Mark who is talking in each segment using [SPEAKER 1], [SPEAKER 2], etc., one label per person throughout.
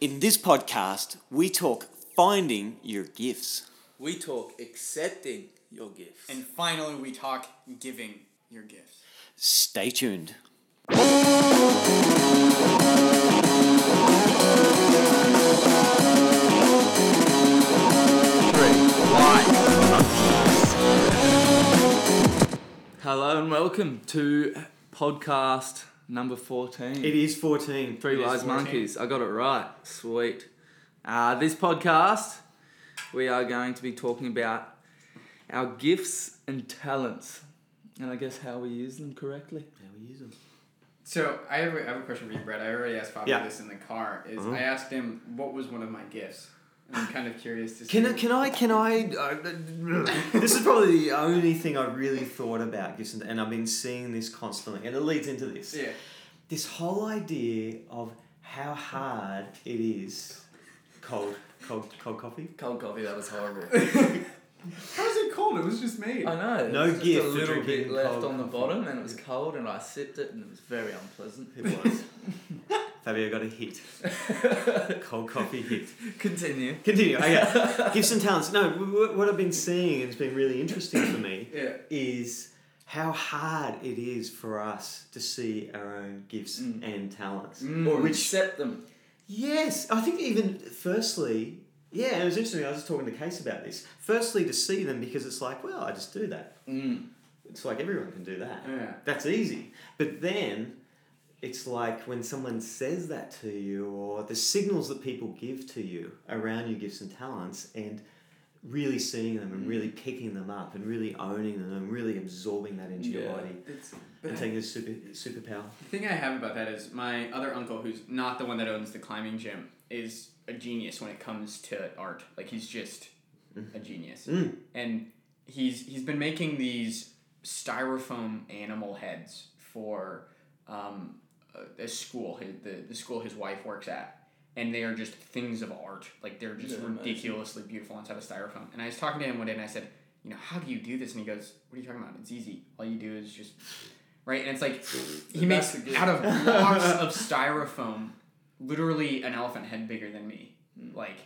[SPEAKER 1] In this podcast, we talk finding your gifts.
[SPEAKER 2] We talk accepting your gifts.
[SPEAKER 3] And finally, we talk giving your gifts.
[SPEAKER 1] Stay tuned.
[SPEAKER 2] Hello and welcome to podcast number 14.
[SPEAKER 1] is 14.
[SPEAKER 2] Three
[SPEAKER 3] it is
[SPEAKER 2] Wise
[SPEAKER 3] 14.
[SPEAKER 2] Monkeys. I got it right. Sweet. Uh, this podcast, we are going to be talking about our gifts and talents. And I guess how we use them correctly.
[SPEAKER 3] So I have, a, I have a question for you, Brett. I already asked Bobby
[SPEAKER 1] Yeah. Mm-hmm.
[SPEAKER 3] this in the car. Is I asked him what was one of my gifts, and I'm kind of curious to
[SPEAKER 1] Can
[SPEAKER 3] see.
[SPEAKER 1] I, can I, can I, uh, this is probably the only thing I really thought about gifts and, and I've been seeing this constantly and it leads into this.
[SPEAKER 3] Yeah.
[SPEAKER 1] This whole idea of how hard it is, cold, cold, cold coffee.
[SPEAKER 2] Cold coffee, that was horrible.
[SPEAKER 3] How is it cold? It was just made.
[SPEAKER 2] I know.
[SPEAKER 1] No
[SPEAKER 2] it's just
[SPEAKER 1] gift
[SPEAKER 2] A
[SPEAKER 1] for
[SPEAKER 2] little
[SPEAKER 1] drinking
[SPEAKER 2] bit left
[SPEAKER 1] cold
[SPEAKER 2] on the
[SPEAKER 1] coffee.
[SPEAKER 2] bottom, and it was cold, and I sipped it, and it was very unpleasant.
[SPEAKER 1] It was. Fabio got a hit. Cold coffee hit.
[SPEAKER 2] Continue.
[SPEAKER 1] Continue. Okay. Gifts and talents. No, w- w- what I've been seeing and it's been really interesting for me
[SPEAKER 3] Yeah.
[SPEAKER 1] is how hard it is for us to see our own gifts and talents.
[SPEAKER 2] Or Mm. accept them.
[SPEAKER 1] Yes, I think even firstly, yeah, it was interesting. I was just talking to Case about this. Firstly, to see them because it's like, well, I just do that.
[SPEAKER 2] Mm.
[SPEAKER 1] It's like everyone can do that.
[SPEAKER 3] Yeah.
[SPEAKER 1] That's easy. But then it's like when someone says that to you or the signals that people give to you around your gifts and talents and really seeing them and really picking them up and really owning them and really absorbing that into your
[SPEAKER 2] Yeah.
[SPEAKER 1] body
[SPEAKER 3] It's, but
[SPEAKER 1] and taking a super superpower.
[SPEAKER 3] the thing I have about that is my other uncle, who's not the one that owns the climbing gym, is a genius when it comes to art. Like he's just a
[SPEAKER 2] Mm.
[SPEAKER 3] genius, and he's he's been making these styrofoam animal heads for um, a- a school. His, the the school his wife works at. And they are just things of art. Like they're just
[SPEAKER 2] They're amazing.
[SPEAKER 3] ridiculously beautiful inside of styrofoam. And I was talking to him one day and I said, You know, how do you do this? And he goes, What are you talking about? It's easy. All you do is just right? And it's like he
[SPEAKER 2] That's
[SPEAKER 3] makes
[SPEAKER 2] the gift.
[SPEAKER 3] out of blocks of styrofoam, literally an elephant head bigger than me.
[SPEAKER 2] Hmm.
[SPEAKER 3] Like,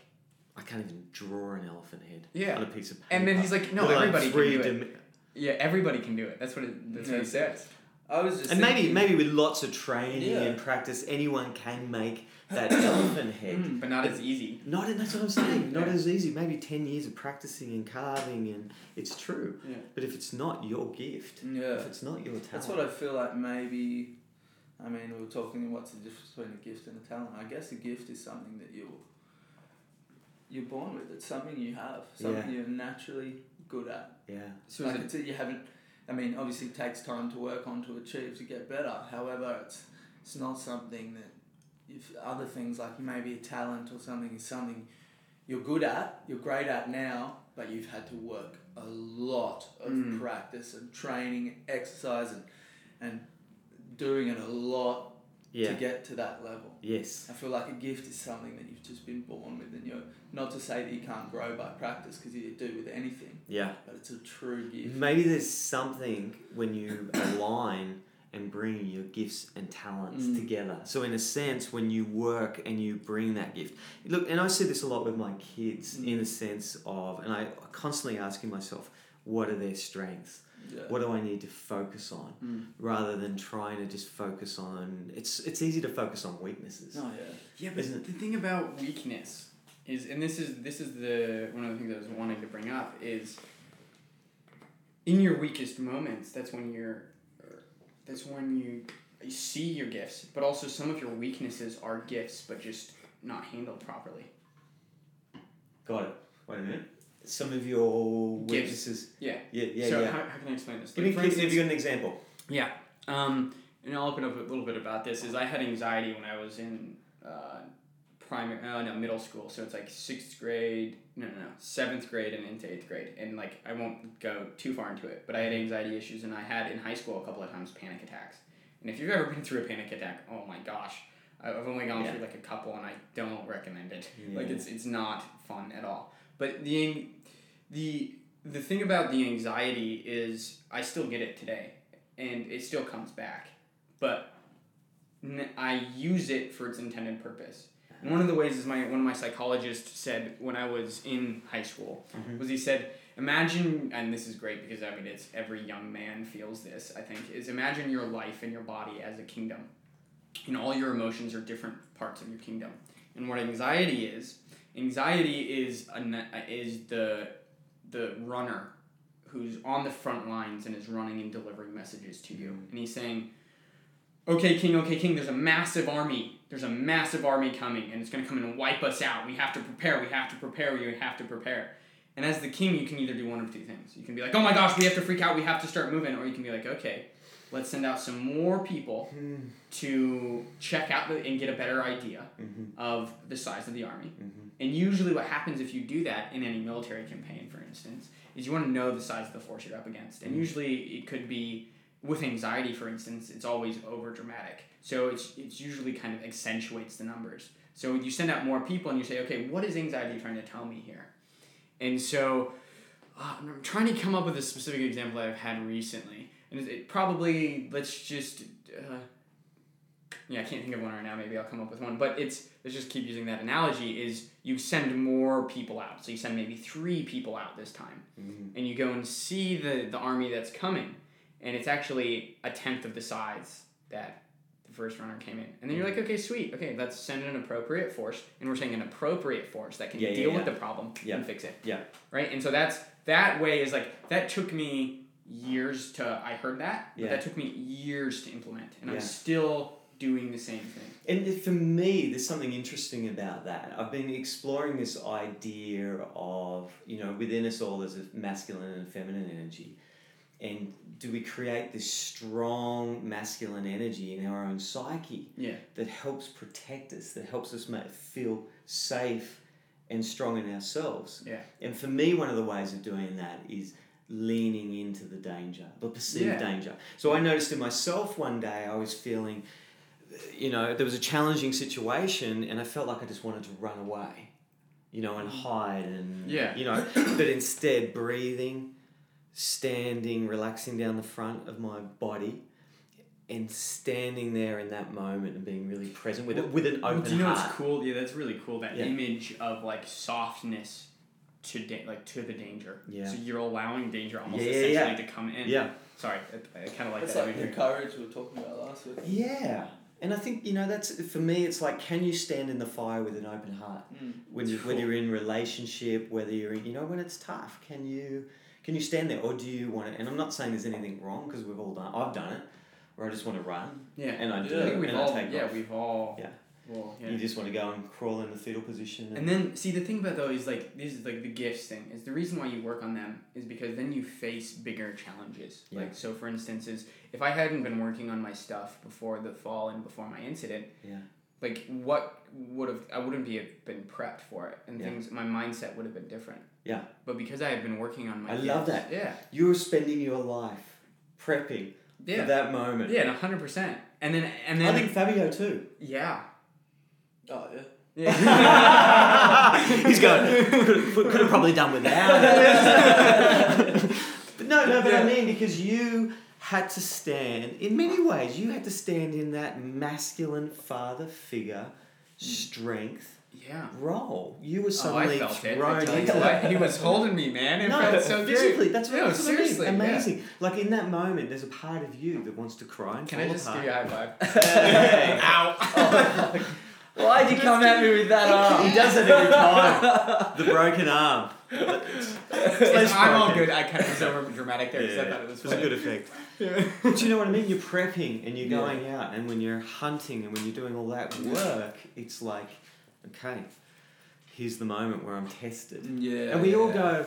[SPEAKER 1] I can't even draw an elephant head
[SPEAKER 3] Yeah.
[SPEAKER 1] on a piece of paper.
[SPEAKER 3] And then he's like, no,
[SPEAKER 1] Let alone
[SPEAKER 3] everybody can do it.
[SPEAKER 1] three-dim-
[SPEAKER 3] yeah, everybody can do it. That's what it, that's what he
[SPEAKER 2] Yeah.
[SPEAKER 3] says.
[SPEAKER 2] I was just
[SPEAKER 1] And maybe
[SPEAKER 2] thinking-
[SPEAKER 1] maybe with lots of training
[SPEAKER 2] Yeah.
[SPEAKER 1] and practice, anyone can make that elephant head.
[SPEAKER 3] But not as easy.
[SPEAKER 1] Not, and that's what I'm saying. Not
[SPEAKER 3] Mm. Yeah.
[SPEAKER 1] as easy. Maybe ten years of practicing and carving, and it's true.
[SPEAKER 3] Yeah.
[SPEAKER 1] But if it's not your gift,
[SPEAKER 2] Yeah.
[SPEAKER 1] if it's not your talent,
[SPEAKER 2] That's what I feel like maybe. I mean, we were talking what's the difference between a gift and a talent. I guess a gift is something that you you're born with. It's something you have, something you're naturally good at.
[SPEAKER 1] yeah,
[SPEAKER 3] So
[SPEAKER 2] Like
[SPEAKER 3] is it,
[SPEAKER 2] it's, you haven't. I mean, obviously, it takes time to work on to achieve to get better. However, it's it's not something that if other things like maybe a talent or something is something you're good at, you're great at now, but you've had to work a lot of practice and training, exercise, and and doing it a lot
[SPEAKER 1] yeah,
[SPEAKER 2] to get to that level.
[SPEAKER 1] yes,
[SPEAKER 2] I feel like a gift is something that you've just been born with, and you're not to say that you can't grow by practice because you do with anything,
[SPEAKER 1] yeah.
[SPEAKER 2] but it's a true gift.
[SPEAKER 1] Maybe there's something when you align and bring your gifts and talents
[SPEAKER 3] Mm.
[SPEAKER 1] together. So in a sense, when you work and you bring that gift, look, and I see this a lot with my kids
[SPEAKER 3] Mm.
[SPEAKER 1] in a sense of, and I constantly asking myself, what are their strengths?
[SPEAKER 2] Yeah.
[SPEAKER 1] What do I need to focus on,
[SPEAKER 2] Hmm.
[SPEAKER 1] rather than trying to just focus on? It's it's easy to focus on weaknesses.
[SPEAKER 2] Oh yeah.
[SPEAKER 3] yeah, but
[SPEAKER 1] Isn't it-
[SPEAKER 3] the thing about weakness is, and this is this is the one of the things I was wanting to bring up is, in your weakest moments, that's when you're, that's when you see your gifts, but also some of your weaknesses are gifts, but just not handled properly.
[SPEAKER 1] Got it. Wait a minute. Some of your
[SPEAKER 3] Gifts.
[SPEAKER 1] weaknesses.
[SPEAKER 3] Yeah.
[SPEAKER 1] Yeah, yeah,
[SPEAKER 3] so
[SPEAKER 1] yeah.
[SPEAKER 3] How, how can I explain this?
[SPEAKER 1] Give
[SPEAKER 3] Like,
[SPEAKER 1] me,
[SPEAKER 3] for
[SPEAKER 1] give
[SPEAKER 3] instance-
[SPEAKER 1] you an example.
[SPEAKER 3] Yeah. Um, and I'll open up a little bit about this. Is I had anxiety when I was in uh, primary, uh, no, middle school. So it's like sixth grade, no, no, no, seventh grade, and into eighth grade. And like I won't go too far into it, but I had anxiety issues, and I had in high school a couple of times panic attacks. And if you've ever been through a panic attack, oh my gosh, I- I've only gone through like a couple, and I don't recommend it. Like
[SPEAKER 1] Yeah.
[SPEAKER 3] it's it's not fun at all. But the ang- the the thing about the anxiety is I still get it today, and it still comes back, but n- I use it for its intended purpose. And one of the ways is my one of my psychologists said when I was in high school
[SPEAKER 1] Mhm.
[SPEAKER 3] was he said, imagine and this is great because I mean it's every young man feels this, I think, is imagine your life and your body as a kingdom. And all your emotions are different parts of your kingdom. And what anxiety is, anxiety is an, is the the runner who's on the front lines and is running and delivering messages to you. And he's saying, Okay, King, okay, King, there's a massive army. There's a massive army coming, and it's going to come in and wipe us out. We have to prepare. We have to prepare. We have to prepare. And as the king, you can either do one of two things. You can be like, oh my gosh, we have to freak out. We have to start moving. Or you can be like, okay, let's send out some more people
[SPEAKER 1] Mm-hmm.
[SPEAKER 3] to check out the, and get a better idea of the size of the army. And usually, what happens if you do that in any military campaign, for instance, is you want to know the size of the force you're up against. And usually, it could be with anxiety, for instance, it's always over dramatic. So it's it's usually kind of accentuates the numbers. So you send out more people, and you say, okay, what is anxiety trying to tell me here? And so uh, I'm trying to come up with a specific example I've had recently, and it, it probably let's just. Uh, yeah, I can't think of one right now. Maybe I'll come up with one. But it's let's just keep using that analogy. Is you send more people out, so you send maybe three people out this time,
[SPEAKER 1] Mm-hmm.
[SPEAKER 3] and you go and see the the army that's coming, and it's actually a tenth of the size that the first runner came in, and then you're like, okay, sweet, okay, let's send an appropriate force, and we're saying an appropriate force that can
[SPEAKER 1] Yeah, yeah,
[SPEAKER 3] deal with
[SPEAKER 1] yeah.
[SPEAKER 3] the problem
[SPEAKER 1] Yeah.
[SPEAKER 3] and fix it
[SPEAKER 1] Yeah.
[SPEAKER 3] right? And so that's that way is like that took me years to I heard that, but
[SPEAKER 1] Yeah.
[SPEAKER 3] that took me years to implement, and
[SPEAKER 1] Yeah.
[SPEAKER 3] I'm still doing the same thing.
[SPEAKER 1] And for me, there's something interesting about that. I've been exploring this idea of, you know, within us all there's a masculine and feminine energy. And do we create this strong masculine energy in our own psyche
[SPEAKER 3] Yeah.
[SPEAKER 1] that helps protect us, that helps us make, feel safe and strong in ourselves?
[SPEAKER 3] Yeah.
[SPEAKER 1] And for me, one of the ways of doing that is leaning into the danger, the perceived
[SPEAKER 3] Yeah.
[SPEAKER 1] danger. So I noticed in myself one day, I was feeling, you know, there was a challenging situation, and I felt like I just wanted to run away, you know, and hide, and
[SPEAKER 3] Yeah.
[SPEAKER 1] you know, but instead breathing, standing, relaxing down the front of my body. And standing there in that moment and being really present with it, with an
[SPEAKER 3] Well,
[SPEAKER 1] open
[SPEAKER 3] do you know
[SPEAKER 1] heart.
[SPEAKER 3] what's cool? Yeah, that's really cool. That
[SPEAKER 1] Yeah.
[SPEAKER 3] image of like softness to da- like to the danger.
[SPEAKER 1] Yeah.
[SPEAKER 3] So you're allowing danger almost
[SPEAKER 1] Yeah, yeah,
[SPEAKER 3] essentially
[SPEAKER 1] yeah.
[SPEAKER 3] to come in.
[SPEAKER 1] Yeah.
[SPEAKER 3] Sorry, I, I kind of like
[SPEAKER 2] It's
[SPEAKER 3] that
[SPEAKER 2] like the
[SPEAKER 3] imagery.
[SPEAKER 2] courage we were talking about last week.
[SPEAKER 1] Yeah. And I think, you know, that's for me, it's like, can you stand in the fire with an open heart?
[SPEAKER 2] Mm.
[SPEAKER 1] When, you, when you're in relationship, whether you're in, you know, when it's tough, can you, can you stand there or do you want to, and I'm not saying there's anything wrong because we've all done, I've done it, where I just want to run
[SPEAKER 3] Yeah.
[SPEAKER 1] and I do
[SPEAKER 2] Yeah.
[SPEAKER 3] I think we've
[SPEAKER 1] and
[SPEAKER 3] all.
[SPEAKER 1] I take
[SPEAKER 3] Yeah,
[SPEAKER 1] off.
[SPEAKER 3] we've all.
[SPEAKER 1] Yeah.
[SPEAKER 3] Well, yeah.
[SPEAKER 1] You just want to go and crawl in the fetal position. And,
[SPEAKER 3] And then, see, the thing about though is like this is like the gifts thing is the reason why you work on them is because then you face bigger challenges.
[SPEAKER 1] Yeah.
[SPEAKER 3] Like so, for instance, is if I hadn't been working on my stuff before the fall and before my incident,
[SPEAKER 1] Yeah.
[SPEAKER 3] like what would have I wouldn't be have been prepped for it, and
[SPEAKER 1] Yeah.
[SPEAKER 3] things my mindset would have been different.
[SPEAKER 1] Yeah.
[SPEAKER 3] But because I have been working on my,
[SPEAKER 1] I love
[SPEAKER 3] gifts-
[SPEAKER 1] that.
[SPEAKER 3] Yeah,
[SPEAKER 1] you're spending your life prepping for
[SPEAKER 3] yeah,
[SPEAKER 1] that moment.
[SPEAKER 3] yeah, and hundred percent. And then, and
[SPEAKER 1] I
[SPEAKER 3] then,
[SPEAKER 1] think Fabio too.
[SPEAKER 3] yeah,
[SPEAKER 2] Oh yeah.
[SPEAKER 3] yeah.
[SPEAKER 1] He's going, could have probably done without. but no, no, but I
[SPEAKER 3] Yeah.
[SPEAKER 1] mean because you had to stand in many ways. You had to stand in that masculine father figure strength
[SPEAKER 3] yeah.
[SPEAKER 1] role. You were
[SPEAKER 3] Oh, I
[SPEAKER 1] suddenly
[SPEAKER 3] felt it.
[SPEAKER 1] thrown
[SPEAKER 3] I tell you
[SPEAKER 1] into
[SPEAKER 3] what,
[SPEAKER 1] that.
[SPEAKER 3] he was holding me, man. It
[SPEAKER 1] No,
[SPEAKER 3] felt so good.
[SPEAKER 1] physically, that's what,
[SPEAKER 3] No,
[SPEAKER 1] that's what I mean.
[SPEAKER 3] seriously, yeah.
[SPEAKER 1] Amazing. Like in that moment, there's a part of you that wants to cry and
[SPEAKER 3] Can
[SPEAKER 1] fall
[SPEAKER 3] I just
[SPEAKER 1] apart.
[SPEAKER 3] give you a high five?
[SPEAKER 1] Hey.
[SPEAKER 3] Ow!
[SPEAKER 2] Why'd you come at me with that arm?
[SPEAKER 1] He does it every time. the broken arm.
[SPEAKER 3] If I'm all
[SPEAKER 1] broken.
[SPEAKER 3] good. I kind of was over dramatic there because I thought it was
[SPEAKER 1] it's a
[SPEAKER 3] funny.
[SPEAKER 1] good effect.
[SPEAKER 3] Yeah.
[SPEAKER 1] But you know what I mean? You're prepping and you're
[SPEAKER 3] Yeah.
[SPEAKER 1] going out, and when you're hunting and when you're doing all that work, it's like, okay, here's the moment where I'm tested.
[SPEAKER 2] Yeah.
[SPEAKER 1] And we all go,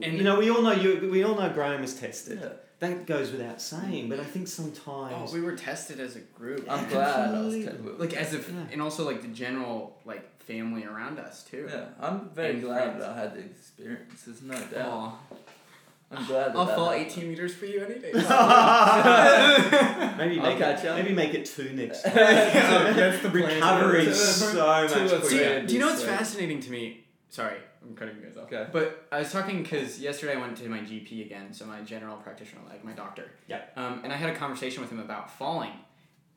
[SPEAKER 3] And-
[SPEAKER 1] you know, we all know you. We all know Graham is tested.
[SPEAKER 2] Yeah.
[SPEAKER 1] That goes without saying. But I think sometimes,
[SPEAKER 3] Oh, we were tested as a group.
[SPEAKER 2] I'm glad I was
[SPEAKER 1] Completely.
[SPEAKER 2] te-
[SPEAKER 3] Like as if,
[SPEAKER 1] Yeah.
[SPEAKER 3] and also like the general like family around us too.
[SPEAKER 2] Yeah, I'm very
[SPEAKER 3] And
[SPEAKER 2] glad
[SPEAKER 3] friends.
[SPEAKER 2] that I had the experience. There's no doubt.
[SPEAKER 3] Aw.
[SPEAKER 2] I'm glad. That
[SPEAKER 3] I'll
[SPEAKER 2] that
[SPEAKER 3] fall
[SPEAKER 2] happened.
[SPEAKER 3] Oh. eighteen meters for you any day.
[SPEAKER 1] maybe
[SPEAKER 2] I'll
[SPEAKER 1] make
[SPEAKER 2] catch
[SPEAKER 1] it,
[SPEAKER 2] up.
[SPEAKER 1] maybe make it two next. time.
[SPEAKER 3] That's the plan.
[SPEAKER 1] Recovery
[SPEAKER 2] Two-
[SPEAKER 1] is so
[SPEAKER 2] two
[SPEAKER 1] much
[SPEAKER 2] or
[SPEAKER 1] quicker.
[SPEAKER 2] three.
[SPEAKER 3] See,
[SPEAKER 2] Yeah,
[SPEAKER 3] do you know what's
[SPEAKER 2] so-
[SPEAKER 3] fascinating to me? Sorry, I'm cutting you guys off.
[SPEAKER 2] Okay.
[SPEAKER 3] But I was talking because yesterday I went to my GP again, so my general practitioner, like my doctor.
[SPEAKER 1] Yeah.
[SPEAKER 3] Um, and I had a conversation with him about falling,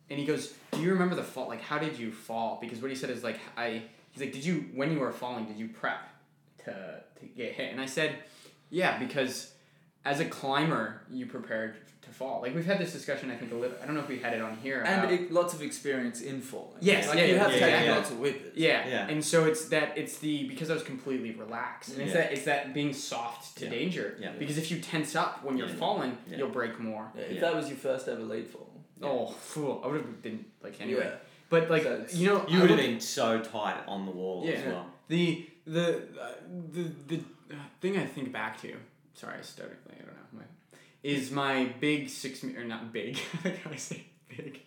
[SPEAKER 3] and he goes, "Do you remember the fall? Like, how did you fall?" Because what he said is like, "I." He's like, "Did you when you were falling? Did you prep to to get hit?" And I said, "Yeah, because as a climber, you prepared to fall. Like we've had this discussion. I think a little. I don't know if we had it on here.
[SPEAKER 2] and
[SPEAKER 3] about-
[SPEAKER 2] it, lots of experience in falling.
[SPEAKER 3] Yes,
[SPEAKER 2] like
[SPEAKER 3] yeah,
[SPEAKER 2] you
[SPEAKER 3] yeah,
[SPEAKER 2] have
[SPEAKER 1] yeah,
[SPEAKER 2] taken
[SPEAKER 1] yeah.
[SPEAKER 2] lots of whippets.
[SPEAKER 3] Yeah.
[SPEAKER 1] Yeah.
[SPEAKER 3] And so it's that it's the because I was completely relaxed. And it's
[SPEAKER 1] Yeah.
[SPEAKER 3] that it's that being soft to
[SPEAKER 1] Yeah.
[SPEAKER 3] danger.
[SPEAKER 1] Yeah.
[SPEAKER 3] Because if you tense up when you're
[SPEAKER 1] Yeah.
[SPEAKER 3] falling,
[SPEAKER 1] Yeah.
[SPEAKER 3] you'll break more.
[SPEAKER 2] Yeah, if
[SPEAKER 1] Yeah.
[SPEAKER 2] that was your first ever lead fall.
[SPEAKER 3] Oh, fool. I would have been like anyway.
[SPEAKER 2] Yeah.
[SPEAKER 3] But like
[SPEAKER 2] So it's-
[SPEAKER 3] you know
[SPEAKER 1] You
[SPEAKER 3] I
[SPEAKER 1] would have
[SPEAKER 3] looked-
[SPEAKER 1] been so tight on the wall as
[SPEAKER 3] Yeah.
[SPEAKER 1] well.
[SPEAKER 3] the the uh, the the uh, thing I think back to. Sorry, I stuttered. like, I don't know. My, is my big six me- or not big? I gotta say big.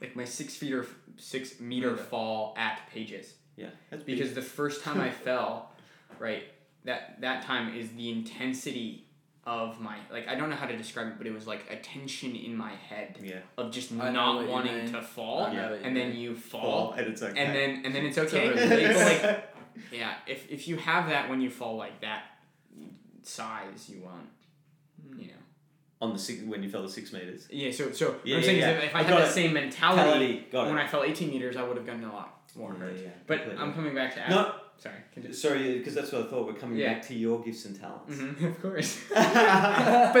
[SPEAKER 3] Like my six feet or six meter
[SPEAKER 2] Meter.
[SPEAKER 3] fall at pages.
[SPEAKER 1] Yeah, that's big.
[SPEAKER 3] because the first time I fell, right, that that time is the intensity of my like I don't know how to describe it, but it was like a tension in my head
[SPEAKER 1] yeah,
[SPEAKER 3] of just
[SPEAKER 2] I know what
[SPEAKER 3] not
[SPEAKER 2] you
[SPEAKER 3] wanting
[SPEAKER 2] mean.
[SPEAKER 3] to fall,
[SPEAKER 2] I know what you
[SPEAKER 3] and then
[SPEAKER 2] mean.
[SPEAKER 3] you fall,
[SPEAKER 1] Oh, and it's okay.
[SPEAKER 3] Oh, and then and then it's
[SPEAKER 2] It's
[SPEAKER 3] okay.
[SPEAKER 2] alright.
[SPEAKER 3] But it's like yeah, if if you have that when you fall like that size, you won't. You know.
[SPEAKER 1] on the six when you fell the six meters.
[SPEAKER 3] Yeah. So so what
[SPEAKER 1] Yeah,
[SPEAKER 3] I'm
[SPEAKER 1] yeah,
[SPEAKER 3] saying
[SPEAKER 1] yeah.
[SPEAKER 3] is that if I,
[SPEAKER 1] I
[SPEAKER 3] had
[SPEAKER 1] got
[SPEAKER 3] that
[SPEAKER 1] it.
[SPEAKER 3] same mentality
[SPEAKER 1] Mentality, got it.
[SPEAKER 3] when I fell 18 meters, I would have gotten a lot more
[SPEAKER 1] Yeah,
[SPEAKER 3] hurt.
[SPEAKER 1] yeah,
[SPEAKER 3] But
[SPEAKER 1] completely.
[SPEAKER 3] I'm coming back to
[SPEAKER 1] No.
[SPEAKER 3] Sorry. continue.
[SPEAKER 1] Sorry, because that's what I thought. We're coming
[SPEAKER 3] Yeah. Mm-hmm.
[SPEAKER 1] back to your gifts and talents.
[SPEAKER 3] hmm of course. but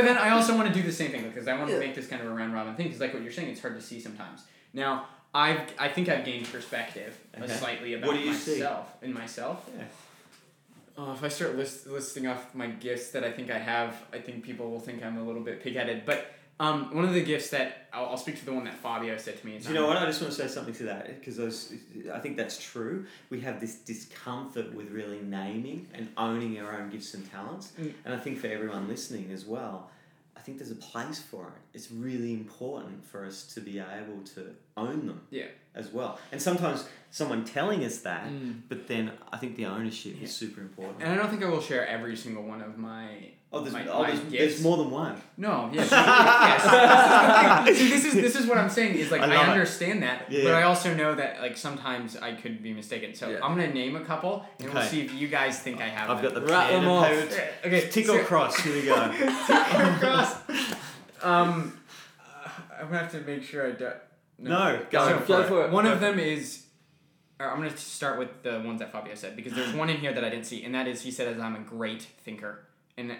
[SPEAKER 3] then I also want to do the same thing because I want to
[SPEAKER 2] Yeah.
[SPEAKER 3] make this kind of a round robin thing because, like what you're saying, it's hard to see sometimes. Now, I've I think I've gained perspective uh,
[SPEAKER 1] Okay.
[SPEAKER 3] slightly about
[SPEAKER 1] What do you see?
[SPEAKER 3] myself in myself.
[SPEAKER 1] Yeah.
[SPEAKER 3] Oh, if I start list, listing off my gifts that I think I have, I think people will think I'm a little bit pig-headed. But um, one of the gifts that I'll, I'll speak to the one that Fabio said to me.
[SPEAKER 1] Do you know what? I just want to say something to that because I think that's true. We have this discomfort with really naming and owning our own gifts and talents.
[SPEAKER 3] Mm.
[SPEAKER 1] And I think for everyone listening as well, I think there's a place for it. It's really important for us to be able to own them
[SPEAKER 3] Yeah.
[SPEAKER 1] as well. And sometimes someone telling us that,
[SPEAKER 2] Mm.
[SPEAKER 1] but then I think the ownership is super important.
[SPEAKER 3] And I don't think I will share every single one of my
[SPEAKER 1] Oh, there's,
[SPEAKER 3] my,
[SPEAKER 1] oh,
[SPEAKER 3] my
[SPEAKER 1] there's,
[SPEAKER 3] gifts.
[SPEAKER 1] there's more than one.
[SPEAKER 3] No, yes, yes. See, this is this is what I'm saying is like
[SPEAKER 1] I
[SPEAKER 3] I,
[SPEAKER 1] love it.
[SPEAKER 3] understand that,
[SPEAKER 1] Yeah,
[SPEAKER 3] but
[SPEAKER 1] yeah.
[SPEAKER 3] I also know that like sometimes I could be mistaken. So
[SPEAKER 2] Yeah.
[SPEAKER 3] I'm gonna name a couple, and we'll
[SPEAKER 1] Okay.
[SPEAKER 3] see if you guys think I have.
[SPEAKER 1] I've got the
[SPEAKER 3] them.
[SPEAKER 2] Rattle
[SPEAKER 1] pen
[SPEAKER 2] them
[SPEAKER 1] and
[SPEAKER 2] off.
[SPEAKER 1] paper.
[SPEAKER 3] okay.
[SPEAKER 1] Tick
[SPEAKER 3] so-
[SPEAKER 1] or cross, here we go.
[SPEAKER 3] tick or cross. Um, uh, I'm gonna have to make sure I don't.
[SPEAKER 1] No, go
[SPEAKER 3] So,
[SPEAKER 1] for it.
[SPEAKER 3] One
[SPEAKER 1] Go
[SPEAKER 3] of
[SPEAKER 1] for
[SPEAKER 3] them is. or I'm gonna start with the ones that Fabio said because there's one in here that I didn't see, and that is he said as I'm a great thinker, and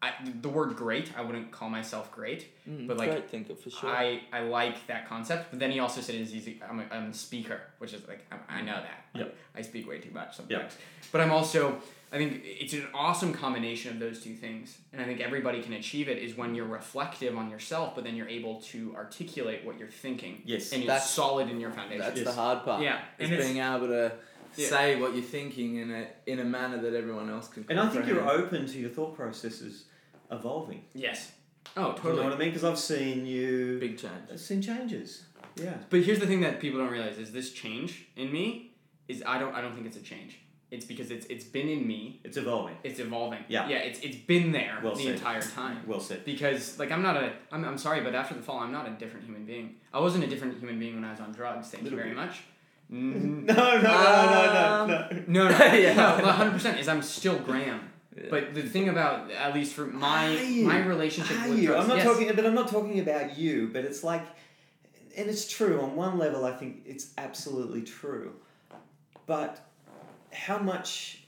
[SPEAKER 3] I, the word great I wouldn't call myself great, but like
[SPEAKER 2] Mm, great thinker for sure.
[SPEAKER 3] I, I like that concept, but then he also said is he's I'm a, I'm a speaker, which is like I, I know that
[SPEAKER 1] Yep.
[SPEAKER 3] I speak way too much sometimes, but I'm also I think it's an awesome combination of those two things, and I think everybody can achieve it is when you're reflective on yourself, but then you're able to articulate what you're thinking,
[SPEAKER 1] Yes.
[SPEAKER 3] and you're
[SPEAKER 2] That's-
[SPEAKER 3] solid in your foundation.
[SPEAKER 2] That's the
[SPEAKER 1] Yes.
[SPEAKER 2] hard part.
[SPEAKER 3] Yeah,
[SPEAKER 2] is
[SPEAKER 3] and it's-
[SPEAKER 2] being able to
[SPEAKER 3] Yeah.
[SPEAKER 2] say what you're thinking in a in a manner that everyone else can.
[SPEAKER 1] And I think you're
[SPEAKER 2] comprehend.
[SPEAKER 1] open to your thought processes evolving.
[SPEAKER 3] yes.
[SPEAKER 1] Do
[SPEAKER 3] Oh,
[SPEAKER 1] You know
[SPEAKER 3] totally.
[SPEAKER 1] what I mean? Because I've seen you.
[SPEAKER 2] big change.
[SPEAKER 1] I've seen changes. Yeah.
[SPEAKER 3] But here's the thing that people don't realize is this change in me is I don't I don't think it's a change. It's because it's it's been in me
[SPEAKER 1] It's evolving.
[SPEAKER 3] it's evolving.
[SPEAKER 1] Yeah.
[SPEAKER 3] Yeah, it's it's been there
[SPEAKER 1] Well
[SPEAKER 3] the
[SPEAKER 1] said.
[SPEAKER 3] entire time.
[SPEAKER 1] Well said.
[SPEAKER 3] Because like I'm not a I'm, I'm sorry, but after the fall I'm not a different human being. I wasn't a different human being when I was on drugs, thank
[SPEAKER 1] Little
[SPEAKER 3] you very
[SPEAKER 1] bit.
[SPEAKER 3] much.
[SPEAKER 1] No,
[SPEAKER 3] N-
[SPEAKER 1] no, no, no, no, no.
[SPEAKER 3] no, no,
[SPEAKER 2] Yeah.
[SPEAKER 3] no, one hundred percent is I'm still Graham.
[SPEAKER 2] Yeah.
[SPEAKER 3] But the thing about at least for my
[SPEAKER 1] Are you?
[SPEAKER 3] my relationship
[SPEAKER 1] Are
[SPEAKER 3] with
[SPEAKER 1] you?
[SPEAKER 3] drugs,
[SPEAKER 1] I'm not
[SPEAKER 3] yes.
[SPEAKER 1] talking, but I'm not talking about you. But it's like, and it's true on one level. I think it's absolutely true, but how much,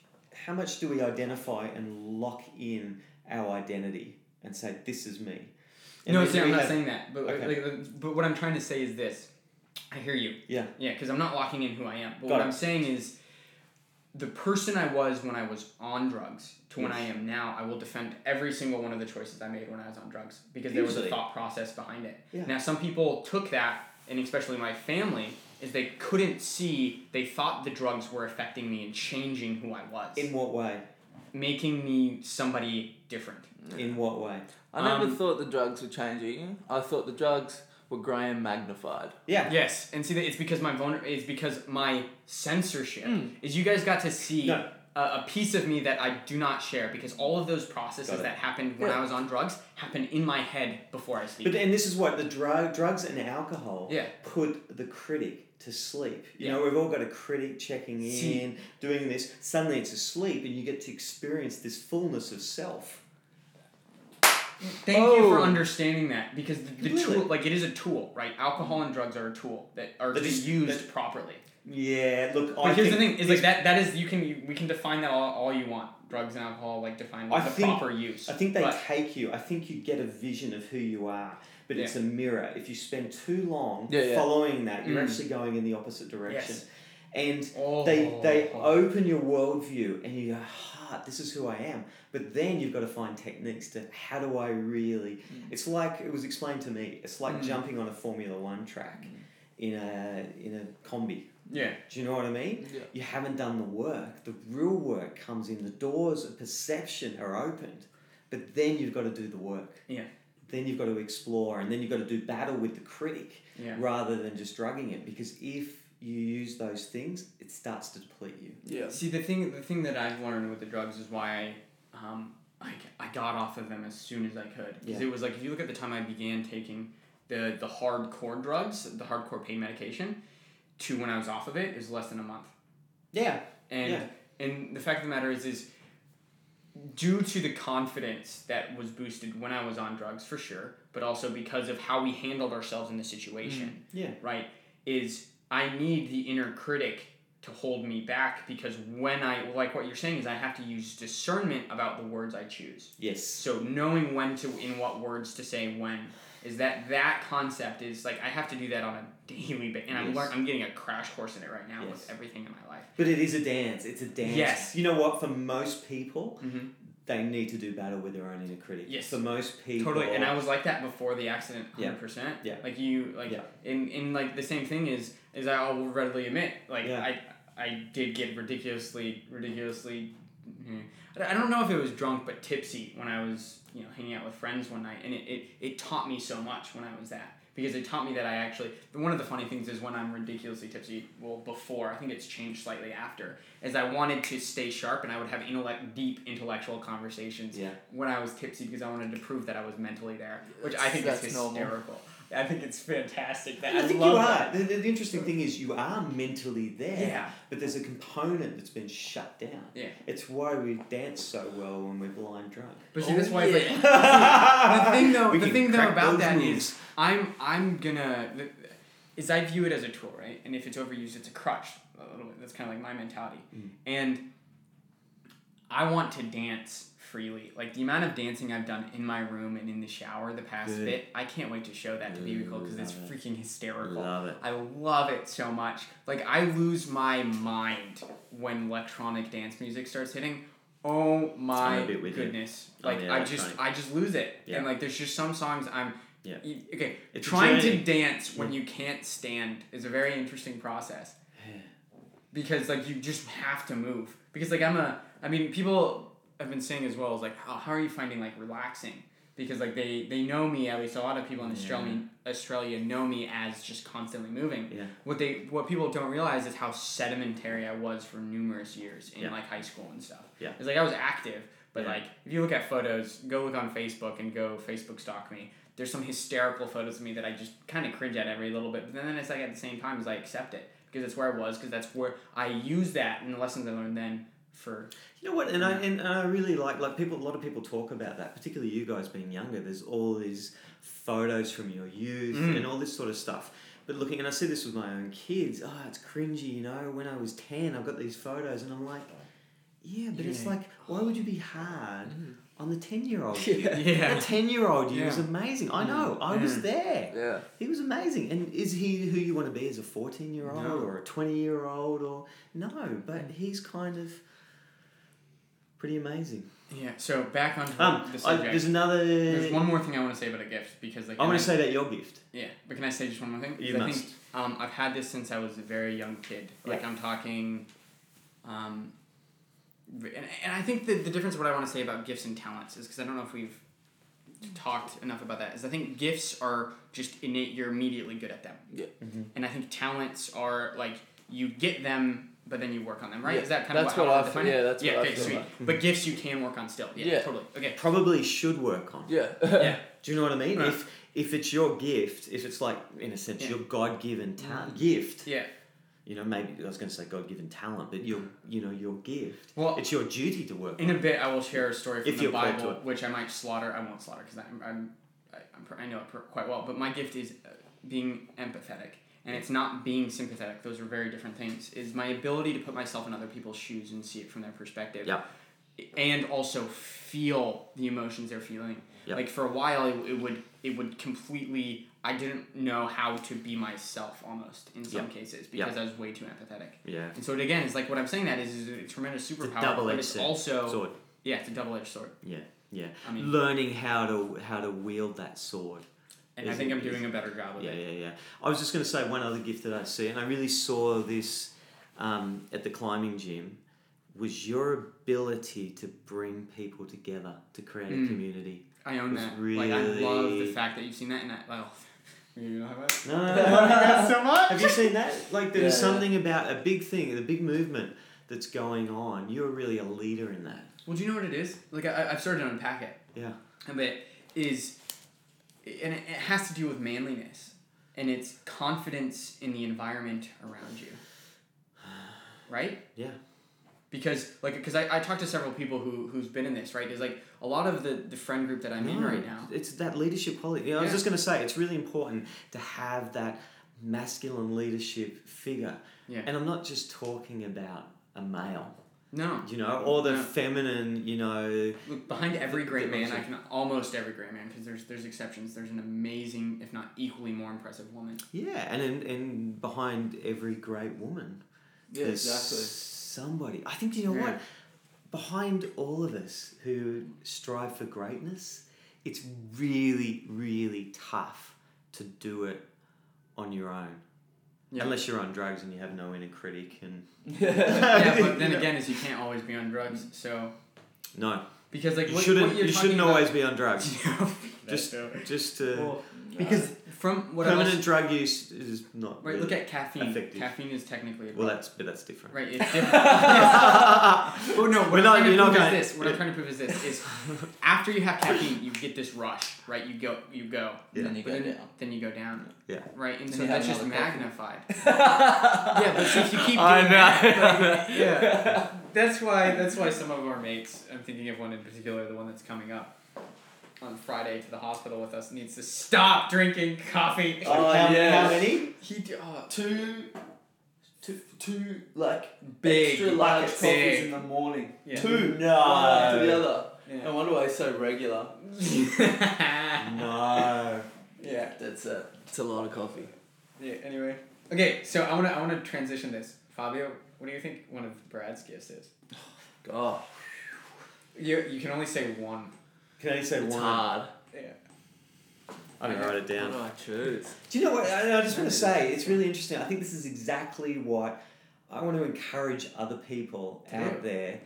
[SPEAKER 1] how much do we identify and lock in our identity and say this is me? And
[SPEAKER 3] No,
[SPEAKER 1] then
[SPEAKER 3] see,
[SPEAKER 1] we
[SPEAKER 3] I'm not
[SPEAKER 1] have-
[SPEAKER 3] saying that. But
[SPEAKER 1] Okay.
[SPEAKER 3] like, uh, but what I'm trying to say is this. I hear you.
[SPEAKER 1] Yeah.
[SPEAKER 3] Yeah, because I'm not locking in who I am. But
[SPEAKER 1] Got
[SPEAKER 3] what
[SPEAKER 1] it.
[SPEAKER 3] I'm saying is, the person I was when I was on drugs to when I
[SPEAKER 1] Yes.
[SPEAKER 3] am now, I will defend every single one of the choices I made when I was on drugs because there was a
[SPEAKER 1] Usually.
[SPEAKER 3] thought process behind it.
[SPEAKER 1] Yeah.
[SPEAKER 3] Now, some people took that, and especially my family, is they couldn't see. They thought the drugs were affecting me and changing who I was,
[SPEAKER 1] In what way?
[SPEAKER 3] making me somebody different.
[SPEAKER 1] In what way?
[SPEAKER 2] I never
[SPEAKER 3] Um,
[SPEAKER 2] thought the drugs were changing. you. I thought the drugs were Graham magnified.
[SPEAKER 1] Yeah.
[SPEAKER 3] Yes, and see that it's because my vulner it's because my censorship is you guys got to see
[SPEAKER 1] Hmm. No.
[SPEAKER 3] a, a piece of me that I do not share because all of those
[SPEAKER 1] Got
[SPEAKER 3] processes
[SPEAKER 1] it.
[SPEAKER 3] that happened when
[SPEAKER 2] Yeah.
[SPEAKER 3] I was on drugs happened in my head before I speak.
[SPEAKER 1] But and this is what the drug, drugs and alcohol
[SPEAKER 3] Yeah.
[SPEAKER 1] put the critic to sleep. You
[SPEAKER 3] Yeah.
[SPEAKER 1] know, we've all got a critic checking in,
[SPEAKER 3] See-
[SPEAKER 1] doing this. Suddenly it's asleep, and you get to experience this fullness of self.
[SPEAKER 3] Thank you for
[SPEAKER 1] Oh.
[SPEAKER 3] understanding that because the, the
[SPEAKER 1] Really?
[SPEAKER 3] tool, like it is a tool, right? Alcohol and drugs are a tool that are
[SPEAKER 1] That
[SPEAKER 3] to be
[SPEAKER 1] is-
[SPEAKER 3] used properly.
[SPEAKER 1] Yeah, look,
[SPEAKER 3] But
[SPEAKER 1] I
[SPEAKER 3] here's
[SPEAKER 1] think,
[SPEAKER 3] the thing: is like that. That is you can you, we can define that all, all you want. Drugs and alcohol, like define
[SPEAKER 1] I
[SPEAKER 3] the
[SPEAKER 1] think-
[SPEAKER 3] proper use.
[SPEAKER 1] I think they
[SPEAKER 3] But-
[SPEAKER 1] take you. I think you get a vision of who you are, but it's a mirror. If you spend too long
[SPEAKER 2] Yeah, yeah.
[SPEAKER 1] following that, you're
[SPEAKER 3] Mm.
[SPEAKER 1] actually going in the opposite direction.
[SPEAKER 3] Yes.
[SPEAKER 1] And
[SPEAKER 3] oh,
[SPEAKER 1] they they open your worldview and you go, ah, this is who I am. But then you've got to find techniques to how do I really
[SPEAKER 3] Hmm.
[SPEAKER 1] it's like it was explained to me, it's like
[SPEAKER 3] Mm.
[SPEAKER 1] jumping on a Formula One track
[SPEAKER 3] Hmm.
[SPEAKER 1] in a in a combi.
[SPEAKER 3] yeah.
[SPEAKER 1] Do you know what I mean?
[SPEAKER 2] Yeah.
[SPEAKER 1] You haven't done the work. The real work comes in the doors of perception are opened, but then you've got to do the work.
[SPEAKER 3] Yeah.
[SPEAKER 1] Then you've got to explore and then you've got to do battle with the critic
[SPEAKER 3] Yeah.
[SPEAKER 1] rather than just drugging it because if you use those things, it starts to deplete you.
[SPEAKER 2] Yes.
[SPEAKER 3] See the thing the thing that I've learned with the drugs is why I um I, I got off of them as soon as I could because
[SPEAKER 1] Yeah.
[SPEAKER 3] it was like if you look at the time I began taking the the hardcore drugs the hardcore pain medication to when I was off of it is less than a month
[SPEAKER 1] Yeah.
[SPEAKER 3] and and the fact of the matter is is due to the confidence that was boosted when I was on drugs for sure but also because of how we handled ourselves in the situation
[SPEAKER 1] Mm, Yeah.
[SPEAKER 3] right is i need the inner critic to hold me back because when i like what you're saying is i have to use discernment about the words i choose
[SPEAKER 1] Yes.
[SPEAKER 3] so knowing when to in what words to say when is that that concept is like i have to do that on a daily basis and i'm,
[SPEAKER 1] Yes.
[SPEAKER 3] learn, I'm getting a crash course in it right now
[SPEAKER 1] Yes.
[SPEAKER 3] with everything in my life
[SPEAKER 1] But it is a dance. It's a dance.
[SPEAKER 3] Yes.
[SPEAKER 1] You know what? For most people,
[SPEAKER 3] mm-hmm.
[SPEAKER 1] they need to do battle with their own inner critic.
[SPEAKER 3] Yes.
[SPEAKER 1] For most people.
[SPEAKER 3] Totally, and I was like that before the accident,
[SPEAKER 1] Yeah.
[SPEAKER 3] hundred percent.
[SPEAKER 1] Yeah.
[SPEAKER 3] Like you, like
[SPEAKER 1] Yeah.
[SPEAKER 3] in in like the same thing is is I will readily admit, like
[SPEAKER 1] Yeah.
[SPEAKER 3] I I did get ridiculously ridiculously. mm, I I don't know if it was drunk, but tipsy when I was you know hanging out with friends one night, and it, it, it taught me so much when I was that because it taught me that I actually one of the funny things is when I'm ridiculously tipsy. Well, before I think it's changed slightly after, is I wanted to stay sharp and I would have intellect deep intellectual conversations
[SPEAKER 1] Yeah.
[SPEAKER 3] when I was tipsy because I wanted to prove that I was mentally there, which I think is
[SPEAKER 2] That's normal.
[SPEAKER 3] hysterical. I think it's fantastic. That
[SPEAKER 1] I think you
[SPEAKER 3] love
[SPEAKER 1] are.
[SPEAKER 3] that.
[SPEAKER 1] The, the, the interesting thing is you are mentally there,
[SPEAKER 3] Yeah.
[SPEAKER 1] but there's a component that's been shut down.
[SPEAKER 3] Yeah.
[SPEAKER 1] It's why we dance so well when we're blind drunk.
[SPEAKER 3] But see, that's why it's like the
[SPEAKER 1] the
[SPEAKER 3] thing though, the thing though about that is I'm I'm gonna th- is I view it as a tool, right? And if it's overused, it's a crutch. A little bit. That's kind of like my mentality.
[SPEAKER 1] Mm.
[SPEAKER 3] And I want to dance freely. Like the amount of dancing I've done in my room and in the shower the past
[SPEAKER 1] Good.
[SPEAKER 3] bit, I can't wait to show that to
[SPEAKER 1] Ooh,
[SPEAKER 3] people because it's
[SPEAKER 1] love it.
[SPEAKER 3] freaking hysterical.
[SPEAKER 1] Love it.
[SPEAKER 3] I love it so much. Like I lose my mind when electronic dance music starts hitting. Oh my
[SPEAKER 1] a bit with you. Oh,
[SPEAKER 3] goodness!
[SPEAKER 1] I'm
[SPEAKER 3] Like
[SPEAKER 1] the
[SPEAKER 3] I just
[SPEAKER 1] electronic.
[SPEAKER 3] I just lose it.
[SPEAKER 1] Yeah.
[SPEAKER 3] And like there's just some songs I'm
[SPEAKER 1] Yeah.
[SPEAKER 3] you- E, okay,
[SPEAKER 1] It's a
[SPEAKER 3] trying to
[SPEAKER 1] journey.
[SPEAKER 3] dance when you can't stand is a very interesting process. Because like you just have to move. Because like I'm a I mean people have been saying as well is like how, how are you finding like relaxing? Because like they they know me at least a lot of people in Australia Australia know me as just constantly moving.
[SPEAKER 1] Yeah.
[SPEAKER 3] What they what people don't realize is how sedimentary I was for numerous years in
[SPEAKER 1] Yeah.
[SPEAKER 3] like high school and stuff.
[SPEAKER 1] Yeah.
[SPEAKER 3] It's like I was active, but
[SPEAKER 1] Yeah.
[SPEAKER 3] like if you look at photos, go look on Facebook and go Facebook stalk me. There's some hysterical photos of me that I just kind of cringe at every little bit, but then it's like at the same time as I accept it because it's where I was because that's where I use that and the lessons I learned then for
[SPEAKER 1] You know what, and I and, and I really like like people. A lot of people talk about that, particularly you guys being younger. There's all these photos from your youth
[SPEAKER 3] Mm.
[SPEAKER 1] and all this sort of stuff. But looking, and I see this with my own kids. Oh, it's cringy, you know. When I was ten, I've got these photos, and I'm like, yeah, but it's
[SPEAKER 3] Yeah. Mm.
[SPEAKER 1] like, why would you be hard on the ten year old?
[SPEAKER 2] Yeah.
[SPEAKER 3] Yeah.
[SPEAKER 1] the ten year old you
[SPEAKER 3] Yeah.
[SPEAKER 1] was amazing. I know, I was
[SPEAKER 3] Mm.
[SPEAKER 1] there.
[SPEAKER 2] Yeah.
[SPEAKER 1] He was amazing. And is he who you want to be as a 14 year old
[SPEAKER 3] No.
[SPEAKER 1] or a 20 year old or no, but he's kind of pretty amazing.
[SPEAKER 3] yeah. So back on
[SPEAKER 1] Um, I,
[SPEAKER 3] the subject.
[SPEAKER 1] there's another
[SPEAKER 3] there's one more thing I want to say about a gift because like
[SPEAKER 1] I
[SPEAKER 3] and
[SPEAKER 1] want to say that your gift.
[SPEAKER 3] Yeah, but can I say just one more thing? 'Cause
[SPEAKER 1] You
[SPEAKER 3] I
[SPEAKER 1] must.
[SPEAKER 3] think um, I've had this since I was a very young kid. Like
[SPEAKER 1] Yeah.
[SPEAKER 3] I'm talking, um, v- and, and I think the, the difference what I want to say about gifts and talents is because I don't know if we've talked enough about that is I think gifts are just innate. You're immediately good at them.
[SPEAKER 2] Yeah.
[SPEAKER 3] And I think talents are like you get them, but then you work on them. Right?
[SPEAKER 2] Yeah,
[SPEAKER 3] Is that kind of
[SPEAKER 2] that's
[SPEAKER 3] what,
[SPEAKER 2] what
[SPEAKER 3] how
[SPEAKER 2] I
[SPEAKER 3] to
[SPEAKER 2] f-
[SPEAKER 3] define it?
[SPEAKER 2] yeah, that's
[SPEAKER 3] yeah.
[SPEAKER 2] what I
[SPEAKER 3] okay,
[SPEAKER 2] feel
[SPEAKER 3] sweet.
[SPEAKER 2] like.
[SPEAKER 3] But gifts you can work on still. Yeah.
[SPEAKER 2] Mm-hmm. Yeah.
[SPEAKER 3] Totally. Okay.
[SPEAKER 1] Probably should work on.
[SPEAKER 2] Yeah.
[SPEAKER 3] Yeah.
[SPEAKER 1] Do you know what I mean?
[SPEAKER 3] Right.
[SPEAKER 1] If if it's your gift, if it's like in a sense
[SPEAKER 3] Yeah. Mm.
[SPEAKER 1] your God given ta- gift,
[SPEAKER 3] Yeah.
[SPEAKER 1] you know, maybe I was going to say God given talent, but your, you know, your gift.
[SPEAKER 3] Well,
[SPEAKER 1] It's your duty to work.
[SPEAKER 3] Oh. in a bit, I will share a story from
[SPEAKER 1] If
[SPEAKER 3] the
[SPEAKER 1] you're called
[SPEAKER 3] Bible,
[SPEAKER 1] to
[SPEAKER 3] which I might slaughter. I won't slaughter because I'm, I'm, I, I'm, pr- I know it pr- quite well. But my gift is uh, being empathetic, and it's not being sympathetic. Those are very different things. Is my ability to put myself in other people's shoes and see it from their perspective.
[SPEAKER 1] Yeah.
[SPEAKER 3] And also feel the emotions they're feeling.
[SPEAKER 1] Yeah.
[SPEAKER 3] Like for a while, it, it would it would completely. I didn't know how to be myself almost in some cases
[SPEAKER 1] Yeah.
[SPEAKER 3] because I was way too empathetic.
[SPEAKER 1] Yeah.
[SPEAKER 3] And so it again is like what I'm saying that is, is a tremendous superpower, but
[SPEAKER 1] double-edged
[SPEAKER 3] it's
[SPEAKER 1] sword.
[SPEAKER 3] also
[SPEAKER 1] Sword.
[SPEAKER 3] yeah, it's a double edged sword.
[SPEAKER 1] Yeah. Yeah.
[SPEAKER 3] I mean-
[SPEAKER 1] Learning how to how to wield that sword.
[SPEAKER 3] And I
[SPEAKER 1] Is
[SPEAKER 3] think
[SPEAKER 1] it-
[SPEAKER 3] I'm doing a better job of
[SPEAKER 1] Oh, Yeah,
[SPEAKER 3] it.
[SPEAKER 1] yeah, yeah. I was just going to say one other gift that I see, and I really saw this um, at the climbing gym, was your ability to bring people together to create
[SPEAKER 3] Hmm.
[SPEAKER 1] a community.
[SPEAKER 3] I own
[SPEAKER 1] It's
[SPEAKER 3] that. Like I love the
[SPEAKER 1] really-
[SPEAKER 3] fact that you've seen that and I well you know how I-
[SPEAKER 1] No, no, no, no.
[SPEAKER 3] Thank you so much.
[SPEAKER 1] Have you seen that? Like there's
[SPEAKER 2] Yeah, yeah.
[SPEAKER 1] something about a big thing, the big movement that's going on. You're really a leader in that.
[SPEAKER 3] Well, do you know what it is? Like I, I- I've started to unpack it.
[SPEAKER 1] Yeah.
[SPEAKER 3] A bit is, and it, it has to do with manliness, and it's confidence in the environment around you. Right.
[SPEAKER 1] Yeah.
[SPEAKER 3] Because like, because I, I talked to several people who who's been in this right. There's like a lot of the the friend group that I'm in
[SPEAKER 1] No,
[SPEAKER 3] right now.
[SPEAKER 1] It's that leadership quality. You know, I was
[SPEAKER 3] Yeah.
[SPEAKER 1] just going to say, it's really important to have that masculine leadership figure.
[SPEAKER 3] Yeah.
[SPEAKER 1] And I'm not just talking about a male,
[SPEAKER 3] No.
[SPEAKER 1] you know, or the
[SPEAKER 3] Yeah.
[SPEAKER 1] feminine, you know.
[SPEAKER 3] Look, behind every
[SPEAKER 1] The-
[SPEAKER 3] great
[SPEAKER 1] the
[SPEAKER 3] man, I
[SPEAKER 1] most-
[SPEAKER 3] can almost every great man, because there's there's exceptions. There's an amazing, if not equally more impressive woman.
[SPEAKER 1] Yeah. And, and, and behind every great woman,
[SPEAKER 2] Yeah,
[SPEAKER 1] there's
[SPEAKER 2] exactly.
[SPEAKER 1] somebody. I think, you know
[SPEAKER 3] Yeah.
[SPEAKER 1] what? Behind all of us who strive for greatness, it's really, really tough to do it on your own.
[SPEAKER 3] Yeah.
[SPEAKER 1] Unless you're on drugs and you have no inner critic and
[SPEAKER 3] yeah, but then again, is you can't always be on drugs. So
[SPEAKER 1] no,
[SPEAKER 3] because like
[SPEAKER 1] you
[SPEAKER 3] what,
[SPEAKER 1] shouldn't.
[SPEAKER 3] what you're
[SPEAKER 1] you shouldn't
[SPEAKER 3] talking
[SPEAKER 1] always
[SPEAKER 3] about,
[SPEAKER 1] be on drugs.
[SPEAKER 3] just
[SPEAKER 1] Just, just uh,
[SPEAKER 3] well, because from what I
[SPEAKER 1] permanent
[SPEAKER 3] was
[SPEAKER 1] drug use is not.
[SPEAKER 3] right, look
[SPEAKER 1] really-
[SPEAKER 3] at caffeine.
[SPEAKER 1] effective.
[SPEAKER 3] Caffeine is technically a
[SPEAKER 1] Well,
[SPEAKER 3] drug.
[SPEAKER 1] that's but that's different.
[SPEAKER 3] right. It's different. Yes. Well, no, what
[SPEAKER 1] We're
[SPEAKER 3] I'm
[SPEAKER 1] not-
[SPEAKER 3] trying to
[SPEAKER 1] you're not
[SPEAKER 3] prove
[SPEAKER 1] gonna-
[SPEAKER 3] is this. What I'm trying to prove is this: is after you have caffeine, you get this rush, right? You go, you go,
[SPEAKER 1] Yeah.
[SPEAKER 2] Then you go
[SPEAKER 3] But
[SPEAKER 2] down.
[SPEAKER 3] then you go down,
[SPEAKER 1] Yeah.
[SPEAKER 3] right? And
[SPEAKER 2] Then
[SPEAKER 3] so
[SPEAKER 2] you
[SPEAKER 3] that's
[SPEAKER 2] have
[SPEAKER 3] just
[SPEAKER 2] another coffee.
[SPEAKER 3] magnified. Yeah, but see, if you keep doing
[SPEAKER 1] I know.
[SPEAKER 3] that, like, yeah, that's why that's why some of our mates. I'm thinking of one in particular, the one that's coming up on Friday to the hospital with us, needs to stop drinking coffee.
[SPEAKER 2] Oh,
[SPEAKER 1] how,
[SPEAKER 2] yes.
[SPEAKER 1] how many?
[SPEAKER 3] He d- oh,
[SPEAKER 2] two, two, two like
[SPEAKER 3] big,
[SPEAKER 2] extra large
[SPEAKER 3] big.
[SPEAKER 2] coffees in the morning.
[SPEAKER 3] Yeah.
[SPEAKER 2] Two,
[SPEAKER 1] No.
[SPEAKER 2] one after the other. No
[SPEAKER 3] Yeah.
[SPEAKER 2] wonder why he's so regular.
[SPEAKER 1] No.
[SPEAKER 2] Yeah, that's it. It's a lot of coffee.
[SPEAKER 3] yeah. Anyway. Okay, so I wanna I wanna transition this. Fabio, what do you think one of Brad's gifts is?
[SPEAKER 2] God,
[SPEAKER 3] You you can only say one.
[SPEAKER 1] Can I say
[SPEAKER 2] it's
[SPEAKER 1] one?
[SPEAKER 2] hard.
[SPEAKER 3] Yeah.
[SPEAKER 1] I didn't write it
[SPEAKER 2] What do
[SPEAKER 1] down.
[SPEAKER 2] I choose?
[SPEAKER 1] Do you know what? I, I just want to say it's really interesting. I think this is exactly what I want to encourage other people out
[SPEAKER 3] Yeah.
[SPEAKER 1] there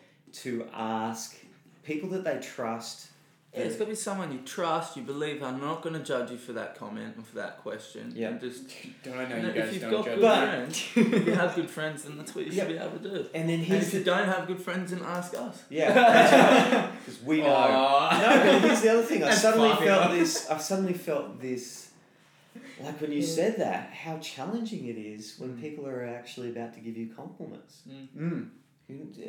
[SPEAKER 1] to ask people that they trust.
[SPEAKER 2] Yeah, it's got to be someone you trust, you believe. I'm not going to judge you for that comment and for that question.
[SPEAKER 1] Yeah.
[SPEAKER 2] And just
[SPEAKER 3] Don't I know
[SPEAKER 2] And
[SPEAKER 3] you
[SPEAKER 2] if
[SPEAKER 3] guys
[SPEAKER 2] you've
[SPEAKER 3] don't
[SPEAKER 2] got
[SPEAKER 3] judge?
[SPEAKER 2] good
[SPEAKER 1] But-
[SPEAKER 2] friends, if you have good friends, then that's what you should
[SPEAKER 1] Yeah.
[SPEAKER 2] be able to do.
[SPEAKER 1] And then
[SPEAKER 2] And
[SPEAKER 1] here's
[SPEAKER 2] if you
[SPEAKER 1] the
[SPEAKER 2] don't have good friends, then ask us.
[SPEAKER 1] yeah, because we
[SPEAKER 2] Oh,
[SPEAKER 1] know.
[SPEAKER 3] Aw.
[SPEAKER 1] No, but here's the other thing. I
[SPEAKER 3] That's
[SPEAKER 1] suddenly
[SPEAKER 3] fine.
[SPEAKER 1] felt this. I suddenly felt this. Like when you
[SPEAKER 2] Yeah.
[SPEAKER 1] said that, how challenging it is when people are actually about to give you compliments.
[SPEAKER 3] Mm.
[SPEAKER 1] You, uh,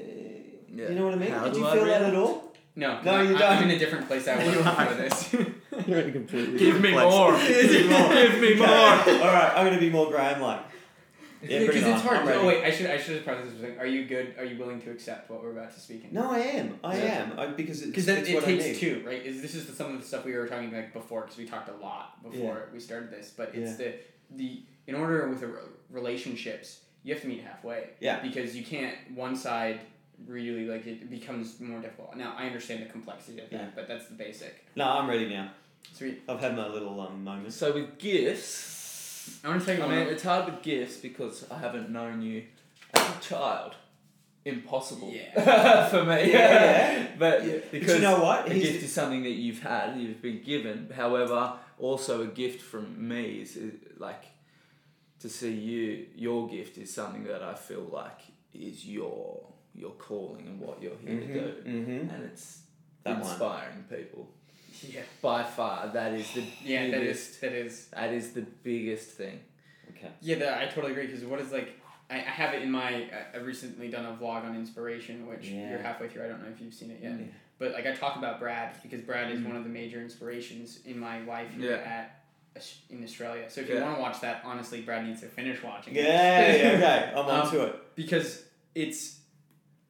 [SPEAKER 2] Yeah.
[SPEAKER 1] you know what I mean?
[SPEAKER 2] How
[SPEAKER 1] Did
[SPEAKER 2] do
[SPEAKER 1] you
[SPEAKER 2] I
[SPEAKER 1] feel that
[SPEAKER 2] react?
[SPEAKER 1] at all?
[SPEAKER 3] No,
[SPEAKER 1] No,
[SPEAKER 3] I,
[SPEAKER 1] you
[SPEAKER 3] I-
[SPEAKER 1] don't.
[SPEAKER 3] I'm in a different place. I
[SPEAKER 1] You
[SPEAKER 3] was
[SPEAKER 1] are.
[SPEAKER 3] before this.
[SPEAKER 1] You're in a completely
[SPEAKER 2] Give me more.
[SPEAKER 1] Give me more.
[SPEAKER 2] Give me more.
[SPEAKER 1] all right, I'm gonna be more Graham like. Yeah,
[SPEAKER 3] because
[SPEAKER 1] bring it
[SPEAKER 3] it's
[SPEAKER 1] on.
[SPEAKER 3] hard.
[SPEAKER 1] I'm
[SPEAKER 3] to-
[SPEAKER 1] ready.
[SPEAKER 3] Oh wait, I should I should have prefaced this. with, like, Are you good? Are you willing to accept what we're about to speak?
[SPEAKER 1] No, I am. I
[SPEAKER 2] Yeah.
[SPEAKER 1] am. I, because it's,
[SPEAKER 3] Because then
[SPEAKER 1] it's
[SPEAKER 3] it
[SPEAKER 1] what I
[SPEAKER 3] takes
[SPEAKER 1] need.
[SPEAKER 3] two, right? Is this is some of the stuff we were talking like before? Because we talked a lot before we started this, but it's the the in order with the re- relationships, you have to meet halfway.
[SPEAKER 1] Yeah.
[SPEAKER 3] Because you can't one side really like it becomes more difficult. Now I understand the complexity of that,
[SPEAKER 1] Yeah.
[SPEAKER 3] but that's the basic.
[SPEAKER 1] No, I'm ready now.
[SPEAKER 3] Sweet.
[SPEAKER 1] I've had my little um, moments.
[SPEAKER 2] So with gifts,
[SPEAKER 3] I want to
[SPEAKER 2] I
[SPEAKER 3] take one.
[SPEAKER 2] mean, it's hard with gifts because I haven't known you as a child. Impossible.
[SPEAKER 3] Yeah.
[SPEAKER 2] for me.
[SPEAKER 1] Yeah.
[SPEAKER 2] But
[SPEAKER 1] Yeah.
[SPEAKER 2] because
[SPEAKER 1] But you know what?
[SPEAKER 2] a
[SPEAKER 1] Here's
[SPEAKER 2] gift is something that you've had, you've been given. However, also a gift from me is, is like to see you. Your gift is something that I feel like is your your calling and what you're
[SPEAKER 1] the-
[SPEAKER 2] here to do,
[SPEAKER 1] Mhm, mhm.
[SPEAKER 2] and it's
[SPEAKER 1] That one.
[SPEAKER 2] inspiring people
[SPEAKER 3] yeah.
[SPEAKER 2] by far. That is the
[SPEAKER 3] Yeah. That
[SPEAKER 2] biggest,
[SPEAKER 3] is that is
[SPEAKER 2] that is the biggest thing.
[SPEAKER 1] Okay.
[SPEAKER 3] Yeah, that, I totally agree. Because what is like I, I have it in my. I- I've recently done a vlog on inspiration, which
[SPEAKER 1] Yeah.
[SPEAKER 3] you're halfway through. I don't know if you've seen it yet.
[SPEAKER 1] Yeah. Mm.
[SPEAKER 3] But like I talk about Brad because Brad is
[SPEAKER 2] Mhm.
[SPEAKER 3] one of the major inspirations in my life
[SPEAKER 2] Yeah.
[SPEAKER 3] here at Aus- in Australia. So if you
[SPEAKER 2] Yeah.
[SPEAKER 3] want to watch that, honestly, Brad needs to finish watching. it.
[SPEAKER 1] Yeah, yeah, okay. I'm
[SPEAKER 3] Um,
[SPEAKER 1] onto it.
[SPEAKER 3] because it's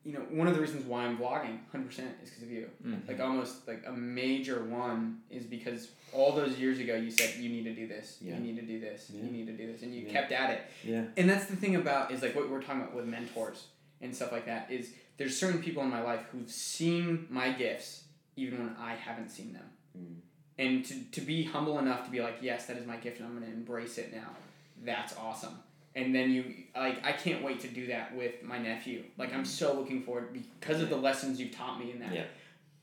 [SPEAKER 3] you know one of the reasons why I'm vlogging 100% is because of you.
[SPEAKER 1] Mm-hmm.
[SPEAKER 2] Mm.
[SPEAKER 3] Like almost like a major one is because all those years ago you said you need to do this,
[SPEAKER 1] Yeah.
[SPEAKER 3] you need to do this,
[SPEAKER 1] Yeah.
[SPEAKER 3] you need to do this, and you
[SPEAKER 1] Yeah.
[SPEAKER 3] kept at it.
[SPEAKER 1] Yeah.
[SPEAKER 3] And that's the thing about is like what we're talking about with mentors and stuff like that is there's certain people in my life who've seen my gifts even when I haven't seen them.
[SPEAKER 1] Mm.
[SPEAKER 3] And to, to be humble enough to be like, yes, that is my gift and I'm gonna embrace it now. That's awesome. And then you like I can't wait to do that with my nephew. Like
[SPEAKER 1] Mm.
[SPEAKER 3] I'm so looking forward because of the lessons you've taught me in that.
[SPEAKER 1] Yeah.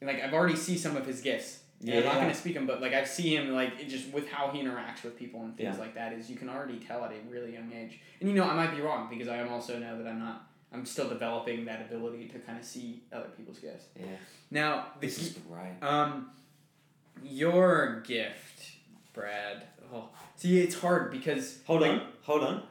[SPEAKER 3] And like I've already see some of his gifts. Yeah. I'm not
[SPEAKER 1] Yeah.
[SPEAKER 3] gonna speak him, but like I see him like it just with how he interacts with people and things
[SPEAKER 1] Yeah.
[SPEAKER 3] like that is you can already tell at a really young age. And you know I might be wrong because I am also know that I'm not. I'm still developing that ability to kind of see other people's gifts.
[SPEAKER 1] Yeah.
[SPEAKER 3] Now the
[SPEAKER 1] This
[SPEAKER 3] key-
[SPEAKER 1] is great.
[SPEAKER 3] um, your gift, Brad. Oh, see, it's hard because
[SPEAKER 1] Hold on, hold on.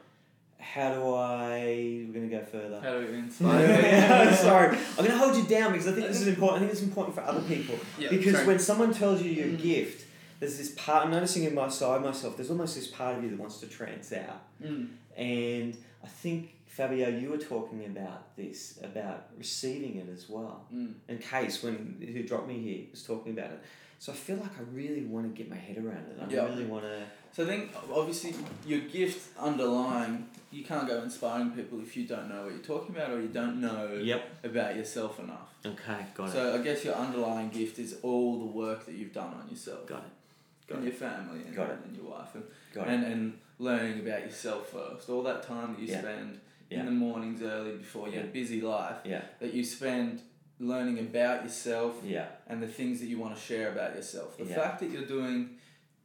[SPEAKER 1] How do I? We're gonna go further.
[SPEAKER 2] How do we
[SPEAKER 1] Uh, I'm
[SPEAKER 2] inspire?
[SPEAKER 1] sorry. I'm gonna hold you down because I think this is important. I think it's important for other people
[SPEAKER 3] Yeah,
[SPEAKER 1] because
[SPEAKER 3] sorry.
[SPEAKER 1] when someone tells you your
[SPEAKER 3] Mm.
[SPEAKER 1] gift, there's this part. I'm noticing in my side myself. There's almost this part of you that wants to trance out.
[SPEAKER 3] Mm.
[SPEAKER 1] And I think Fabio, you were talking about this about receiving it as well.
[SPEAKER 2] Mm.
[SPEAKER 1] And Case, when who dropped me here, was talking about it. So I feel like I really want to get my head around it. I
[SPEAKER 2] Yeah.
[SPEAKER 1] really want to.
[SPEAKER 2] So I think obviously your gift underlying, you can't go inspiring people if you don't know what you're talking about or you don't know
[SPEAKER 1] Yep.
[SPEAKER 2] about yourself enough.
[SPEAKER 1] Okay. Got it.
[SPEAKER 2] So I guess your underlying gift is all the work that you've done on yourself.
[SPEAKER 1] Got it. Got
[SPEAKER 2] and
[SPEAKER 1] it.
[SPEAKER 2] your family and,
[SPEAKER 1] Got it.
[SPEAKER 2] and your wife and,
[SPEAKER 1] Got it.
[SPEAKER 2] and and learning about yourself first. All that time that you
[SPEAKER 1] Yeah.
[SPEAKER 2] spend
[SPEAKER 1] Yeah.
[SPEAKER 2] in the mornings early before your
[SPEAKER 1] Yeah.
[SPEAKER 2] busy life
[SPEAKER 1] Yeah.
[SPEAKER 2] that you spend learning about yourself
[SPEAKER 1] Yeah.
[SPEAKER 2] and the things that you want to share about yourself. The
[SPEAKER 1] Yeah.
[SPEAKER 2] fact that you're doing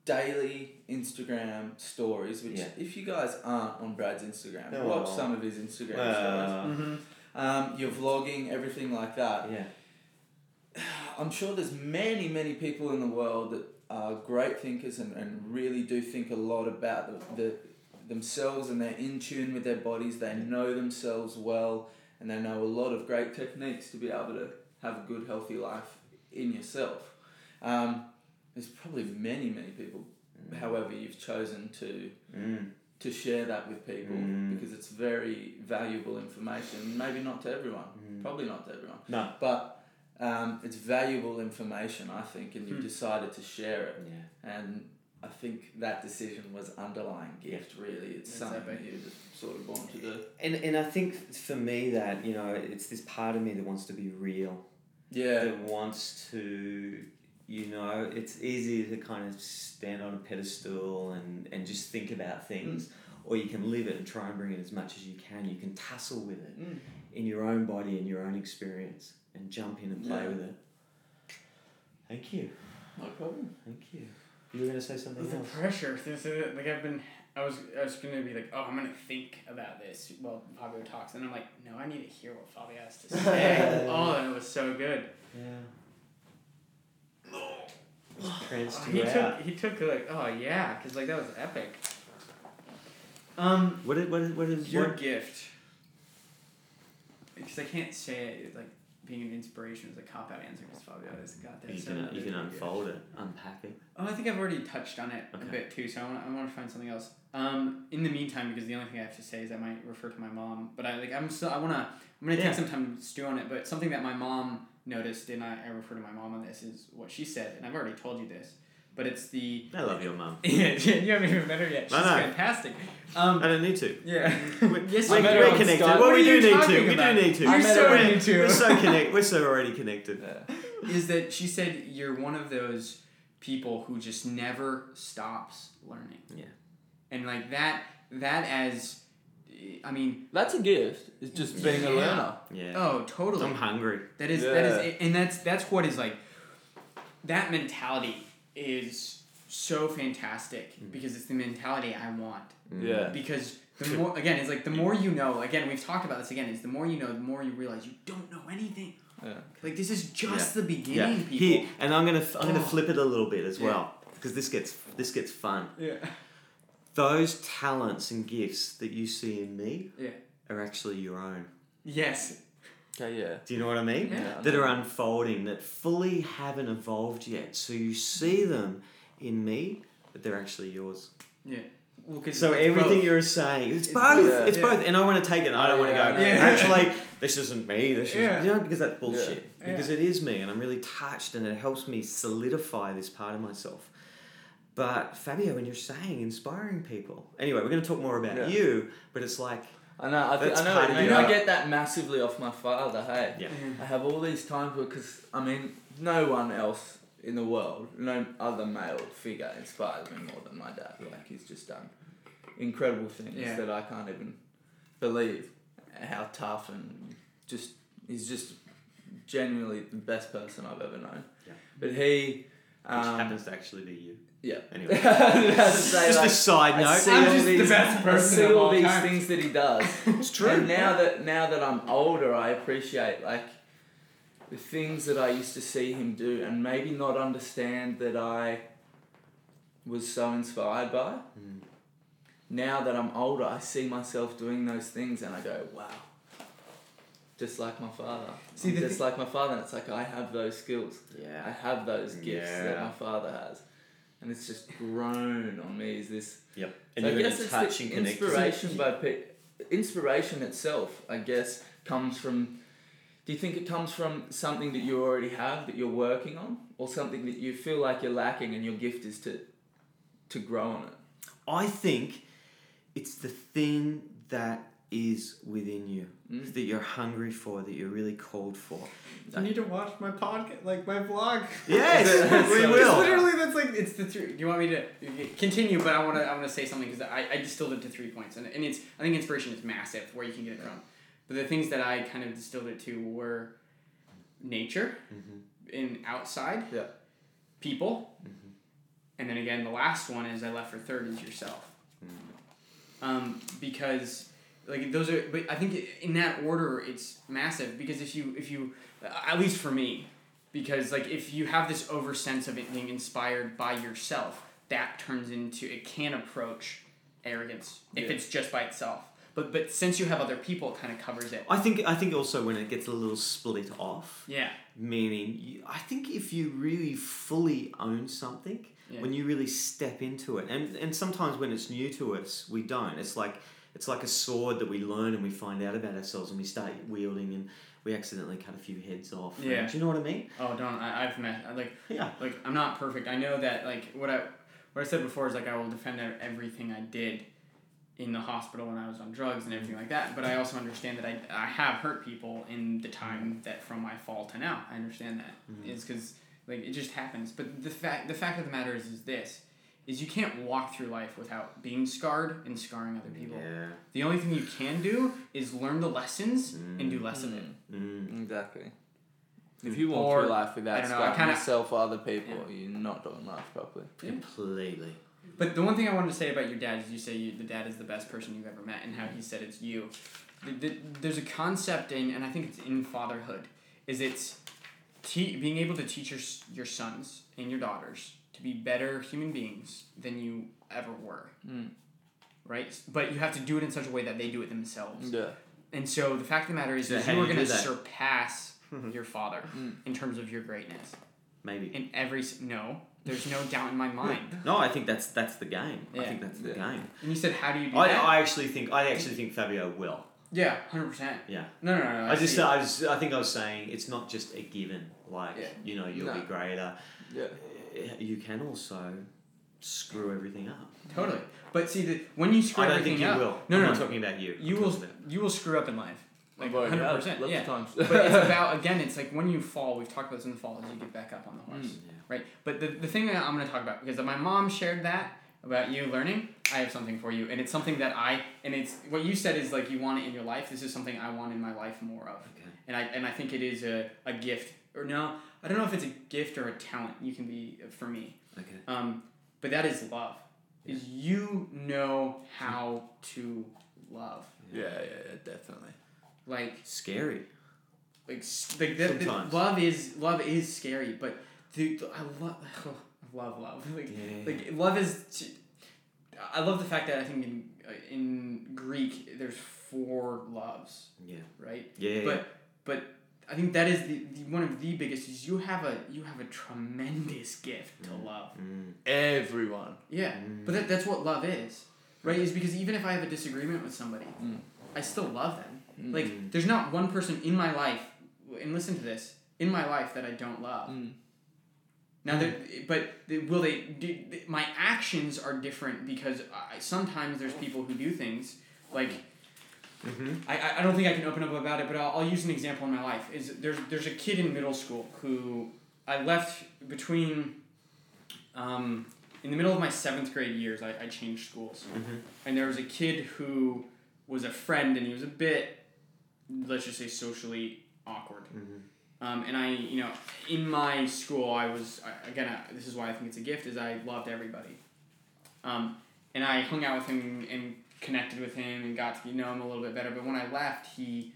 [SPEAKER 2] daily Instagram stories, which
[SPEAKER 1] Yeah.
[SPEAKER 2] if you guys aren't on Brad's Instagram,
[SPEAKER 1] No,
[SPEAKER 2] watch
[SPEAKER 1] well.
[SPEAKER 2] some of his Instagram stories.
[SPEAKER 1] Well,
[SPEAKER 2] Um, you're vlogging, everything like that.
[SPEAKER 1] Uh, yeah.
[SPEAKER 2] I'm sure there's many, many people in the world that are great thinkers and, and really do think a lot about the, the themselves and they're in tune with their bodies. They know themselves well and they know a lot of great techniques to be able to have a good, healthy life in yourself. Um, there's probably many, many people. However, you've chosen to
[SPEAKER 1] Mm.
[SPEAKER 2] to share that with people
[SPEAKER 1] Mm.
[SPEAKER 2] because it's very valuable information. Maybe not to everyone.
[SPEAKER 1] Mm.
[SPEAKER 2] Probably not to everyone.
[SPEAKER 1] No.
[SPEAKER 2] But um, it's valuable information, I think, and you've
[SPEAKER 3] Hmm.
[SPEAKER 2] decided to share it.
[SPEAKER 1] Yeah.
[SPEAKER 2] And I think that decision was underlying gift, really. It's
[SPEAKER 3] That's
[SPEAKER 2] something
[SPEAKER 3] epic.
[SPEAKER 2] that you're just sort of born to do.
[SPEAKER 1] And and I think for me that you know it's this part of me that wants to be real,
[SPEAKER 2] Yeah.
[SPEAKER 1] that wants to, you know, it's easy to kind of stand on a pedestal and and just think about
[SPEAKER 2] Mm.
[SPEAKER 1] things, or you can live it and try and bring it as much as you can. You can tussle with it
[SPEAKER 2] Mm.
[SPEAKER 1] in your own body and your own experience, and jump in and play
[SPEAKER 2] Yeah.
[SPEAKER 1] with it. Thank you,
[SPEAKER 2] No problem.
[SPEAKER 1] thank you. You were gonna say something
[SPEAKER 3] the
[SPEAKER 1] else.
[SPEAKER 3] pressure. This is, like I've been. I was I was gonna be like, oh, I'm gonna think about this while Fabio talks, and I'm like, no, I need to hear what Fabio has to say. oh, and it was so good.
[SPEAKER 1] Yeah. Trans
[SPEAKER 3] he took he took like oh yeah, cause like that was epic. Um,
[SPEAKER 1] What did what did what is
[SPEAKER 3] your
[SPEAKER 1] what-
[SPEAKER 3] gift. Because I can't say it like being an inspiration is a cop out answer because Fabio has got that.
[SPEAKER 1] You
[SPEAKER 3] so
[SPEAKER 1] can,
[SPEAKER 3] good
[SPEAKER 1] you can
[SPEAKER 3] idea.
[SPEAKER 1] unfold it, unpack it.
[SPEAKER 3] Oh, I think I've already touched on it
[SPEAKER 1] Okay.
[SPEAKER 3] a bit too, so I want, I want to find something else. Um, in the meantime, because the only thing I have to say is I might refer to my mom, but I like I'm still I wanna I'm gonna
[SPEAKER 1] Yeah.
[SPEAKER 3] take some time to stew on it. But something that my mom noticed, and I, I refer to my mom on this, is what she said, and I've already told you this, but it's the
[SPEAKER 1] I love your mum.
[SPEAKER 3] yeah, you haven't even met her yet. She's
[SPEAKER 1] No, no.
[SPEAKER 3] fantastic. Um,
[SPEAKER 1] I don't need to.
[SPEAKER 3] yeah. yes,
[SPEAKER 1] we're
[SPEAKER 2] I
[SPEAKER 3] you
[SPEAKER 2] met
[SPEAKER 3] do.
[SPEAKER 2] her
[SPEAKER 1] we're
[SPEAKER 2] on
[SPEAKER 1] connected.
[SPEAKER 2] Skype.
[SPEAKER 1] Well,
[SPEAKER 3] What
[SPEAKER 1] we do
[SPEAKER 3] are you
[SPEAKER 1] need
[SPEAKER 3] talking
[SPEAKER 1] to. We do
[SPEAKER 3] about?
[SPEAKER 1] need to.
[SPEAKER 2] I
[SPEAKER 3] You're
[SPEAKER 2] met her
[SPEAKER 3] so
[SPEAKER 2] on-
[SPEAKER 3] into.
[SPEAKER 1] We're so connected. We're so already connected.
[SPEAKER 2] Yeah.
[SPEAKER 3] is that she said you're one of those people who just never stops learning.
[SPEAKER 1] Yeah.
[SPEAKER 3] And like that, that as, I mean,
[SPEAKER 2] That's a gift. It's just being a
[SPEAKER 3] Yeah.
[SPEAKER 2] learner.
[SPEAKER 1] Yeah.
[SPEAKER 3] oh, totally.
[SPEAKER 1] I'm hungry.
[SPEAKER 3] That is that is
[SPEAKER 2] Yeah.
[SPEAKER 3] and that's that's what is like that mentality is so fantastic
[SPEAKER 1] Mm-hmm.
[SPEAKER 3] because it's the mentality I want.
[SPEAKER 1] Mm.
[SPEAKER 2] Yeah.
[SPEAKER 3] Because the more again, it's like the more you know, again, we've talked about this again, is the more you know, the more you realize you don't know anything.
[SPEAKER 2] Yeah.
[SPEAKER 3] Like this is just the
[SPEAKER 1] Yeah.
[SPEAKER 3] beginning, people.
[SPEAKER 1] Here, and I'm gonna f- I'm gonna
[SPEAKER 3] Oh.
[SPEAKER 1] flip it a little bit as
[SPEAKER 3] Yeah.
[SPEAKER 1] well because this gets this gets fun.
[SPEAKER 3] Yeah.
[SPEAKER 1] Those talents and gifts that you see in me
[SPEAKER 3] Yeah.
[SPEAKER 1] are actually your own.
[SPEAKER 3] Yes.
[SPEAKER 4] Okay, yeah.
[SPEAKER 1] Do you know what I mean?
[SPEAKER 3] Yeah.
[SPEAKER 1] That are unfolding, that fully haven't evolved yet. So you see them in me, but they're actually yours.
[SPEAKER 3] Well, 'cause
[SPEAKER 1] So
[SPEAKER 3] it's
[SPEAKER 1] everything
[SPEAKER 3] both.
[SPEAKER 1] you're saying, it's
[SPEAKER 3] It's
[SPEAKER 1] both.
[SPEAKER 4] both.
[SPEAKER 1] It's
[SPEAKER 3] Yeah.
[SPEAKER 1] both. And I want to take it. I don't want to
[SPEAKER 4] Yeah,
[SPEAKER 1] go,
[SPEAKER 3] I know.
[SPEAKER 1] actually, this isn't me. This
[SPEAKER 3] Yeah.
[SPEAKER 1] is, you know, because that's bullshit.
[SPEAKER 3] Yeah.
[SPEAKER 1] Because it is me. And I'm really touched and it helps me solidify this part of myself. But Fabio, when you're saying inspiring people, anyway, we're going to talk more about
[SPEAKER 4] Yeah.
[SPEAKER 1] you, but it's like,
[SPEAKER 4] I know. I, think
[SPEAKER 1] That's
[SPEAKER 4] I know.
[SPEAKER 1] part
[SPEAKER 4] what
[SPEAKER 1] of
[SPEAKER 4] you
[SPEAKER 2] I
[SPEAKER 1] Yeah.
[SPEAKER 4] mean.
[SPEAKER 2] mean, I get that massively off my father, hey?
[SPEAKER 1] yeah.
[SPEAKER 2] I have all these time for it because, I mean, no one else in the world, no other male figure inspires me more than my dad. Like, he's just done incredible things
[SPEAKER 3] Yeah.
[SPEAKER 2] that I can't even believe how tough and just, he's just genuinely the best person I've ever known.
[SPEAKER 1] Yeah.
[SPEAKER 2] But he.
[SPEAKER 1] Which
[SPEAKER 2] Um,
[SPEAKER 1] happens to actually be you.
[SPEAKER 2] yeah.
[SPEAKER 1] Anyway.
[SPEAKER 2] Just
[SPEAKER 1] Just a side
[SPEAKER 2] I see
[SPEAKER 1] note.
[SPEAKER 3] I'm
[SPEAKER 2] all
[SPEAKER 3] just the
[SPEAKER 2] these,
[SPEAKER 3] best person
[SPEAKER 2] I see
[SPEAKER 3] of
[SPEAKER 2] all
[SPEAKER 3] all
[SPEAKER 2] these
[SPEAKER 3] time.
[SPEAKER 2] things that he does.
[SPEAKER 1] It's true.
[SPEAKER 2] And now that now that I'm older, I appreciate like the things that I used to see him do, and maybe not understand that I was so inspired by.
[SPEAKER 3] Hmm.
[SPEAKER 1] Mm.
[SPEAKER 2] Now that I'm older, I see myself doing those things, and I go, wow. Just like my father.
[SPEAKER 3] See,
[SPEAKER 2] I'm
[SPEAKER 3] the
[SPEAKER 2] just
[SPEAKER 3] thi-
[SPEAKER 2] like my father, and it's like I have those skills. I
[SPEAKER 1] Yeah.
[SPEAKER 2] have those gifts that
[SPEAKER 1] Yeah.
[SPEAKER 2] my father has. And it's just grown on me is this
[SPEAKER 1] Yep.
[SPEAKER 2] so
[SPEAKER 1] you're
[SPEAKER 2] I
[SPEAKER 1] gonna
[SPEAKER 2] guess it's the inspiration by pe- inspiration itself. I guess comes from. Do you think it comes from something that you already have that you're working on, or something that you feel like you're lacking, and your gift is to, to grow on it?
[SPEAKER 1] I think it's the thing that is within you
[SPEAKER 2] Mm.
[SPEAKER 1] that you're hungry for, that you're really called for.
[SPEAKER 3] You need to watch my podcast, like my vlog.
[SPEAKER 1] Yes, we
[SPEAKER 2] So-
[SPEAKER 3] It's
[SPEAKER 1] will.
[SPEAKER 3] literally, that's like it's the three. Do you want me to continue? But I want to. I want to say something because I, I distilled it to three points, and, and it's I think inspiration is massive where you can get it from. But the things that I kind of distilled it to were nature, in outside,
[SPEAKER 2] Yeah.
[SPEAKER 3] people, and then again the last one is I left for third is yourself, um, because like those are. But I think in that order it's massive because if you if you at least for me because like if you have this over sense of it being inspired by yourself that turns into it can approach arrogance if
[SPEAKER 2] Yeah.
[SPEAKER 3] it's just by itself but but since you have other people it kind of covers it
[SPEAKER 1] I think I think also when it gets a little split off,
[SPEAKER 3] yeah
[SPEAKER 1] meaning you, I think if you really fully own something,
[SPEAKER 3] Yeah.
[SPEAKER 1] when you really step into it, and and sometimes when it's new to us, we don't. It's like it's like a sword that we learn and we find out about ourselves and we start wielding and we accidentally cut a few heads off. and-
[SPEAKER 3] Yeah.
[SPEAKER 1] do you know what I mean?
[SPEAKER 3] oh don't I, i've met I, like
[SPEAKER 1] Yeah.
[SPEAKER 3] like i'm not perfect i know that like what i what i said before is like i will defend ev- everything i did in the hospital when i was on drugs
[SPEAKER 1] Mm-hmm.
[SPEAKER 3] and everything like that but i also understand that i, I have hurt people in
[SPEAKER 1] Mm-hmm.
[SPEAKER 3] the time that from my fall to now i understand that it's because like it just happens but the fact the fact of the matter is is this is you can't walk through life without being scarred and scarring other people
[SPEAKER 1] Mm, Yeah.
[SPEAKER 3] the only thing you can do is learn the lessons and do less of it
[SPEAKER 1] Mm.
[SPEAKER 2] Exactly. If you walk
[SPEAKER 3] Mm. Or-
[SPEAKER 2] through life
[SPEAKER 3] I
[SPEAKER 2] without
[SPEAKER 3] don't know, I
[SPEAKER 2] scarring
[SPEAKER 3] kinda-
[SPEAKER 2] yourself or other people, you're not doing life properly.
[SPEAKER 1] Completely.
[SPEAKER 3] But the one thing I wanted to say about your dad is you say you, the dad is the best person you've ever met, and how he said it's you. Th- th- There's a concept in, and I think it's in fatherhood, is it's te- being able to teach your s- your sons and your daughters to be better human beings than you ever were,
[SPEAKER 2] Mm.
[SPEAKER 3] right? S- But you have to do it in such a way that they do it themselves.
[SPEAKER 2] Yeah.
[SPEAKER 3] And so the fact of the matter is,
[SPEAKER 1] So
[SPEAKER 3] is
[SPEAKER 1] how
[SPEAKER 3] you
[SPEAKER 1] do
[SPEAKER 3] are
[SPEAKER 1] you
[SPEAKER 3] going
[SPEAKER 1] do
[SPEAKER 3] to
[SPEAKER 1] that?
[SPEAKER 3] surpass your father in terms of your greatness.
[SPEAKER 1] Maybe.
[SPEAKER 3] In every s- no, there's no doubt in my mind.
[SPEAKER 1] No, I think that's that's the game. I
[SPEAKER 3] Yeah.
[SPEAKER 1] think that's the
[SPEAKER 2] Yeah.
[SPEAKER 1] game.
[SPEAKER 3] And you said, how do you do
[SPEAKER 1] I,
[SPEAKER 3] that?
[SPEAKER 1] I actually think I actually think Fabio will.
[SPEAKER 3] Yeah, hundred percent.
[SPEAKER 1] Yeah.
[SPEAKER 3] No, no, no. no
[SPEAKER 1] I just
[SPEAKER 3] see.
[SPEAKER 1] I, was, I think I was saying it's not just a given. Like
[SPEAKER 2] Yeah.
[SPEAKER 1] you know you'll
[SPEAKER 2] No.
[SPEAKER 1] be greater.
[SPEAKER 2] Yeah.
[SPEAKER 1] eh, You can also screw everything up.
[SPEAKER 3] totally. But see, the, when you screw
[SPEAKER 1] I don't
[SPEAKER 3] everything
[SPEAKER 1] think you
[SPEAKER 3] up,
[SPEAKER 1] will.
[SPEAKER 3] no,
[SPEAKER 1] I'm
[SPEAKER 3] no,
[SPEAKER 1] not
[SPEAKER 3] no,
[SPEAKER 1] talking about you.
[SPEAKER 3] you
[SPEAKER 1] I'm
[SPEAKER 3] will,
[SPEAKER 1] talking about-
[SPEAKER 3] you will screw up in life, like
[SPEAKER 2] I've already
[SPEAKER 3] hundred
[SPEAKER 2] had
[SPEAKER 3] percent,
[SPEAKER 2] lots of
[SPEAKER 3] yeah.
[SPEAKER 2] times.
[SPEAKER 3] but it's about again, it's like when you fall. We've talked about this in the fall. Is you get back up on the horse,
[SPEAKER 1] Yeah.
[SPEAKER 3] right? But the, the thing that I'm going to talk about because my mom shared that about you learning. I have something for you, and it's something that I and it's what you said is like you want it in your life. This is something I want in my life more of.
[SPEAKER 1] Okay.
[SPEAKER 3] and I and I think it is a, a gift or no I don't know if it's a gift or a talent you can be for me
[SPEAKER 1] Okay.
[SPEAKER 3] um, but that is love is you know how to love
[SPEAKER 2] Yeah, yeah, yeah, definitely.
[SPEAKER 3] like
[SPEAKER 1] Scary.
[SPEAKER 3] like s- like that, that-
[SPEAKER 1] Sometimes.
[SPEAKER 3] love is love is scary but dude I love I love love like
[SPEAKER 1] Yeah.
[SPEAKER 3] like love is t- I love the fact that I think in uh, in Greek there's four loves,
[SPEAKER 1] Yeah.
[SPEAKER 3] right?
[SPEAKER 1] Yeah. yeah,
[SPEAKER 3] But but I think that is the, the one of the biggest is you have a you have a tremendous gift to love.
[SPEAKER 1] yeah. Mm.
[SPEAKER 4] Everyone.
[SPEAKER 3] Yeah, but that, that's what love is, right? Is because even if I have a disagreement with somebody,
[SPEAKER 4] Mm.
[SPEAKER 3] I still love them. Like
[SPEAKER 1] Mm.
[SPEAKER 3] there's not one person in my life, and listen to this, in my life that I don't love.
[SPEAKER 4] Mm.
[SPEAKER 3] Now, there, but they- will they? Do, my actions are different because I, sometimes there's people who do things like
[SPEAKER 1] Mm-hmm.
[SPEAKER 3] I- I, I don't think I can open up about it, but I'll, I'll use an example in my life. Is there's there's a kid in middle school who I left between, um, in the middle of my seventh grade years, I, I changed schools,
[SPEAKER 1] Mhm.
[SPEAKER 3] and there was a kid who was a friend, and he was a bit, let's just say, socially awkward.
[SPEAKER 1] Mm-hmm.
[SPEAKER 3] Um, and I, you know, in my school, I was I, again. I, this is why I think it's a gift. Is I loved everybody, um, and I hung out with him and connected with him and got to know him a little bit better. But when I left, he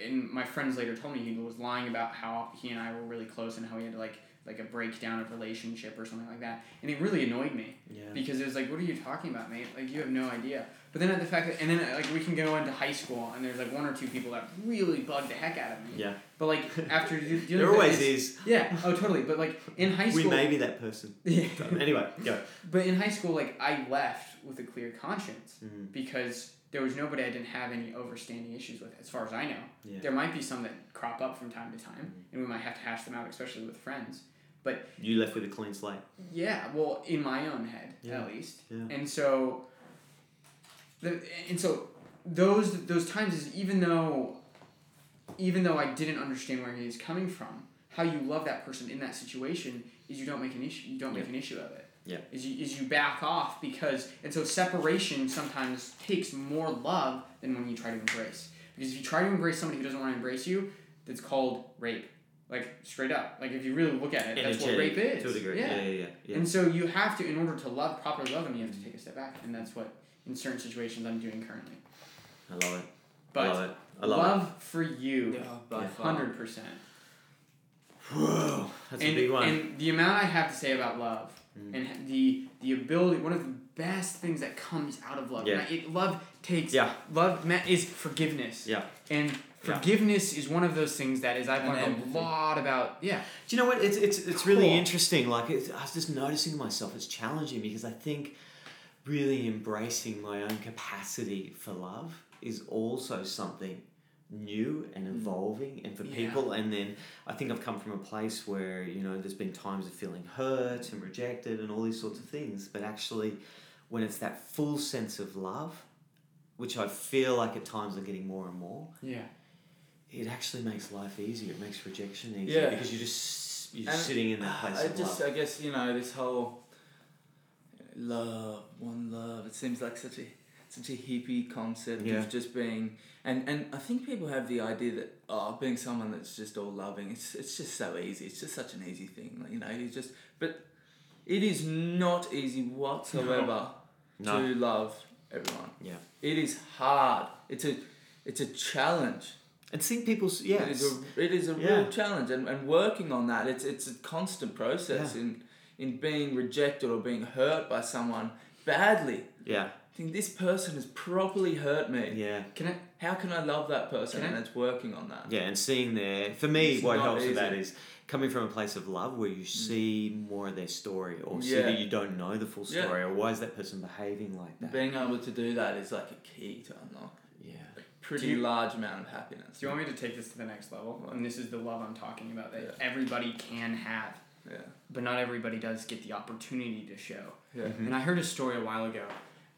[SPEAKER 3] and my friends later told me he was lying about how he and I were really close and how he had like like a breakdown of relationship or something like that. And it really annoyed me
[SPEAKER 1] Yeah.
[SPEAKER 3] because it was like, what are you talking about, mate? Like you have no idea. But then at the fact that, and then uh, like we can go into high school and there's like one or two people that really bug the heck out of me.
[SPEAKER 1] Yeah.
[SPEAKER 3] But like after you, you
[SPEAKER 1] There always is.
[SPEAKER 3] Yeah. Oh, totally. But like in high
[SPEAKER 1] We
[SPEAKER 3] school.
[SPEAKER 1] may be that person. anyway, go.
[SPEAKER 3] but in high school, like I left with a clear conscience
[SPEAKER 1] Mm.
[SPEAKER 3] because there was nobody I didn't have any overstanding issues with, as far as I know.
[SPEAKER 1] Yeah. Mm-hmm.
[SPEAKER 3] There might be some that crop up from time to time, and we might have to hash them out, especially with friends.
[SPEAKER 1] You left with a clean slate.
[SPEAKER 3] Yeah. Well, in my own head,
[SPEAKER 1] Yeah.
[SPEAKER 3] at least.
[SPEAKER 1] Yeah.
[SPEAKER 3] And so. The, and so, those those times is even though. Even though I didn't understand where he is coming from, how you love that person in that situation is you don't make an issue. You don't make
[SPEAKER 1] Yeah.
[SPEAKER 3] an issue of it.
[SPEAKER 1] Yeah.
[SPEAKER 3] Is you is you back off because and so separation sometimes takes more love than when you try to embrace because if you try to embrace somebody who doesn't want to embrace you, that's called rape. Like straight up. Like if you really look at it, that's what rape
[SPEAKER 1] Energetic,
[SPEAKER 3] is.
[SPEAKER 1] To a degree.
[SPEAKER 3] Yeah.
[SPEAKER 1] Yeah. Yeah. Yeah.
[SPEAKER 3] And so you have to, in order to love, properly love them, you have to take a step back. And that's what, in certain situations, I'm doing currently.
[SPEAKER 1] I love it. I
[SPEAKER 3] But
[SPEAKER 1] love it. I love it.
[SPEAKER 3] love for you,
[SPEAKER 4] Yeah, by
[SPEAKER 1] Yeah.
[SPEAKER 4] far.
[SPEAKER 3] 100%.
[SPEAKER 1] Whoa, that's
[SPEAKER 3] and,
[SPEAKER 1] a big one.
[SPEAKER 3] and the amount I have to say about love
[SPEAKER 1] Mm.
[SPEAKER 3] and the the ability, one of the best things that comes out of love.
[SPEAKER 1] Yeah.
[SPEAKER 3] and I- it, love takes,
[SPEAKER 1] Yeah.
[SPEAKER 3] love ma- is forgiveness.
[SPEAKER 1] Yeah.
[SPEAKER 3] And forgiveness is one of those things that is, I've
[SPEAKER 4] And
[SPEAKER 3] learned
[SPEAKER 4] empathy.
[SPEAKER 3] a lot about, yeah.
[SPEAKER 1] Do you know what? It's it's it's really
[SPEAKER 3] Cool.
[SPEAKER 1] interesting. Like it's, I was just noticing myself. It's challenging because I think really embracing my own capacity for love is also something new and evolving and for
[SPEAKER 3] Mm. Yeah.
[SPEAKER 1] people and then i think i've come from a place where you know there's been times of feeling hurt and rejected and all these sorts of things but actually when it's that full sense of love which i feel like at times i'm getting more and more
[SPEAKER 3] Yeah.
[SPEAKER 1] it actually makes life easier. It makes rejection easier
[SPEAKER 4] Yeah.
[SPEAKER 1] because you're just you're
[SPEAKER 4] And
[SPEAKER 1] sitting in that place
[SPEAKER 4] I
[SPEAKER 1] of
[SPEAKER 4] just,
[SPEAKER 1] love.
[SPEAKER 4] I guess, you know, this whole.
[SPEAKER 2] love, one love. It seems like such a such a hippie concept
[SPEAKER 1] Yeah.
[SPEAKER 2] of just being and, and I think people have the idea that oh being someone that's just all loving, it's it's just so easy. It's just such an easy thing. Like, you know, you just but it is not easy whatsoever
[SPEAKER 1] No.
[SPEAKER 2] to love everyone.
[SPEAKER 1] Yeah.
[SPEAKER 2] It is hard. It's a it's a challenge.
[SPEAKER 1] And seeing people's yeah,
[SPEAKER 2] It is a, it is a
[SPEAKER 1] Yeah.
[SPEAKER 2] real challenge, and, and working on that, it's it's a constant process in in being rejected or being hurt by someone badly.
[SPEAKER 1] yeah,
[SPEAKER 2] I think this person has properly hurt me.
[SPEAKER 1] yeah,
[SPEAKER 3] Can I,
[SPEAKER 2] How can I love that person?
[SPEAKER 3] Can I-
[SPEAKER 2] And it's working on that.
[SPEAKER 1] yeah. And seeing their for me,
[SPEAKER 2] It's
[SPEAKER 1] what
[SPEAKER 2] not
[SPEAKER 1] helps with that
[SPEAKER 2] easy.
[SPEAKER 1] is coming from a place of love where you see more of their story or see
[SPEAKER 2] Yeah.
[SPEAKER 1] that you don't know the full
[SPEAKER 2] Yeah.
[SPEAKER 1] story or why is that person behaving like that?
[SPEAKER 2] Being able to do that is like a key to unlock
[SPEAKER 1] yeah,
[SPEAKER 2] a pretty
[SPEAKER 3] you-
[SPEAKER 2] large amount of happiness.
[SPEAKER 3] Do you want me to take this to the next level? And this is the love I'm talking about that everybody can have,
[SPEAKER 2] yeah.
[SPEAKER 3] but not everybody does get the opportunity to show.
[SPEAKER 1] Mm-hmm.
[SPEAKER 2] Yeah.
[SPEAKER 3] And I heard a story a while ago,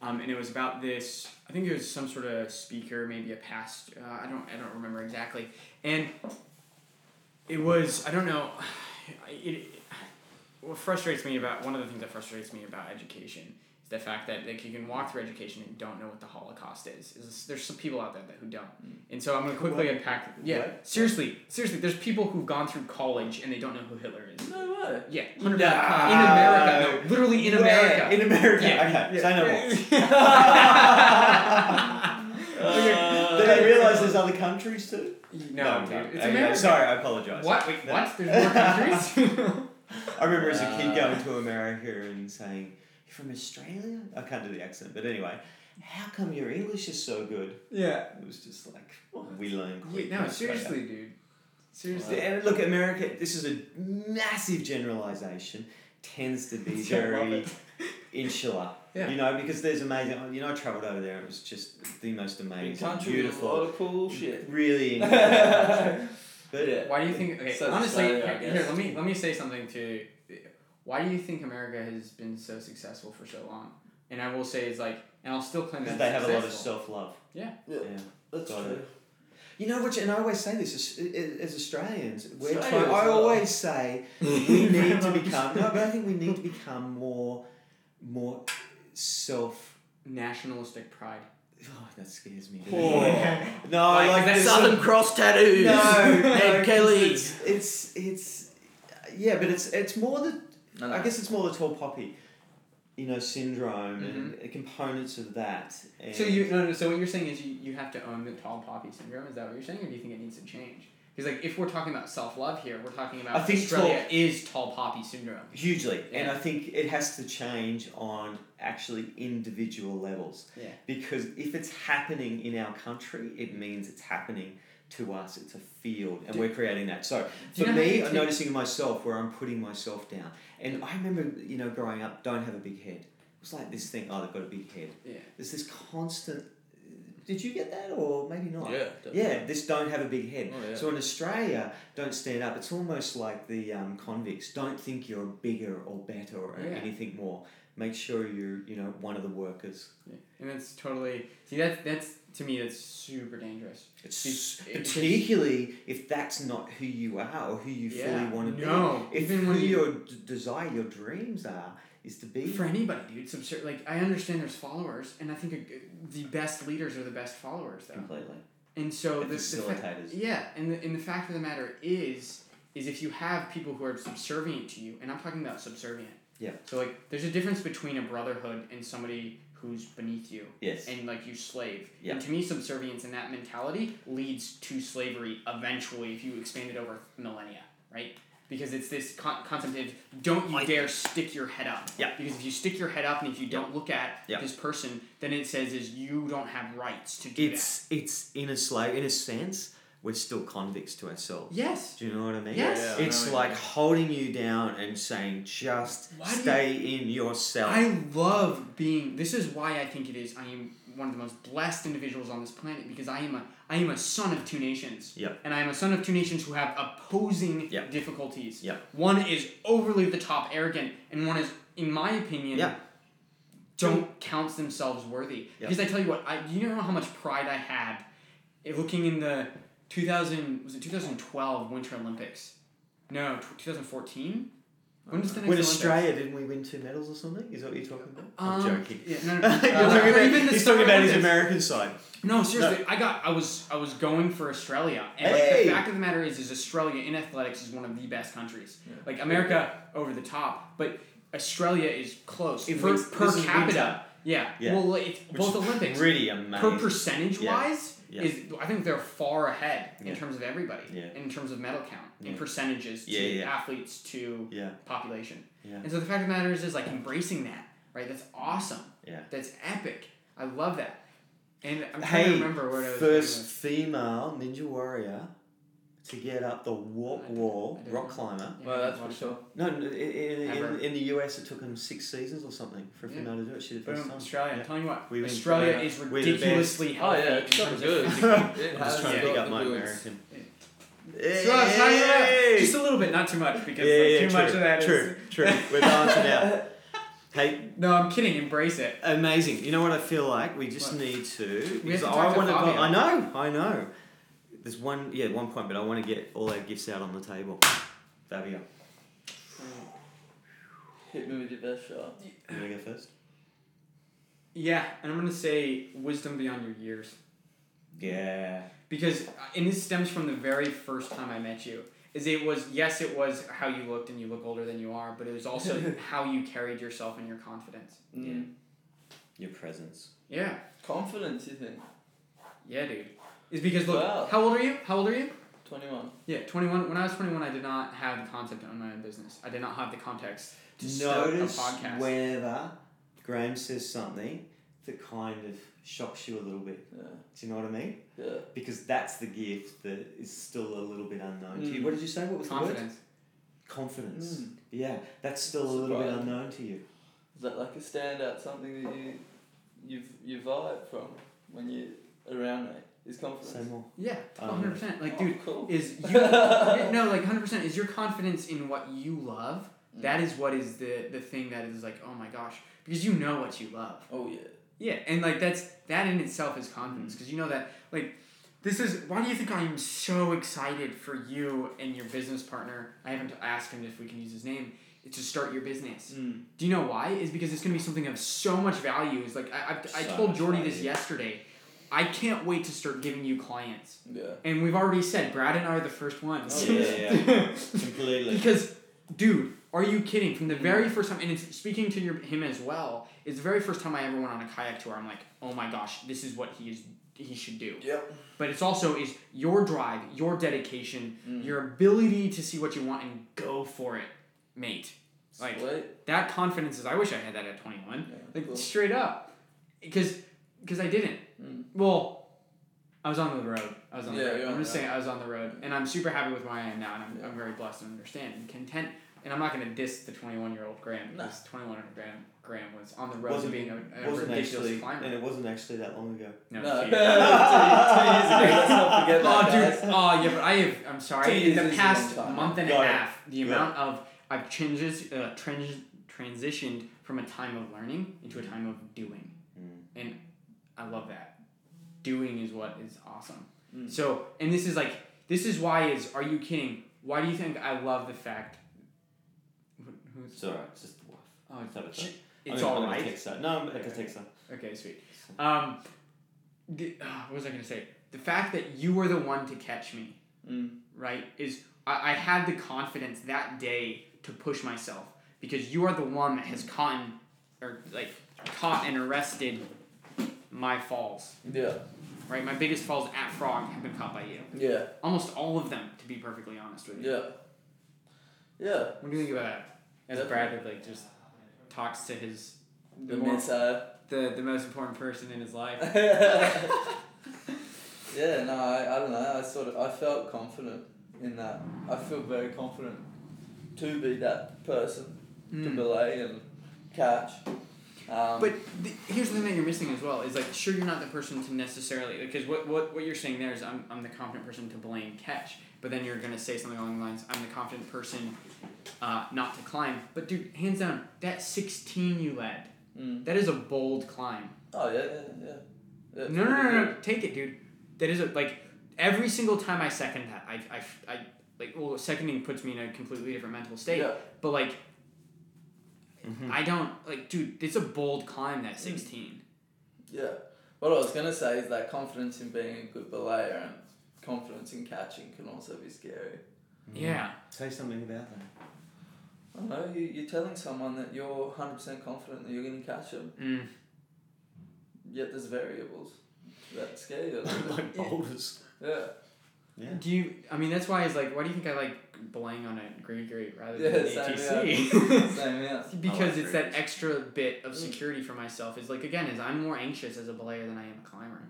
[SPEAKER 3] um, and it was about this. I think it was some sort of speaker, maybe a past. Uh, I don't. I don't remember exactly. And it was. I don't know. It. What frustrates me about one of the things that frustrates me about education is the fact that like you can walk through education and don't know what the Holocaust is. Is there's some people out there that who don't. And so I'm gonna quickly unpack. Yeah,
[SPEAKER 1] Mm. What?
[SPEAKER 3] seriously, seriously, there's people who've gone through college and they don't know who Hitler is.
[SPEAKER 2] No way.
[SPEAKER 3] Yeah,
[SPEAKER 1] No.
[SPEAKER 3] 100%. in America, no, literally in America.
[SPEAKER 1] in America.
[SPEAKER 3] Yeah.
[SPEAKER 1] Okay,
[SPEAKER 3] Yeah.
[SPEAKER 1] say no more.
[SPEAKER 3] Uh,
[SPEAKER 1] Did they realise there's other countries too?
[SPEAKER 3] No, dude, it's
[SPEAKER 1] okay,
[SPEAKER 3] America.
[SPEAKER 1] Sorry, I apologise.
[SPEAKER 3] What? Wait,
[SPEAKER 1] No.
[SPEAKER 3] what? There's more countries?
[SPEAKER 1] I remember as a kid
[SPEAKER 4] Uh,
[SPEAKER 1] going to America and saying, from Australia? I can't do the accent, but anyway, how come your English is so good?
[SPEAKER 3] Yeah.
[SPEAKER 1] It was just like, we learn quick.
[SPEAKER 3] Wait, no,
[SPEAKER 1] in Australia.
[SPEAKER 3] seriously, dude. Seriously.
[SPEAKER 1] And look, America, this is a massive generalization, tends to be
[SPEAKER 3] Yeah, I love
[SPEAKER 1] very
[SPEAKER 3] it.
[SPEAKER 1] insular.
[SPEAKER 3] Yeah.
[SPEAKER 1] You know, because there's amazing, you know, I traveled over there, it was just the most
[SPEAKER 2] Big
[SPEAKER 1] amazing,
[SPEAKER 2] country with a
[SPEAKER 1] beautiful,
[SPEAKER 2] lot of cool shit.
[SPEAKER 1] really incredible country.
[SPEAKER 2] yeah.
[SPEAKER 1] But
[SPEAKER 3] Why do you think? Okay,
[SPEAKER 2] So
[SPEAKER 3] honestly,
[SPEAKER 2] Australia, I
[SPEAKER 3] here,
[SPEAKER 2] guess.
[SPEAKER 3] let me let me say something to. Why do you think America has been so successful for so long? And I will say it's like, and I'll still claim that
[SPEAKER 1] because they have a lot of
[SPEAKER 3] successful.
[SPEAKER 1] self love.
[SPEAKER 3] Yeah.
[SPEAKER 1] yeah.
[SPEAKER 2] Yeah. That's
[SPEAKER 1] Got
[SPEAKER 2] true.
[SPEAKER 1] it. You know, which, and I always say this as, as Australians, we're trying,
[SPEAKER 2] Australians
[SPEAKER 1] I
[SPEAKER 2] are-
[SPEAKER 1] always say we need to become. No, but I think we need to become more, more self.
[SPEAKER 3] nationalistic pride.
[SPEAKER 1] Oh, that scares me.
[SPEAKER 2] Oh.
[SPEAKER 1] No,
[SPEAKER 3] Like,
[SPEAKER 1] like,
[SPEAKER 3] that is
[SPEAKER 1] southern.
[SPEAKER 2] Southern Cross tattoos.
[SPEAKER 1] no, no,
[SPEAKER 2] Ed
[SPEAKER 1] 'cause
[SPEAKER 2] Kelly's.
[SPEAKER 1] It's, it's it's yeah, but it's it's more the
[SPEAKER 2] No,
[SPEAKER 1] I
[SPEAKER 2] no.
[SPEAKER 1] guess it's more the tall poppy, you know, syndrome and the components of that. And
[SPEAKER 3] Mm-hmm. So you no, no so what you're saying is you, you have to own the tall poppy syndrome. Is that what you're saying, or do you think it needs to change? Because like if we're talking about self love here, we're talking about
[SPEAKER 1] I think
[SPEAKER 3] Australia is tall poppy syndrome.
[SPEAKER 1] hugely, and
[SPEAKER 3] Yeah.
[SPEAKER 1] I think it has to change on actually individual levels.
[SPEAKER 3] Yeah.
[SPEAKER 1] Because if it's happening in our country, it means it's happening to us. It's a field, and we're creating that. So
[SPEAKER 3] Do you
[SPEAKER 1] for
[SPEAKER 3] know how
[SPEAKER 1] me,
[SPEAKER 3] you
[SPEAKER 1] I'm
[SPEAKER 3] take-
[SPEAKER 1] noticing in myself where I'm putting myself down. And I remember, you know, growing up, don't have a big head. It was like this thing. Oh, they've got a big head.
[SPEAKER 3] Yeah.
[SPEAKER 1] There's this constant. Did you get that, or maybe not?
[SPEAKER 4] Yeah,
[SPEAKER 1] Yeah, this don't have a big head.
[SPEAKER 4] Oh, yeah.
[SPEAKER 1] So in Australia, don't stand up. It's almost like the um, convicts. Don't think you're bigger or better or
[SPEAKER 3] Yeah.
[SPEAKER 1] anything more. Make sure you're, you know, one of the workers.
[SPEAKER 3] Yeah. And that's totally see that's that's to me that's super dangerous.
[SPEAKER 1] It's
[SPEAKER 3] It's-
[SPEAKER 1] s-
[SPEAKER 3] it- it's-
[SPEAKER 1] particularly if that's not who you are or who you
[SPEAKER 3] Yeah.
[SPEAKER 1] fully want to
[SPEAKER 3] No,
[SPEAKER 1] be. If
[SPEAKER 3] even
[SPEAKER 1] who
[SPEAKER 3] when you-
[SPEAKER 1] your d- desire, your dreams are, is to be.
[SPEAKER 3] for anybody, dude. Subser- like I understand there's followers, and I think a, the best leaders are the best followers, though.
[SPEAKER 1] Completely.
[SPEAKER 3] And so
[SPEAKER 1] And
[SPEAKER 3] the, the fa-
[SPEAKER 1] facilitators.
[SPEAKER 3] yeah, and the, and the fact of the matter is, is if you have people who are subservient to you, and I'm talking about subservient.
[SPEAKER 1] Yeah.
[SPEAKER 3] So like, there's a difference between a brotherhood and somebody who's beneath you,
[SPEAKER 1] Yes.
[SPEAKER 3] and like you slave.
[SPEAKER 1] Yeah.
[SPEAKER 3] And to me, subservience and that mentality leads to slavery eventually if you expand it over millennia, right? Because it's this con- concept of don't you
[SPEAKER 1] I-
[SPEAKER 3] dare stick your head up.
[SPEAKER 1] Yeah.
[SPEAKER 3] Because if you stick your head up and if you don't look at
[SPEAKER 1] Yeah.
[SPEAKER 3] this person, then it says is you don't have rights to do that.
[SPEAKER 1] It's it's in a slave in a sense, we're still convicts to ourselves.
[SPEAKER 3] Yes.
[SPEAKER 1] Do you know what I mean?
[SPEAKER 3] Yes. Yeah,
[SPEAKER 4] I know
[SPEAKER 1] it's
[SPEAKER 4] what you
[SPEAKER 1] like
[SPEAKER 4] mean.
[SPEAKER 1] holding you down and saying, just
[SPEAKER 3] Why do you-
[SPEAKER 1] stay in yourself.
[SPEAKER 3] I love being. This is why I think it is. I am one of the most blessed individuals on this planet because I am a. I am a son of two nations.
[SPEAKER 1] Yep.
[SPEAKER 3] And I am a son of two nations who have opposing
[SPEAKER 1] Yep.
[SPEAKER 3] difficulties.
[SPEAKER 1] Yep.
[SPEAKER 3] One is overly the top arrogant, and one is, in my opinion,
[SPEAKER 1] Yeah.
[SPEAKER 3] don't count themselves worthy.
[SPEAKER 1] Yep.
[SPEAKER 3] Because I tell you what, I you know how much pride I had eh, looking in the 2000 was it 2012 Winter Olympics? No, t- 2014. When was the next
[SPEAKER 1] when
[SPEAKER 3] Olympics?
[SPEAKER 1] Australia didn't we win two medals or something? Is that what you're talking about? I'm
[SPEAKER 3] Um,
[SPEAKER 1] joking.
[SPEAKER 3] Yeah, no, no,
[SPEAKER 1] You're
[SPEAKER 3] no.
[SPEAKER 1] talking
[SPEAKER 3] Uh,
[SPEAKER 1] about-
[SPEAKER 3] even the
[SPEAKER 1] he's talking about his
[SPEAKER 3] Olympics.
[SPEAKER 1] American side.
[SPEAKER 3] No, seriously, I got I was I was going for Australia, and like,
[SPEAKER 1] Hey!
[SPEAKER 3] the fact of the matter is, is Australia in athletics is one of the best countries. Like America over the top, but Australia is close
[SPEAKER 1] In
[SPEAKER 3] for,
[SPEAKER 1] win-
[SPEAKER 3] per
[SPEAKER 1] this is winter.
[SPEAKER 3] capita. Yeah.
[SPEAKER 1] Yeah.
[SPEAKER 3] well, like, it's
[SPEAKER 1] Which is
[SPEAKER 3] both Olympics
[SPEAKER 1] Pretty amazing.
[SPEAKER 3] per percentage
[SPEAKER 1] Yeah.
[SPEAKER 3] wise
[SPEAKER 1] Yeah.
[SPEAKER 3] is I think they're far ahead
[SPEAKER 1] Yeah.
[SPEAKER 3] in terms of everybody
[SPEAKER 1] Yeah.
[SPEAKER 3] in terms of medal count in
[SPEAKER 1] Yeah.
[SPEAKER 3] percentages to
[SPEAKER 1] Yeah, yeah.
[SPEAKER 3] athletes to
[SPEAKER 1] yeah,
[SPEAKER 3] population.
[SPEAKER 1] Yeah.
[SPEAKER 3] And so the fact of the matter is, is like embracing that, right? That's awesome.
[SPEAKER 1] yeah.
[SPEAKER 3] That's epic. I love that. And I'm trying
[SPEAKER 1] Hey,
[SPEAKER 3] to remember where I was going
[SPEAKER 1] first
[SPEAKER 3] with-
[SPEAKER 1] female ninja warrior to get up the
[SPEAKER 3] I
[SPEAKER 1] warp
[SPEAKER 3] don't-
[SPEAKER 1] wall,
[SPEAKER 3] I don't
[SPEAKER 1] rock
[SPEAKER 3] know.
[SPEAKER 1] climber.
[SPEAKER 3] Yeah,
[SPEAKER 2] Well, that's
[SPEAKER 3] watch
[SPEAKER 2] for sure.
[SPEAKER 1] No, in, in, in,
[SPEAKER 3] Ever.
[SPEAKER 1] in the US it took them six seasons or something for a
[SPEAKER 3] Yeah.
[SPEAKER 1] female to do it. She did
[SPEAKER 3] it.
[SPEAKER 1] it first
[SPEAKER 3] Boom,
[SPEAKER 1] time.
[SPEAKER 3] Australia. I'm
[SPEAKER 1] Yeah.
[SPEAKER 3] telling you what,
[SPEAKER 1] We win.
[SPEAKER 3] Australia
[SPEAKER 1] Yeah.
[SPEAKER 3] is
[SPEAKER 1] We're the best.
[SPEAKER 3] ridiculously
[SPEAKER 2] Oh
[SPEAKER 3] healthy.
[SPEAKER 2] yeah,
[SPEAKER 3] in
[SPEAKER 2] it's got
[SPEAKER 3] terms
[SPEAKER 2] the
[SPEAKER 3] of-
[SPEAKER 2] goods.
[SPEAKER 1] I'm just trying to pick up my American.
[SPEAKER 3] So I was talking about- Just a little bit, not too much, because
[SPEAKER 1] Yeah,
[SPEAKER 3] like,
[SPEAKER 1] yeah,
[SPEAKER 3] too
[SPEAKER 1] true,
[SPEAKER 3] much of that is.
[SPEAKER 1] true, true. We're balancing out. Hey,
[SPEAKER 3] No, I'm kidding. Embrace it.
[SPEAKER 1] amazing. You know what I feel like? We just
[SPEAKER 3] What?
[SPEAKER 1] need to.
[SPEAKER 3] We have
[SPEAKER 1] Because
[SPEAKER 3] to
[SPEAKER 1] I
[SPEAKER 3] talk to
[SPEAKER 1] want to.
[SPEAKER 3] Fabio.
[SPEAKER 1] I know. I know. There's one. Yeah, one point, but I want to get all our gifts out on the table. Fabio,
[SPEAKER 2] Hit me with your best shot.
[SPEAKER 1] you want to go first?
[SPEAKER 3] Yeah, and I'm gonna say wisdom beyond your years.
[SPEAKER 1] Yeah.
[SPEAKER 3] because uh, and this stems from the very first time I met you. Is it was yes, it was how you looked and you look older than you are, but it was also how you carried yourself and your confidence.
[SPEAKER 2] Mm.
[SPEAKER 1] Your presence.
[SPEAKER 3] Yeah,
[SPEAKER 2] Confidence, you think?
[SPEAKER 3] yeah, dude. Is because look,
[SPEAKER 2] Wow.
[SPEAKER 3] how old are you? How old are you?
[SPEAKER 2] 21.
[SPEAKER 3] Yeah, twenty one. When I was twenty one, I did not have the concept to own my own business. I did not have the context to start a
[SPEAKER 1] Notice
[SPEAKER 3] podcast.
[SPEAKER 1] whenever Graham says something that kind of shocks you a little bit.
[SPEAKER 2] Yeah.
[SPEAKER 1] Do you know what I mean?
[SPEAKER 2] Yeah.
[SPEAKER 1] Because that's the gift that is still a little bit unknown to you.
[SPEAKER 2] Mm.
[SPEAKER 1] What did you say? What was the word?
[SPEAKER 3] Confidence.
[SPEAKER 1] Confidence.
[SPEAKER 2] Mm.
[SPEAKER 1] Yeah, that's still a little bit
[SPEAKER 2] Surprised.
[SPEAKER 1] unknown to you.
[SPEAKER 2] Is that like a standout something that you you you vibe from when you around mate? Is confidence.
[SPEAKER 1] Say more.
[SPEAKER 3] Yeah,
[SPEAKER 1] Um,
[SPEAKER 3] hundred percent. Like,
[SPEAKER 2] Oh,
[SPEAKER 3] dude,
[SPEAKER 2] cool.
[SPEAKER 3] is you yeah, no like hundred percent is your confidence in what you love. That is what is the the thing that is like, oh my gosh, because you know what you love.
[SPEAKER 2] Oh yeah.
[SPEAKER 3] Yeah, and like that's that in itself is confidence because you know that like this is why do you think I am so excited for you and your business partner? I haven't asked him if we can use his name to start your business.
[SPEAKER 1] Mm.
[SPEAKER 2] Mm.
[SPEAKER 3] Do you know why? Is because it's gonna be something of so much value. Is like I I, I
[SPEAKER 1] So
[SPEAKER 3] told
[SPEAKER 1] much
[SPEAKER 3] Jordy this
[SPEAKER 1] value.
[SPEAKER 3] yesterday. I can't wait to start giving you clients,
[SPEAKER 2] Yeah.
[SPEAKER 3] and we've already said Brad and I are the first ones.
[SPEAKER 2] Oh,
[SPEAKER 1] yeah, Completely.
[SPEAKER 3] Because, dude, are you kidding? From the very first time, and it's speaking to your, him as well, it's the very first time I ever went on a kayak tour. I'm like, oh my gosh, this is what he is. He should do.
[SPEAKER 2] Yep.
[SPEAKER 3] But it's also is your drive, your dedication,
[SPEAKER 2] Mm-hmm. Mm.
[SPEAKER 3] your ability to see what you want and go for it, mate. Like
[SPEAKER 2] Sweet.
[SPEAKER 3] that confidence is. I wish I had that at 21.
[SPEAKER 2] Yeah,
[SPEAKER 3] like
[SPEAKER 2] cool.
[SPEAKER 3] straight up, because because I didn't.
[SPEAKER 2] Mm.
[SPEAKER 3] Well, I was on the road. I was on
[SPEAKER 2] Yeah,
[SPEAKER 3] the road.
[SPEAKER 2] you're
[SPEAKER 3] I'm
[SPEAKER 2] on
[SPEAKER 3] just
[SPEAKER 2] the
[SPEAKER 3] saying I was on the road, and I'm super happy with where I am now, and I'm,
[SPEAKER 2] Yeah.
[SPEAKER 3] I'm very blessed and understand and content. And I'm not gonna diss the 21 year old Graham
[SPEAKER 2] No.
[SPEAKER 3] because 21 year old Graham Graham was on the road to
[SPEAKER 1] Wasn't-
[SPEAKER 3] being a, a
[SPEAKER 1] wasn't
[SPEAKER 3] ridiculous
[SPEAKER 1] actually,
[SPEAKER 3] climber.
[SPEAKER 1] and it wasn't actually that long ago.
[SPEAKER 3] no,
[SPEAKER 2] No.
[SPEAKER 3] two
[SPEAKER 2] two, two years ago.
[SPEAKER 3] years.
[SPEAKER 2] Let's not forget
[SPEAKER 3] oh,
[SPEAKER 2] that.
[SPEAKER 3] dude.
[SPEAKER 2] guys.
[SPEAKER 3] Oh, yeah, but I have. I'm
[SPEAKER 2] Two
[SPEAKER 3] sorry. In
[SPEAKER 2] years
[SPEAKER 3] the
[SPEAKER 2] is a
[SPEAKER 3] past
[SPEAKER 2] long time.
[SPEAKER 3] month and
[SPEAKER 1] Got
[SPEAKER 3] a
[SPEAKER 1] it.
[SPEAKER 3] half, the
[SPEAKER 1] Yeah.
[SPEAKER 3] amount of I've changes, uh, trans- transitioned from a time of learning into a time of doing,
[SPEAKER 1] Mm.
[SPEAKER 3] and I love that. Doing is what is awesome.
[SPEAKER 2] Mm.
[SPEAKER 3] So, and this is like this is why is are you kidding? Why do you think I love the fact? wh- Who's
[SPEAKER 1] It's alright. It's just the wife.
[SPEAKER 3] oh,
[SPEAKER 1] It's not a
[SPEAKER 3] j-
[SPEAKER 1] thing.
[SPEAKER 3] it's
[SPEAKER 1] I'm gonna-
[SPEAKER 3] all
[SPEAKER 1] I'm gonna
[SPEAKER 3] right.
[SPEAKER 1] text her. No, I'm gonna
[SPEAKER 3] Okay.
[SPEAKER 1] text her.
[SPEAKER 3] Okay, sweet. Um, the, uh, what was I gonna say? The fact that you were the one to catch me,
[SPEAKER 2] Mm.
[SPEAKER 3] right? Is I, I had the confidence that day to push myself because you are the one that has caught and, or like caught and arrested my falls,
[SPEAKER 2] Yeah.
[SPEAKER 3] right? My biggest falls at Frog have been caught by you.
[SPEAKER 2] Yeah.
[SPEAKER 3] Almost all of them, to be perfectly honest with you.
[SPEAKER 2] Yeah. Yeah.
[SPEAKER 3] What do you think about that? As
[SPEAKER 2] Definitely.
[SPEAKER 3] Brad like just talks to his
[SPEAKER 2] The uh,
[SPEAKER 3] more-
[SPEAKER 2] Messiah.
[SPEAKER 3] the, the most important person in his life.
[SPEAKER 2] yeah, no, I, I don't know. I sort of I felt confident in that. I feel very confident to be that person to
[SPEAKER 3] Mm.
[SPEAKER 2] belay and catch. Um,
[SPEAKER 3] But th- here's the thing that you're missing as well is like sure you're not the person to necessarily because what, what what you're saying there is I'm I'm the confident person to blame catch but then you're gonna say something along the lines I'm the confident person uh, not to climb but dude hands down that 16 you led
[SPEAKER 2] mm.
[SPEAKER 3] that is a bold climb
[SPEAKER 2] oh yeah, yeah, yeah. That's
[SPEAKER 3] no no no
[SPEAKER 2] pretty
[SPEAKER 3] no,
[SPEAKER 2] good.
[SPEAKER 3] no. take it dude that is a like every single time I second that I I, I like well seconding puts me in a completely different mental state
[SPEAKER 2] Yeah. Mm-hmm.
[SPEAKER 3] but like
[SPEAKER 1] Mhm.
[SPEAKER 3] I don't like dude it's a bold climb
[SPEAKER 2] Mm.
[SPEAKER 3] that 16
[SPEAKER 2] Yeah. What I was gonna say is that confidence in being a good belayer and confidence in catching can also be scary. Mm-hmm.
[SPEAKER 3] yeah
[SPEAKER 1] Say something about that.
[SPEAKER 2] I don't know. You, you're telling someone that you're hundred percent confident that you're gonna catch them,
[SPEAKER 3] mm.
[SPEAKER 2] yet there's variables that scare you. a little bit.
[SPEAKER 1] like boulders.
[SPEAKER 2] Yeah.
[SPEAKER 1] Yeah.
[SPEAKER 3] Do you? I mean, that's why it's like, why do you think I like belaying on a grade grade rather than
[SPEAKER 2] Yeah,
[SPEAKER 3] an
[SPEAKER 2] same,
[SPEAKER 3] ATC?
[SPEAKER 2] Same, yeah.
[SPEAKER 1] I
[SPEAKER 3] because
[SPEAKER 1] like
[SPEAKER 3] it's that
[SPEAKER 1] grades.
[SPEAKER 3] extra bit of
[SPEAKER 2] Mm.
[SPEAKER 3] security for myself. Is like again, is I'm more anxious as a belayer than I am a climber.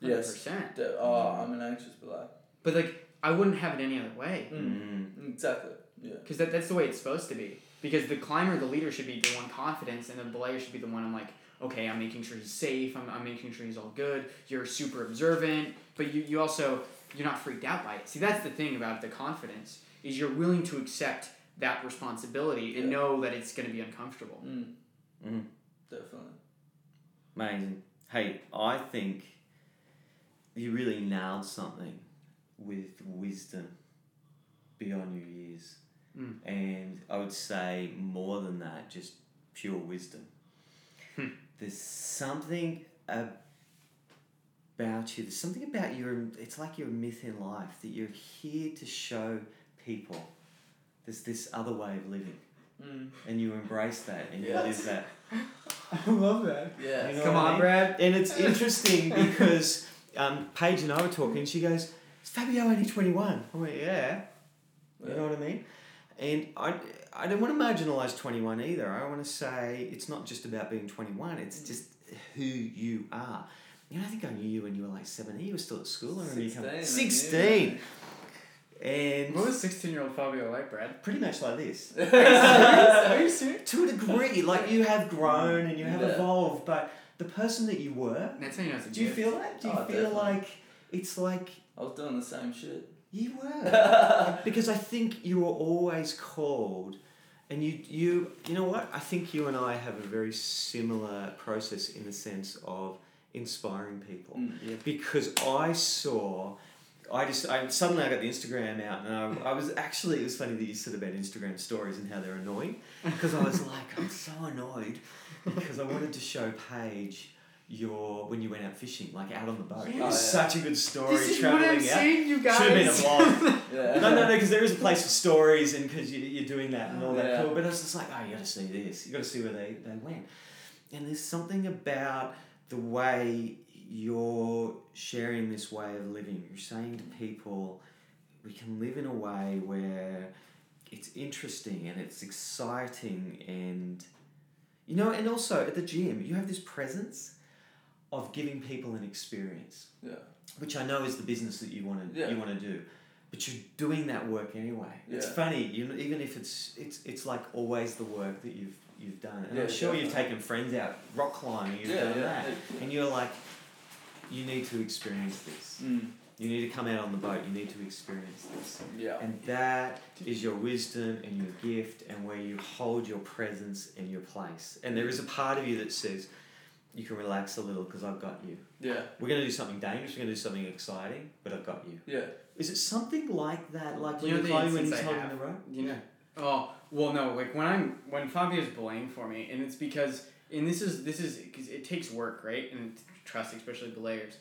[SPEAKER 2] Yes.
[SPEAKER 3] percent.
[SPEAKER 2] D-
[SPEAKER 1] Mm.
[SPEAKER 2] Oh, I'm an anxious belayer.
[SPEAKER 3] But like, I wouldn't have it any other way.
[SPEAKER 1] Mm.
[SPEAKER 2] Exactly. Yeah.
[SPEAKER 3] Because that, that's the way it's supposed to be. Because the climber, the leader, should be the one confidence, and the belayer should be the one I'm like, okay, I'm making sure he's safe, I'm, I'm making sure he's all good, you're super observant, but you, you also, you're not freaked out by it. See, that's the thing about the confidence, is you're willing to accept that responsibility and
[SPEAKER 2] Yeah.
[SPEAKER 3] know that it's going to be uncomfortable.
[SPEAKER 2] Mm.
[SPEAKER 1] Mm.
[SPEAKER 2] Definitely.
[SPEAKER 1] Amazing. Hey, I think you really nailed something with wisdom beyond your years.
[SPEAKER 3] Mm.
[SPEAKER 1] And I would say more than that, just pure wisdom.
[SPEAKER 3] Hmm.
[SPEAKER 1] There's something about you, there's something about your, it's like your myth in life that you're here to show people there's this other way of living.
[SPEAKER 2] Mm.
[SPEAKER 1] And you embrace that and you
[SPEAKER 2] Yes.
[SPEAKER 1] live that.
[SPEAKER 3] I love that.
[SPEAKER 2] Yeah.
[SPEAKER 1] You know
[SPEAKER 3] Come
[SPEAKER 1] what I
[SPEAKER 3] on,
[SPEAKER 1] mean?
[SPEAKER 3] Brad.
[SPEAKER 1] And it's interesting because um, Paige and I were talking. She goes, "Is Fabio only 21?" I went, "Yeah." You
[SPEAKER 2] Yeah.
[SPEAKER 1] know what I mean? And I, I don't want to marginalize 21 either. I want to say it's not just about being 21, it's just who you are. You know, I think I knew you when you were like 17. You were still at school. I remember you coming.
[SPEAKER 2] 16,
[SPEAKER 1] 16! And
[SPEAKER 3] What was sixteen year old Fabio like, Brad?
[SPEAKER 1] pretty much like this.
[SPEAKER 3] Are you serious?
[SPEAKER 1] To a degree, like you have grown and you have
[SPEAKER 2] Yeah.
[SPEAKER 1] evolved, but the person that you were,
[SPEAKER 3] That's how you know it's a
[SPEAKER 1] do you
[SPEAKER 3] gift.
[SPEAKER 1] feel that? Do you
[SPEAKER 2] Oh,
[SPEAKER 1] feel
[SPEAKER 2] definitely.
[SPEAKER 1] like it's like
[SPEAKER 2] I was doing the same shit.
[SPEAKER 1] you were? because I think you were always called, and you you you know what? I think you and I have a very similar process in the sense of inspiring people.
[SPEAKER 3] Mm.
[SPEAKER 2] Mm.
[SPEAKER 1] Because I saw, I just I suddenly I got the Instagram out, and I, I was actually it was funny that you said about Instagram stories and how they're annoying, because I was like I'm so annoyed because I wanted to show Paige. Your when you went out fishing, like out on the boat, it
[SPEAKER 2] Oh,
[SPEAKER 1] was
[SPEAKER 2] yeah.
[SPEAKER 1] such a good story.
[SPEAKER 3] This is what
[SPEAKER 1] traveling
[SPEAKER 3] I'm
[SPEAKER 1] out.
[SPEAKER 3] saying, you guys.
[SPEAKER 1] Should have been a vlog.
[SPEAKER 2] Yeah.
[SPEAKER 1] No, no, no, because there is a place for stories and because you, you're doing that and all that
[SPEAKER 2] Yeah.
[SPEAKER 1] cool. But I was just like, oh, you got to see this. You got to see where they, they went. And there's something about the way you're sharing this way of living. You're saying to people, we can live in a way where it's interesting and it's exciting and you know and also at the gym you have this presence of giving people an experience
[SPEAKER 2] Yeah.
[SPEAKER 1] which I know is the business that you want to
[SPEAKER 2] Yeah.
[SPEAKER 1] you want to do, but you're doing that work anyway. It's
[SPEAKER 2] Yeah.
[SPEAKER 1] funny, you know, even if it's it's it's like always the work that you've you've done, and
[SPEAKER 2] Yeah,
[SPEAKER 1] I'm sure you've
[SPEAKER 2] definitely.
[SPEAKER 1] taken friends out rock climbing, you've
[SPEAKER 2] Yeah,
[SPEAKER 1] done
[SPEAKER 2] yeah,
[SPEAKER 1] that,
[SPEAKER 2] yeah.
[SPEAKER 1] and you're like, you need to experience this.
[SPEAKER 2] Mm.
[SPEAKER 1] You need to come out on the boat. You need to experience this,
[SPEAKER 2] Yeah.
[SPEAKER 1] and that is your wisdom and your gift, and where you hold your presence and your place. And there is a part of you that says, you can relax a little because I've got you.
[SPEAKER 2] Yeah.
[SPEAKER 1] We're going to do something dangerous. We're going to do something exciting, but I've got you.
[SPEAKER 2] Yeah.
[SPEAKER 1] Is it something like that? Like
[SPEAKER 3] Do
[SPEAKER 1] when
[SPEAKER 3] you
[SPEAKER 1] you
[SPEAKER 3] know the
[SPEAKER 1] Chloe when he's
[SPEAKER 3] instance I
[SPEAKER 1] holding
[SPEAKER 3] have?
[SPEAKER 1] the rope?
[SPEAKER 3] You know. Oh well, no. Like when I'm when Fabio's bullying for me, and it's because and this is this is because it takes work, right? And trust, especially the layers.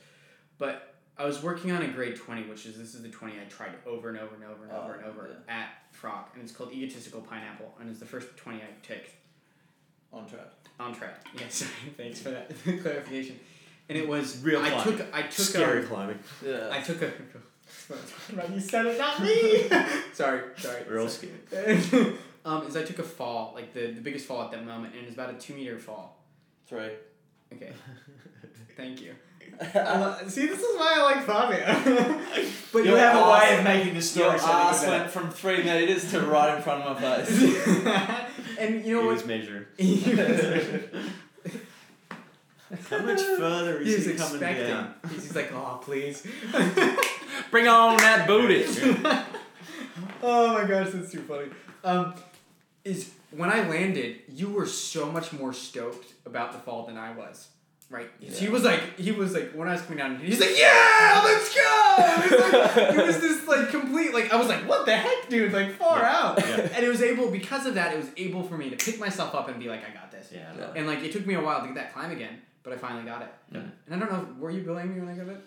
[SPEAKER 3] But I was working on a grade twenty, which is this is the twenty I tried over and over and over and
[SPEAKER 2] Oh,
[SPEAKER 3] over and over at Frog, and it's called Egotistical Pineapple, and it's the first twenty I took
[SPEAKER 2] On track.
[SPEAKER 3] on track. Yeah, sorry. Thanks for that clarification. And it was
[SPEAKER 1] Real
[SPEAKER 3] I
[SPEAKER 1] climbing.
[SPEAKER 3] took I took
[SPEAKER 1] Scary
[SPEAKER 3] a,
[SPEAKER 1] climbing.
[SPEAKER 2] Yeah.
[SPEAKER 3] I took a. you said it, not me. sorry, sorry.
[SPEAKER 1] We're all scared.
[SPEAKER 3] um, is I took a fall, like the, the biggest fall at that moment, and it was about a two meter fall.
[SPEAKER 2] Three.
[SPEAKER 3] Okay, thank you. I lo- See, this is why I like Fabio.
[SPEAKER 1] But
[SPEAKER 2] you Your have a way ass- of
[SPEAKER 1] making the
[SPEAKER 2] Your ass went from three meters to right in front of my face.
[SPEAKER 3] and you
[SPEAKER 1] He
[SPEAKER 3] know
[SPEAKER 1] was
[SPEAKER 3] what?
[SPEAKER 1] measuring. How
[SPEAKER 3] How
[SPEAKER 1] much further
[SPEAKER 3] He
[SPEAKER 1] is
[SPEAKER 3] was
[SPEAKER 1] he coming
[SPEAKER 3] expecting.
[SPEAKER 1] down?
[SPEAKER 3] He's just like, oh, please.
[SPEAKER 4] Bring on that booty.
[SPEAKER 3] oh my gosh, that's too funny. Um, is when I landed, you were so much more stoked about the fall than I was. Right. He
[SPEAKER 2] Yeah.
[SPEAKER 3] was like, he was like, when I was coming down, he's like, yeah, let's go. It was, like, it was this like complete, like I was like, what the heck, dude? Like far out.
[SPEAKER 1] yeah.
[SPEAKER 3] And it was able because of that, it was able for me to pick myself up and be like, I got this.
[SPEAKER 1] Yeah.
[SPEAKER 2] Yeah.
[SPEAKER 3] And like it took me a while to get that climb again, but I finally got it.
[SPEAKER 1] Yeah.
[SPEAKER 3] And I don't know, were you billing me when I got it?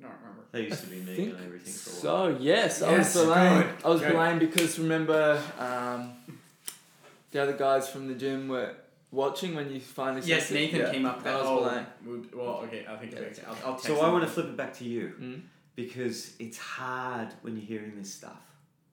[SPEAKER 3] I don't remember.
[SPEAKER 1] They used to be me
[SPEAKER 4] think
[SPEAKER 1] and everything for a while.
[SPEAKER 4] So yes, I
[SPEAKER 3] Yes,
[SPEAKER 4] was blamed.
[SPEAKER 3] good,
[SPEAKER 4] I was
[SPEAKER 3] good.
[SPEAKER 4] blamed because remember um, the other guys from the gym were watching when you finally. said
[SPEAKER 3] Yes,
[SPEAKER 4] that-
[SPEAKER 3] Nathan
[SPEAKER 4] yeah,
[SPEAKER 3] came up.
[SPEAKER 4] I
[SPEAKER 3] That
[SPEAKER 4] was
[SPEAKER 3] oh,
[SPEAKER 4] blamed.
[SPEAKER 3] would- well, okay, I think okay, I'll, I'll text
[SPEAKER 1] So I
[SPEAKER 3] him.
[SPEAKER 1] want to flip it back to you
[SPEAKER 3] Hmm?
[SPEAKER 4] Mm.
[SPEAKER 1] because it's hard when you're hearing this stuff.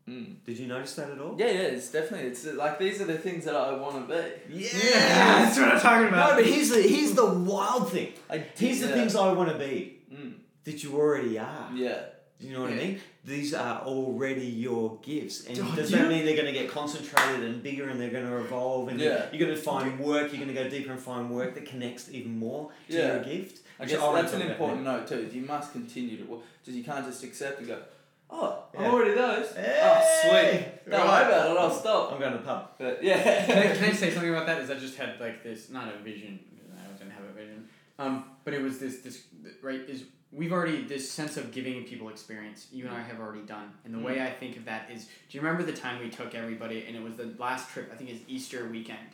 [SPEAKER 4] Mm.
[SPEAKER 1] Did you notice that at all?
[SPEAKER 4] Yeah, yeah.
[SPEAKER 2] It's definitely it's like these are the things that I want to be.
[SPEAKER 3] Yeah, that's what I'm talking
[SPEAKER 1] No,
[SPEAKER 3] about.
[SPEAKER 1] but here's the here's the wild thing.
[SPEAKER 2] I
[SPEAKER 1] Here's the
[SPEAKER 2] yeah.
[SPEAKER 1] things I want to be
[SPEAKER 2] Mm.
[SPEAKER 1] that you already are.
[SPEAKER 2] Yeah.
[SPEAKER 1] Do you know what
[SPEAKER 3] Yeah.
[SPEAKER 1] I mean? These are already your gifts, and
[SPEAKER 3] Oh,
[SPEAKER 1] does
[SPEAKER 3] yeah.
[SPEAKER 1] that mean they're going to get concentrated and bigger, and they're going to evolve, and
[SPEAKER 2] Yeah.
[SPEAKER 1] you're going to find work, you're going to go deeper and find work that connects even more to
[SPEAKER 2] Yeah.
[SPEAKER 1] your gift?
[SPEAKER 2] I
[SPEAKER 1] which
[SPEAKER 2] guess
[SPEAKER 1] I'll
[SPEAKER 2] that's
[SPEAKER 1] talk
[SPEAKER 2] an
[SPEAKER 1] about
[SPEAKER 2] important note too. is You must continue to work. Just you can't just accept and go. Oh,
[SPEAKER 1] Yeah.
[SPEAKER 2] I'm already those.
[SPEAKER 1] Hey!
[SPEAKER 2] Oh, sweet. Don't
[SPEAKER 1] Right.
[SPEAKER 2] worry about it. I'll
[SPEAKER 1] later.
[SPEAKER 2] stop.
[SPEAKER 1] I'm going to the pub.
[SPEAKER 2] But
[SPEAKER 3] can, I,
[SPEAKER 2] yeah.
[SPEAKER 3] can I say something about that? Is I just had like this, not a vision. I didn't have a vision. Um, but it was this this right is we've already this sense of giving people experience. You and I have already done, and the way I think of that is, do you remember the time we took everybody, and it was the last trip? I think it's Easter weekend,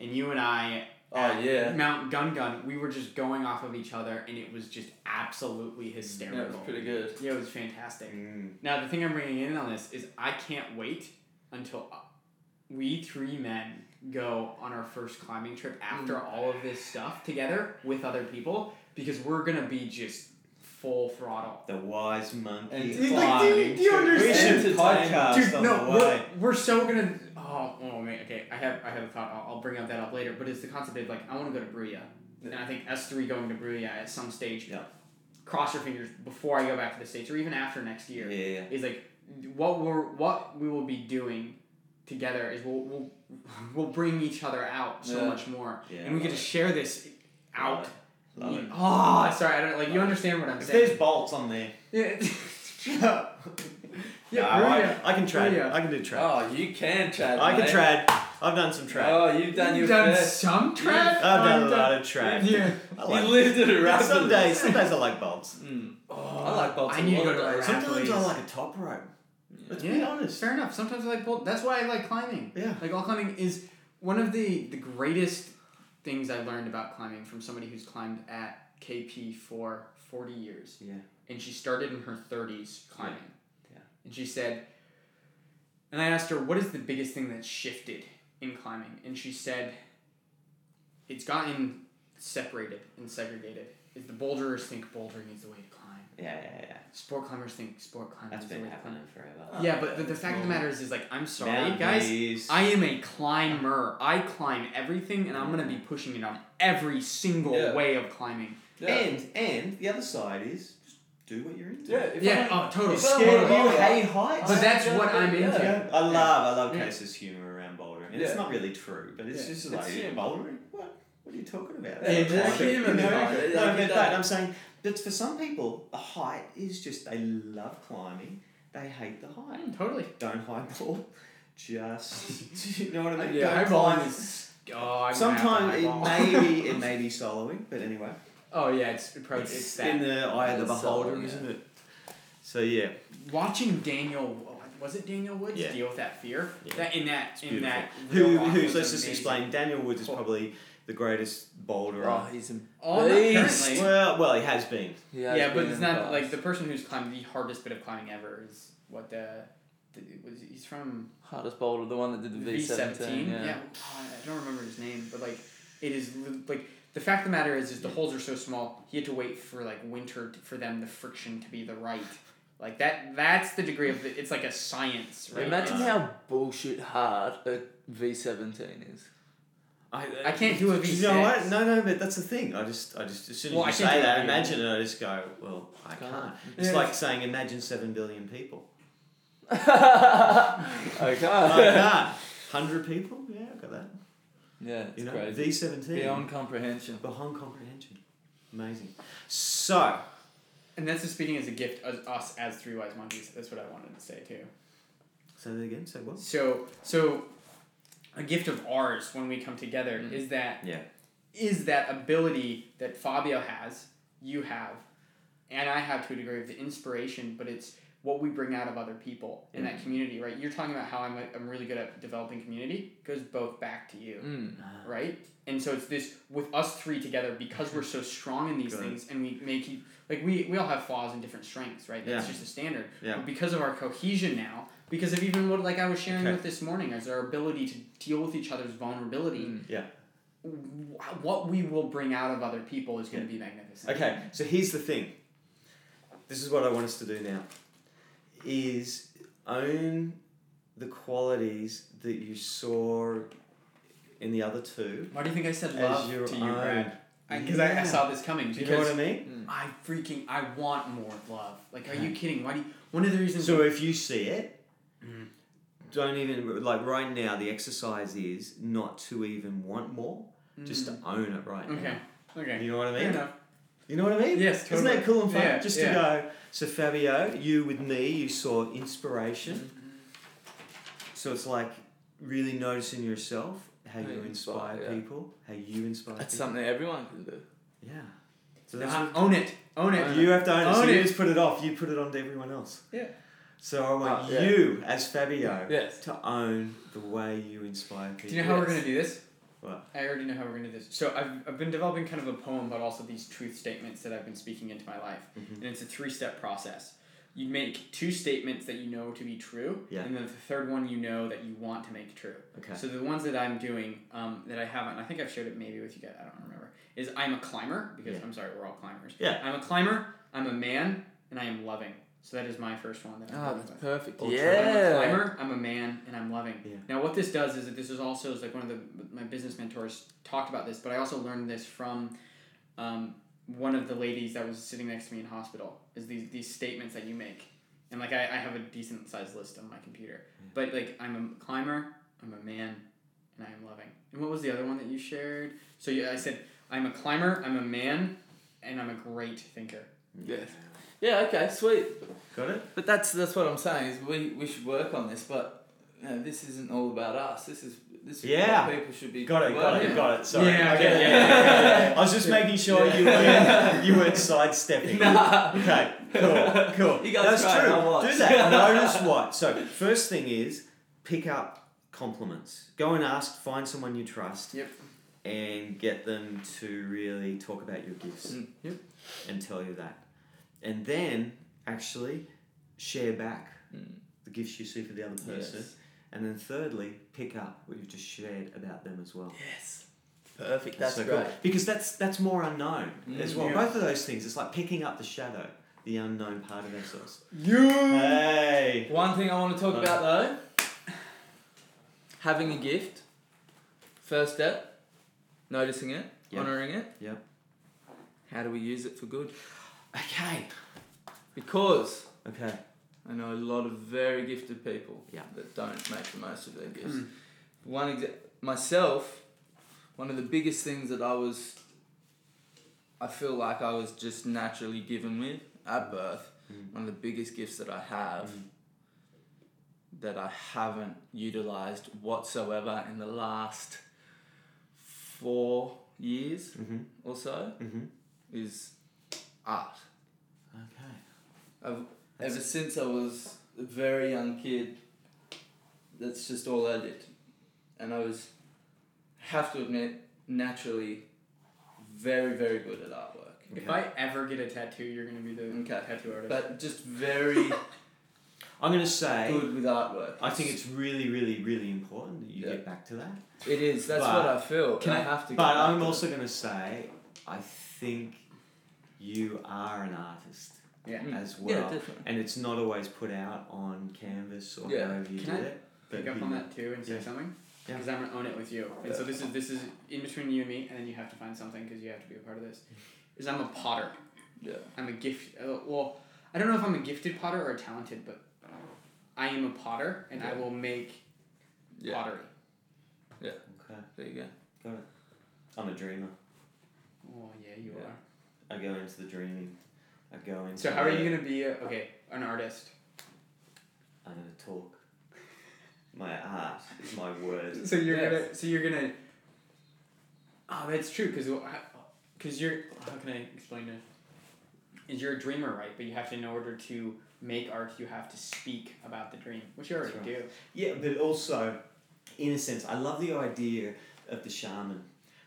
[SPEAKER 3] and you and I.
[SPEAKER 2] Oh,
[SPEAKER 3] at
[SPEAKER 2] yeah.
[SPEAKER 3] Mount Gun Gun. We were just going off of each other, and it was just absolutely hysterical.
[SPEAKER 2] That was pretty good.
[SPEAKER 3] Yeah, it was fantastic.
[SPEAKER 1] Mm,
[SPEAKER 3] Now the thing I'm bringing in on this is I can't wait until we three men go on our first climbing trip after
[SPEAKER 1] Mm.
[SPEAKER 3] all of this stuff together with other people because we're gonna be just full throttle.
[SPEAKER 1] The wise monkey.
[SPEAKER 2] And
[SPEAKER 3] Dude, like, do you- do you
[SPEAKER 1] We
[SPEAKER 3] understand?
[SPEAKER 1] should
[SPEAKER 2] Entertainment.
[SPEAKER 1] podcast
[SPEAKER 3] Dude,
[SPEAKER 1] on
[SPEAKER 3] no,
[SPEAKER 1] the way.
[SPEAKER 3] we're, we're so gonna. make okay. I have I have a thought. I'll, I'll bring up that up later. But it's the concept of like I want to go to Bruya, and I think S three going to Bruya at some stage.
[SPEAKER 1] Yeah.
[SPEAKER 3] Cross your fingers before I go back to the states, or even after next year.
[SPEAKER 1] Yeah.
[SPEAKER 3] Is like what we're what we will be doing together is we'll we'll, we'll bring each other out so
[SPEAKER 2] Yeah.
[SPEAKER 3] much more,
[SPEAKER 1] Yeah,
[SPEAKER 3] and we get
[SPEAKER 1] love
[SPEAKER 3] to share this out.
[SPEAKER 1] Love it.
[SPEAKER 3] Oh, sorry, I don't like you understand what I'm
[SPEAKER 1] If
[SPEAKER 3] saying.
[SPEAKER 1] there's bolts on there,
[SPEAKER 3] Yeah, yeah,
[SPEAKER 1] nah,
[SPEAKER 3] Maria.
[SPEAKER 1] I, I can trad.
[SPEAKER 3] Maria.
[SPEAKER 1] I can do trad.
[SPEAKER 2] Oh, you can trad.
[SPEAKER 1] I can
[SPEAKER 2] mate.
[SPEAKER 1] trad. I've done some trad.
[SPEAKER 2] Oh, you've done your
[SPEAKER 3] You've done
[SPEAKER 2] first.
[SPEAKER 3] some trap.
[SPEAKER 1] I've done a lot of trad.
[SPEAKER 3] Yeah.
[SPEAKER 1] I
[SPEAKER 2] You
[SPEAKER 1] like.
[SPEAKER 2] lived at a rabbit.
[SPEAKER 1] Some days, some days I like bolts.
[SPEAKER 4] Mm.
[SPEAKER 2] Oh, I like bolts.
[SPEAKER 3] I
[SPEAKER 2] a
[SPEAKER 3] need to
[SPEAKER 2] lot,
[SPEAKER 3] go to
[SPEAKER 2] though.
[SPEAKER 3] the rabbit.
[SPEAKER 1] Sometimes I
[SPEAKER 3] Athletes.
[SPEAKER 1] like a top rope. Let's be
[SPEAKER 3] Yeah,
[SPEAKER 1] honest.
[SPEAKER 3] Fair enough. Sometimes I like pull. That's why I like climbing.
[SPEAKER 1] Yeah.
[SPEAKER 3] Like all climbing is one of the the greatest things I learned about climbing from somebody who's climbed at KP for forty years.
[SPEAKER 1] Yeah.
[SPEAKER 3] and she started in her 30s climbing.
[SPEAKER 1] Yeah. Yeah.
[SPEAKER 3] And she said, and I asked her, what is the biggest thing that shifted in climbing? And she said, it's gotten separated and segregated. Is the boulderers think bouldering is the way to climb.
[SPEAKER 1] Yeah, yeah, yeah.
[SPEAKER 3] Sport climbers think sport climbing
[SPEAKER 1] That's
[SPEAKER 3] is the way
[SPEAKER 1] been
[SPEAKER 3] to climb.
[SPEAKER 1] happening forever.
[SPEAKER 2] happening.
[SPEAKER 3] Yeah, but the, the fact of the
[SPEAKER 1] Well,
[SPEAKER 3] matter is, is like, I'm sorry,
[SPEAKER 1] Mountain
[SPEAKER 3] guys.
[SPEAKER 1] views.
[SPEAKER 3] I am a climber. I climb everything, and I'm going to be pushing it on every single
[SPEAKER 2] Yeah.
[SPEAKER 3] way of climbing.
[SPEAKER 2] Yeah.
[SPEAKER 1] And and the other side is just do what you're into.
[SPEAKER 2] Yeah, if
[SPEAKER 3] Yeah,
[SPEAKER 2] I-
[SPEAKER 3] oh, totally.
[SPEAKER 2] if
[SPEAKER 1] Scare
[SPEAKER 2] I wanna
[SPEAKER 1] you,
[SPEAKER 2] bowl,
[SPEAKER 1] hate heights.
[SPEAKER 3] But that's
[SPEAKER 2] Yeah,
[SPEAKER 3] what I'm
[SPEAKER 2] yeah.
[SPEAKER 3] into.
[SPEAKER 1] Yeah, I love, I love
[SPEAKER 3] Yeah.
[SPEAKER 1] Case's humor around bouldering. And
[SPEAKER 2] Yeah.
[SPEAKER 1] It's not really true, but it's
[SPEAKER 2] Yeah.
[SPEAKER 1] just
[SPEAKER 2] It's
[SPEAKER 1] like
[SPEAKER 2] humor.
[SPEAKER 1] bouldering. What? What are you talking about?
[SPEAKER 2] Yeah, exactly.
[SPEAKER 1] You know?
[SPEAKER 2] Humor, man.
[SPEAKER 1] No,
[SPEAKER 2] Like,
[SPEAKER 1] but
[SPEAKER 2] it
[SPEAKER 1] that,
[SPEAKER 2] does.
[SPEAKER 1] I'm saying, but for some people, the height is just they love climbing. They hate the height.
[SPEAKER 3] Totally.
[SPEAKER 1] Don't highball. Just you know what I mean?
[SPEAKER 2] Yeah,
[SPEAKER 1] Don't
[SPEAKER 2] highballing
[SPEAKER 1] climb.
[SPEAKER 3] is. Oh, I'm gonna have to
[SPEAKER 1] Sometimes it
[SPEAKER 3] eyeball.
[SPEAKER 1] may be it may be soloing, but anyway,
[SPEAKER 3] Oh yeah, it's probably it's,
[SPEAKER 1] it's,
[SPEAKER 3] that.
[SPEAKER 1] in the eye of the
[SPEAKER 2] It's soloing,
[SPEAKER 1] beholder,
[SPEAKER 2] yeah.
[SPEAKER 1] isn't it? So yeah,
[SPEAKER 3] Watching Daniel was it Daniel Woods
[SPEAKER 1] Yeah.
[SPEAKER 3] deal with that fear
[SPEAKER 1] Yeah.
[SPEAKER 3] that in that in
[SPEAKER 1] beautiful.
[SPEAKER 3] that
[SPEAKER 1] Who,
[SPEAKER 3] real rock
[SPEAKER 1] who's,
[SPEAKER 3] was
[SPEAKER 1] let's just
[SPEAKER 3] amazing.
[SPEAKER 1] explain, Daniel Woods is
[SPEAKER 3] Cool.
[SPEAKER 1] probably the greatest boulderer.
[SPEAKER 2] Oh, he's a
[SPEAKER 3] Oh, not
[SPEAKER 2] Beast.
[SPEAKER 3] currently.
[SPEAKER 1] Well, well, he has been.
[SPEAKER 4] He has
[SPEAKER 3] Yeah, but
[SPEAKER 4] been
[SPEAKER 3] it's
[SPEAKER 4] in the
[SPEAKER 3] not
[SPEAKER 4] past.
[SPEAKER 3] like the person who's climbed the hardest bit of climbing ever is what the, the was he's from
[SPEAKER 4] hardest bowler, the one that did the V seventeen.
[SPEAKER 3] yeah, Oh, I don't remember his name, but like it is li- like the fact of the matter is, is the holes are so small. He had to wait for like winter to, for them the friction to be the right. Like that. That's the degree of the, it's like a science, right?
[SPEAKER 4] Imagine
[SPEAKER 1] Uh,
[SPEAKER 4] how bullshit hard a V seventeen is.
[SPEAKER 1] I,
[SPEAKER 3] I can't do a
[SPEAKER 1] You know what?
[SPEAKER 3] V6.
[SPEAKER 1] No, no, but that's the thing. I just, I just, as soon as
[SPEAKER 3] Well, I
[SPEAKER 1] you
[SPEAKER 3] can't
[SPEAKER 1] say
[SPEAKER 3] do
[SPEAKER 1] that,
[SPEAKER 3] it.
[SPEAKER 1] imagine it, I just go, well, I
[SPEAKER 4] Can't.
[SPEAKER 1] can't. It's
[SPEAKER 2] Yeah.
[SPEAKER 1] like saying, imagine 7 billion people.
[SPEAKER 4] okay.
[SPEAKER 1] I can't. 100 people? Yeah, I've got that.
[SPEAKER 4] Yeah, it's
[SPEAKER 1] you know,
[SPEAKER 4] crazy.
[SPEAKER 1] V17.
[SPEAKER 4] Beyond comprehension.
[SPEAKER 1] Behind comprehension. Amazing. So,
[SPEAKER 3] And that's just speaking as a gift as us as three wise monkeys. That's what I wanted to say too.
[SPEAKER 1] say that again, say what?
[SPEAKER 3] So so a gift of ours when we come together
[SPEAKER 4] Mm.
[SPEAKER 3] is that
[SPEAKER 1] Yeah.
[SPEAKER 3] is that ability that Fabio has, you have, and I have to a degree of the inspiration, but it's what we bring out of other people in that community, right? You're talking about how I'm, I'm really good at developing community goes both back to you,
[SPEAKER 4] Mm.
[SPEAKER 3] right? And so it's this with us three together because we're so strong in these
[SPEAKER 1] Good.
[SPEAKER 3] things and we make you like we, we all have flaws and different strengths, right? That's
[SPEAKER 1] Yeah.
[SPEAKER 3] just a standard.
[SPEAKER 1] Yeah.
[SPEAKER 3] But because of our cohesion now, because of even what like I was sharing
[SPEAKER 1] Okay.
[SPEAKER 3] with this morning, is our ability to deal with each other's vulnerability
[SPEAKER 4] Mm.
[SPEAKER 1] Yeah.
[SPEAKER 3] wh- what we will bring out of other people is going to be magnificent.
[SPEAKER 1] Okay, so here's the thing. This is what I want us to do now. Is own the qualities that you saw in the other two
[SPEAKER 3] Why do you think I said
[SPEAKER 1] As
[SPEAKER 3] love
[SPEAKER 1] your
[SPEAKER 3] to you,
[SPEAKER 1] own.
[SPEAKER 3] Brad? Because I, I,
[SPEAKER 1] Yeah.
[SPEAKER 3] saw this coming.
[SPEAKER 1] Do
[SPEAKER 3] Because
[SPEAKER 1] you know what I mean?
[SPEAKER 3] I freaking I want more of love. Like, are you kidding? Why do you, one of the reasons?
[SPEAKER 1] So if you see it,
[SPEAKER 3] Mhm.
[SPEAKER 1] don't even like right now. The exercise is not to even want more, just to own it right
[SPEAKER 3] Mm. okay,
[SPEAKER 1] now.
[SPEAKER 3] okay,
[SPEAKER 1] You know what I
[SPEAKER 3] fair
[SPEAKER 1] mean?
[SPEAKER 3] enough.
[SPEAKER 1] You know what I mean?
[SPEAKER 3] Yes, totally.
[SPEAKER 1] Isn't that cool and fun?
[SPEAKER 3] Yeah,
[SPEAKER 1] Just
[SPEAKER 3] yeah.
[SPEAKER 1] to go. So Fabio, you with me, you saw inspiration.
[SPEAKER 3] Mm-hmm.
[SPEAKER 1] So it's like really noticing yourself, how
[SPEAKER 4] How
[SPEAKER 1] you
[SPEAKER 4] you
[SPEAKER 1] inspire
[SPEAKER 4] inspire, yeah.
[SPEAKER 1] people, how you inspire
[SPEAKER 4] That's
[SPEAKER 1] people.
[SPEAKER 4] something everyone can do.
[SPEAKER 1] Yeah. So that's
[SPEAKER 3] Ah, own it, own it.
[SPEAKER 1] what you have to own it. so
[SPEAKER 3] Own
[SPEAKER 1] you
[SPEAKER 3] it.
[SPEAKER 1] just put it off. You put it onto everyone else.
[SPEAKER 2] Yeah.
[SPEAKER 1] So I want
[SPEAKER 4] Ah, yeah.
[SPEAKER 1] you as Fabio
[SPEAKER 4] Yes.
[SPEAKER 1] to own the way you inspire people.
[SPEAKER 3] Do you know how we're gonna do this?
[SPEAKER 1] What?
[SPEAKER 3] I already know how we're gonna do this. So I've, I've been developing kind of a poem, but also these truth statements that I've been speaking into my life,
[SPEAKER 1] Mhm.
[SPEAKER 3] and it's a three step process. You make two statements that you know to be true,
[SPEAKER 1] Yeah.
[SPEAKER 3] and then the third one you know that you want to make true.
[SPEAKER 1] Okay.
[SPEAKER 3] So the ones that I'm doing um, that I haven't, I think I've shared it maybe with you guys. I don't remember. Is I'm a climber because
[SPEAKER 1] Yeah.
[SPEAKER 3] I'm sorry, we're all climbers.
[SPEAKER 1] Yeah.
[SPEAKER 3] I'm a climber. I'm a man, and I am loving. So that is my first one that I'm
[SPEAKER 1] Ah,
[SPEAKER 4] Oh,
[SPEAKER 3] going
[SPEAKER 4] that's
[SPEAKER 3] with.
[SPEAKER 4] perfect.
[SPEAKER 1] Ultra.
[SPEAKER 3] I'm a
[SPEAKER 4] Yeah.
[SPEAKER 3] climber. I'm a man, and I'm loving.
[SPEAKER 1] Yeah.
[SPEAKER 3] Now, what this does is that this is also is like one of the my business mentors talked about this, but I also learned this from um, one of the ladies that was sitting next to me in hospital. Is these these statements that you make, and like I, I have a decent sized list on my computer, but like I'm a climber, I'm a man, and I am loving. And what was the other one that you shared? So yeah, I said I'm a climber, I'm a man, and I'm a great thinker.
[SPEAKER 4] Yes. Yeah. Okay. Sweet.
[SPEAKER 1] Got it?
[SPEAKER 2] But that's that's what I'm saying is we, we should work on this, but you know, this isn't all about us. This is this is
[SPEAKER 1] Yeah.
[SPEAKER 2] what people should be.
[SPEAKER 1] Got it, got
[SPEAKER 2] working
[SPEAKER 1] it,
[SPEAKER 2] on.
[SPEAKER 1] got it. Sorry. Okay,
[SPEAKER 3] Yeah, okay,
[SPEAKER 1] yeah,
[SPEAKER 3] yeah,
[SPEAKER 1] yeah,
[SPEAKER 2] yeah,
[SPEAKER 1] yeah. I was just making sure you
[SPEAKER 2] Yeah.
[SPEAKER 1] weren't, you weren't sidestepping.
[SPEAKER 2] Nah.
[SPEAKER 1] Okay, cool, cool.
[SPEAKER 2] You guys
[SPEAKER 1] That's
[SPEAKER 2] tried,
[SPEAKER 1] true.
[SPEAKER 2] I watched.
[SPEAKER 1] Do that. Notice what. So, first thing is pick up compliments. Go and ask, find someone you trust,
[SPEAKER 3] Yep.
[SPEAKER 1] and get them to really talk about your gifts
[SPEAKER 4] Mm, yep.
[SPEAKER 1] and tell you that. And then, actually, share back
[SPEAKER 4] Mm.
[SPEAKER 1] the gifts you see for the other person.
[SPEAKER 2] Yes.
[SPEAKER 1] And then, thirdly, pick up what you've just shared about them as well.
[SPEAKER 2] Yes. Perfect.
[SPEAKER 1] That's
[SPEAKER 2] That's
[SPEAKER 1] so
[SPEAKER 2] great.
[SPEAKER 1] cool. Because that's that's more unknown
[SPEAKER 2] Mm,
[SPEAKER 1] as well.
[SPEAKER 2] yeah.
[SPEAKER 1] Both of those things. It's like picking up the shadow, the unknown part of ourselves.
[SPEAKER 4] You.
[SPEAKER 1] Hey.
[SPEAKER 4] One thing I want to talk
[SPEAKER 1] Uh.
[SPEAKER 4] about though, having a gift. First step, noticing it,
[SPEAKER 1] Yeah.
[SPEAKER 4] honoring it.
[SPEAKER 1] Yeah.
[SPEAKER 4] How do we use it for good?
[SPEAKER 1] Okay.
[SPEAKER 4] Because
[SPEAKER 1] Okay.
[SPEAKER 4] I know a lot of very gifted people
[SPEAKER 1] Yeah.
[SPEAKER 4] that don't make the most of their gifts. One exa- myself, one of the biggest things that I was, I feel like I was just naturally given with at birth.
[SPEAKER 1] Mm.
[SPEAKER 4] One of the biggest gifts that I have
[SPEAKER 1] Mm.
[SPEAKER 2] Um,
[SPEAKER 4] that I haven't utilized whatsoever in the last four years
[SPEAKER 1] Mhm.
[SPEAKER 4] or so
[SPEAKER 1] Mhm.
[SPEAKER 4] is art.
[SPEAKER 1] Okay.
[SPEAKER 4] I've,
[SPEAKER 2] That's-
[SPEAKER 4] ever since I was a very young kid, that's just all I did. And I was, have to admit, naturally very, very good at artwork.
[SPEAKER 3] If I ever get a tattoo, you're gonna be the
[SPEAKER 4] Okay.
[SPEAKER 3] tattoo artist.
[SPEAKER 4] But just very
[SPEAKER 1] I'm gonna say.
[SPEAKER 4] good with artwork.
[SPEAKER 1] I think it's really, really, really important that you
[SPEAKER 4] Yeah.
[SPEAKER 1] get back to that.
[SPEAKER 4] It is, that's
[SPEAKER 1] But-
[SPEAKER 4] what I feel.
[SPEAKER 1] Can
[SPEAKER 4] and
[SPEAKER 1] I-
[SPEAKER 4] have to
[SPEAKER 1] But
[SPEAKER 4] get back
[SPEAKER 1] I'm
[SPEAKER 4] to
[SPEAKER 1] also gonna say, I think you are an artist
[SPEAKER 3] yeah.
[SPEAKER 4] Mm.
[SPEAKER 1] as
[SPEAKER 4] it.
[SPEAKER 1] well,
[SPEAKER 4] Yeah, definitely.
[SPEAKER 1] and it's not always put out on canvas or
[SPEAKER 4] Yeah.
[SPEAKER 1] however you
[SPEAKER 3] Can
[SPEAKER 1] did
[SPEAKER 3] I
[SPEAKER 1] it.
[SPEAKER 3] pick
[SPEAKER 1] but
[SPEAKER 3] up
[SPEAKER 1] you-
[SPEAKER 3] on that too and say
[SPEAKER 1] Yeah.
[SPEAKER 3] something
[SPEAKER 1] Yeah.
[SPEAKER 3] because I'm gonna own it with you. And so this is this is in between you and me, and then you have to find something because you have to be a part of this. Is I'm a potter.
[SPEAKER 4] Yeah.
[SPEAKER 3] I'm a gift. Uh, well, I don't know if I'm a gifted potter or a talented, but I am a potter, and I
[SPEAKER 4] Yeah.
[SPEAKER 3] will make
[SPEAKER 4] Yeah.
[SPEAKER 3] pottery.
[SPEAKER 1] Okay.
[SPEAKER 4] There you go.
[SPEAKER 1] I'm a dreamer.
[SPEAKER 3] Oh yeah, you
[SPEAKER 4] Yeah.
[SPEAKER 3] are.
[SPEAKER 1] I go into the dreaming. I go into.
[SPEAKER 3] So how are
[SPEAKER 1] the-
[SPEAKER 3] you gonna be a, okay an artist?
[SPEAKER 1] I'm gonna talk. My art is my word.
[SPEAKER 3] So you're
[SPEAKER 4] Yes.
[SPEAKER 3] gonna so you're gonna. Oh, that's true. Cause wh- how- cause you're how can I explain this? Is you're a dreamer, right? But you have to in order to make art, you have to speak about the dream, which you
[SPEAKER 1] That's
[SPEAKER 3] already do.
[SPEAKER 1] Yeah, but also, in a sense, I love the idea of the shaman.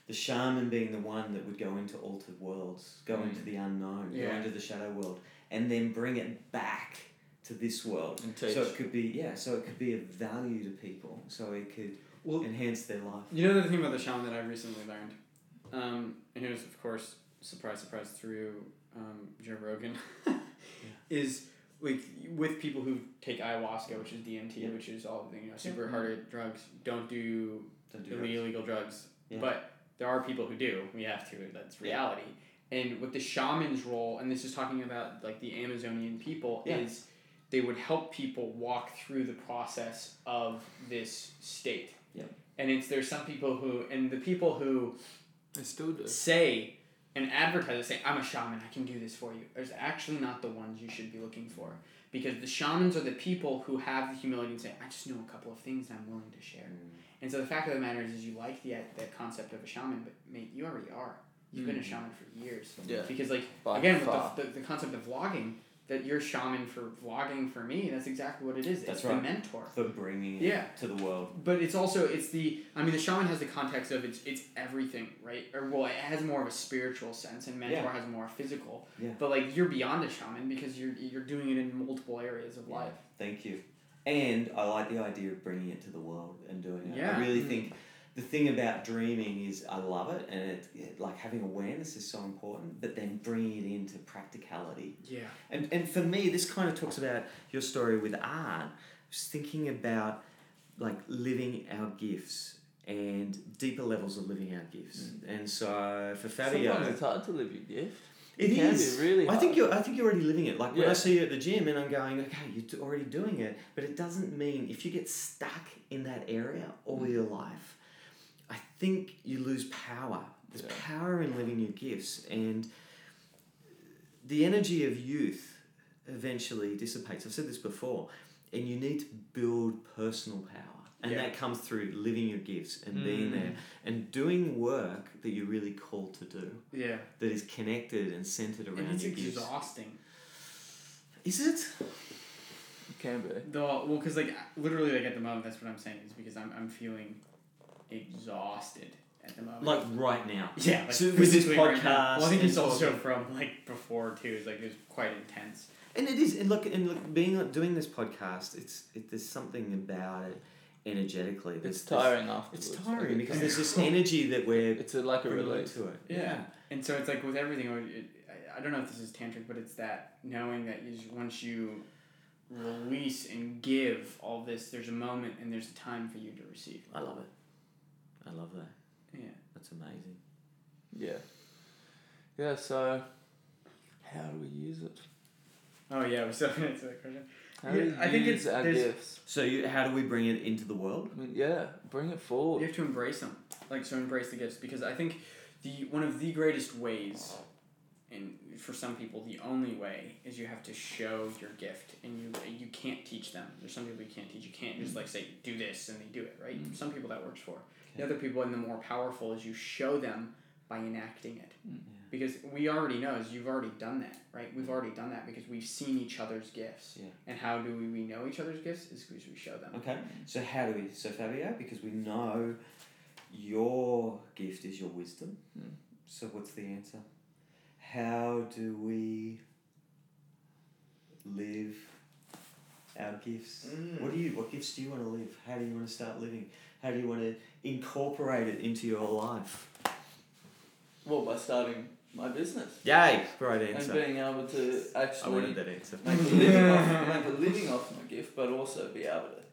[SPEAKER 1] The shaman being the one that would go into altered worlds, go
[SPEAKER 4] Mm.
[SPEAKER 1] into the unknown, go
[SPEAKER 3] Yeah.
[SPEAKER 1] into the shadow world, and then bring it back to this world.
[SPEAKER 4] And teach.
[SPEAKER 1] So it could be yeah. So it could be of value to people. So it could
[SPEAKER 3] Well-
[SPEAKER 1] enhance their life.
[SPEAKER 3] You know the thing about the shaman that I recently learned, um, and it was of course surprise, surprise through um, Joe Rogan, is like with people who take ayahuasca, which is DMT,
[SPEAKER 1] Yeah.
[SPEAKER 3] which is all the you know super
[SPEAKER 4] Mhm.
[SPEAKER 3] hard drugs. Don't do
[SPEAKER 1] Don't do
[SPEAKER 3] illegal
[SPEAKER 1] drugs.
[SPEAKER 3] illegal drugs.
[SPEAKER 1] Yeah.
[SPEAKER 3] But there are people who do. We have to. That's reality. And with the shaman's role, and this is talking about like the Amazonian people,
[SPEAKER 1] Yeah.
[SPEAKER 3] is they would help people walk through the process of this state.
[SPEAKER 1] Yeah.
[SPEAKER 3] And it's there's some people who and the people who
[SPEAKER 4] I still do.
[SPEAKER 3] say and advertise say I'm a shaman, I can do this for you. There's actually not the ones you should be looking for because the shamans are the people who have the humility and say I just know a couple of things and I'm willing to share.
[SPEAKER 4] Mm.
[SPEAKER 3] And so the fact of the matter is, is you like the the concept of a shaman, but mate, you already are. You've been a
[SPEAKER 4] Mm.
[SPEAKER 3] shaman for years.
[SPEAKER 4] Yeah.
[SPEAKER 3] Because like
[SPEAKER 4] By
[SPEAKER 3] again,
[SPEAKER 4] far.
[SPEAKER 3] with the, the, the concept of vlogging, that you're a shaman for vlogging for me. That's exactly what it is.
[SPEAKER 1] That's
[SPEAKER 3] it's the
[SPEAKER 1] right.
[SPEAKER 3] mentor.
[SPEAKER 1] For bringing it
[SPEAKER 3] Yeah.
[SPEAKER 1] to the world.
[SPEAKER 3] But it's also it's the I mean the shaman has the context of it's it's everything right or well it has more of a spiritual sense and mentor
[SPEAKER 1] Yeah.
[SPEAKER 3] has more physical.
[SPEAKER 1] Yeah.
[SPEAKER 3] But like you're beyond a shaman because you're you're doing it in multiple areas of life.
[SPEAKER 1] Thank you. And I like the idea of bringing it to the world and doing it.
[SPEAKER 3] Yeah.
[SPEAKER 1] I really
[SPEAKER 4] Mm.
[SPEAKER 1] think the thing about dreaming is I love it, and it, it like having awareness is so important. But then bringing it into practicality,
[SPEAKER 3] Yeah.
[SPEAKER 1] and and for me, this kind of talks about your story with art. Just thinking about like living our gifts and deeper levels of living our gifts. And so for Fabio,
[SPEAKER 4] Sometimes it's hard to live your gift.
[SPEAKER 1] it
[SPEAKER 4] It can
[SPEAKER 1] is
[SPEAKER 4] be really
[SPEAKER 1] I think
[SPEAKER 4] hard.
[SPEAKER 1] you're. I think you're already living it. Like when I
[SPEAKER 4] Yeah.
[SPEAKER 1] see you at the gym, and I'm going, okay, you're t- already doing it. But it doesn't mean if you get stuck in that area all
[SPEAKER 4] Mm.
[SPEAKER 1] your life, I think you lose power. There's
[SPEAKER 4] Yeah.
[SPEAKER 1] power in living your gifts, and the energy of youth eventually dissipates. I've said this before, and you need to build personal power. And
[SPEAKER 3] Yeah.
[SPEAKER 1] that comes through living your gifts and being
[SPEAKER 4] Mm.
[SPEAKER 1] there and doing work that you're really called to do
[SPEAKER 3] Yeah.
[SPEAKER 1] that is connected and centered around
[SPEAKER 3] And it's
[SPEAKER 1] your gifts.
[SPEAKER 3] exhausting.
[SPEAKER 1] Is it?
[SPEAKER 4] It can be.
[SPEAKER 3] The well, because like literally, like at the moment, that's what I'm saying is because I'm I'm feeling exhausted at the moment.
[SPEAKER 1] Like right now.
[SPEAKER 3] Yeah, like
[SPEAKER 1] So with this
[SPEAKER 3] physically right now.
[SPEAKER 1] podcast
[SPEAKER 3] well, I think
[SPEAKER 1] and
[SPEAKER 3] it's also
[SPEAKER 1] talking.
[SPEAKER 3] from like before too. Is like it was quite intense.
[SPEAKER 1] And it is and look and look being doing this podcast, it's it, there's something about it energetically.
[SPEAKER 4] It's
[SPEAKER 1] that's- that's-
[SPEAKER 4] tiring afterwards.
[SPEAKER 1] It's
[SPEAKER 4] like,
[SPEAKER 1] tiring
[SPEAKER 4] it-
[SPEAKER 1] because there's this energy that we're
[SPEAKER 4] it's a, like a
[SPEAKER 1] bringing
[SPEAKER 4] release.
[SPEAKER 1] to it.
[SPEAKER 3] Yeah. And so it's like with everything, or it, I, I don't know if this is tantric, but it's that knowing that you, once you release and give all this, there's a moment and there's a time for you to receive.
[SPEAKER 1] I love it. I love that.
[SPEAKER 3] Yeah.
[SPEAKER 1] That's amazing.
[SPEAKER 4] Yeah. Yeah, so how do we use it?
[SPEAKER 3] Oh yeah, we still have to answer that question.
[SPEAKER 4] How do
[SPEAKER 3] Yeah,
[SPEAKER 4] we
[SPEAKER 3] I think
[SPEAKER 4] use
[SPEAKER 3] it's-
[SPEAKER 4] our
[SPEAKER 3] there's-
[SPEAKER 4] gifts?
[SPEAKER 1] So you, how do we bring it into the world?
[SPEAKER 4] I mean, yeah, bring it forward.
[SPEAKER 3] You have to embrace them, like so embrace the gifts because I think the one of the greatest ways, and for some people the only way is you have to show your gift and you you can't teach them. There's some people you can't teach. You can't just like say do this and they do it right.
[SPEAKER 1] Mm.
[SPEAKER 3] For some people that works for. The other people and the more powerful is you show them by enacting it. Because we already know is you've already done that, right? We've already done that because we've seen each other's gifts.
[SPEAKER 1] Yeah.
[SPEAKER 3] And how do we know each other's gifts? Is because we show them.
[SPEAKER 1] Okay. So how do we so Fabio, because we know your gift is your wisdom.
[SPEAKER 4] Mm.
[SPEAKER 1] So what's the answer? How do we live our gifts?
[SPEAKER 2] Mm.
[SPEAKER 4] Hmm.
[SPEAKER 1] What do you what gifts do you want to live? How do you want to start living? How do you want to incorporate it into your life?
[SPEAKER 4] Well, by starting my business
[SPEAKER 1] Yay! Right
[SPEAKER 4] and
[SPEAKER 1] answer.
[SPEAKER 4] being able to
[SPEAKER 1] I
[SPEAKER 4] actually
[SPEAKER 1] wanted that answer.
[SPEAKER 4] make a living off, make a living off my gift, but also be able to.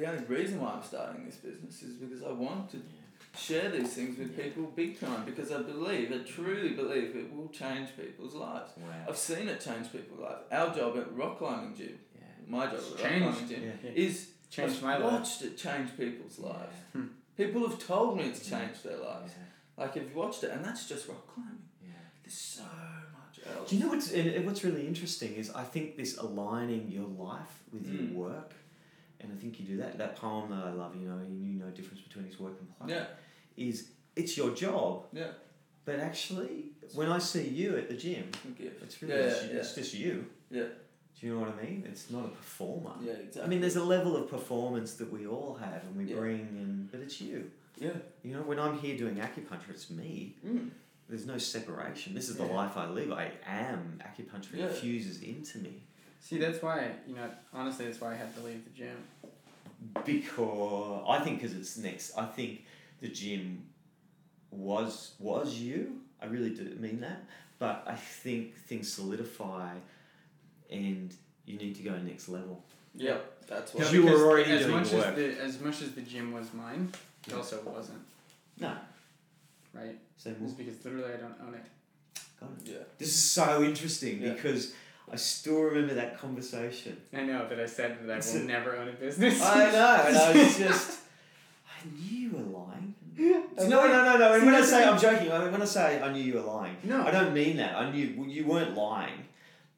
[SPEAKER 4] The only reason why I'm starting this business is because I want to share these things with
[SPEAKER 1] Yeah.
[SPEAKER 4] people big time because I believe, I truly believe it will change people's lives.
[SPEAKER 1] Wow.
[SPEAKER 4] I've seen it change people's lives. Our job at Rock Climbing Gym,
[SPEAKER 1] Yeah.
[SPEAKER 4] my job
[SPEAKER 3] It's
[SPEAKER 4] at Rock Climbing
[SPEAKER 3] changed.
[SPEAKER 4] Gym,
[SPEAKER 1] Yeah.
[SPEAKER 3] Yeah.
[SPEAKER 4] is
[SPEAKER 3] Changed
[SPEAKER 4] I've
[SPEAKER 3] my life.
[SPEAKER 4] watched it change people's lives.
[SPEAKER 1] Yeah.
[SPEAKER 4] People have told me it's
[SPEAKER 1] Yeah.
[SPEAKER 4] changed their
[SPEAKER 1] Yeah.
[SPEAKER 4] lives. Like, if you watched it, and that's just rock climbing.
[SPEAKER 1] Yeah.
[SPEAKER 4] There's so much else.
[SPEAKER 1] Do you know what's and and what's really interesting is I think this aligning your life with
[SPEAKER 4] Mm.
[SPEAKER 1] your work, and I think you do that. That poem that I love, you know, you know, difference between his work and play.
[SPEAKER 4] Yeah,
[SPEAKER 1] is it's your job,
[SPEAKER 4] yeah,
[SPEAKER 1] but actually, when I see you at the gym,
[SPEAKER 4] good gift.
[SPEAKER 1] it's really
[SPEAKER 4] Yeah,
[SPEAKER 1] just,
[SPEAKER 4] yeah.
[SPEAKER 1] it's just you.
[SPEAKER 4] Yeah.
[SPEAKER 1] Do you know what I mean? It's not a performer.
[SPEAKER 4] Yeah, exactly.
[SPEAKER 1] I mean, there's a level of performance that we all have, and we
[SPEAKER 4] Yeah.
[SPEAKER 1] bring, and but it's you.
[SPEAKER 4] Yeah.
[SPEAKER 1] You know, when I'm here doing acupuncture, it's me.
[SPEAKER 4] Mm.
[SPEAKER 1] There's no separation. This is the
[SPEAKER 4] Yeah.
[SPEAKER 1] life I live. I am acupuncture
[SPEAKER 4] Yeah.
[SPEAKER 1] infuses into me.
[SPEAKER 3] See, that's why you know. Honestly, that's why I had to leave the gym.
[SPEAKER 1] because I think because it's next. I think the gym was was you. I really do mean that, but I think things solidify, and you need to go next level.
[SPEAKER 4] Yeah, that's
[SPEAKER 1] Yeah,
[SPEAKER 4] what.
[SPEAKER 1] You were
[SPEAKER 3] because
[SPEAKER 1] already
[SPEAKER 3] as
[SPEAKER 1] doing
[SPEAKER 3] much
[SPEAKER 1] the work.
[SPEAKER 3] As, the, as much as the gym was mine, it
[SPEAKER 1] Yeah.
[SPEAKER 3] also wasn't.
[SPEAKER 1] No.
[SPEAKER 3] Right?
[SPEAKER 1] So
[SPEAKER 3] It's because literally I don't own it.
[SPEAKER 1] got it.
[SPEAKER 4] Yeah.
[SPEAKER 1] This is so interesting
[SPEAKER 4] Yeah.
[SPEAKER 1] because I still remember that conversation.
[SPEAKER 3] I know that I said that I
[SPEAKER 1] It's
[SPEAKER 3] will
[SPEAKER 1] a-
[SPEAKER 3] never own a business.
[SPEAKER 1] I know, and I was just. I knew you were lying. No, no, no, no. And
[SPEAKER 3] See,
[SPEAKER 1] when I
[SPEAKER 3] that's
[SPEAKER 1] say
[SPEAKER 3] the-
[SPEAKER 1] I'm joking, I mean, when I say I knew you were lying,
[SPEAKER 3] No.
[SPEAKER 1] I don't mean that. I knew well, you weren't lying,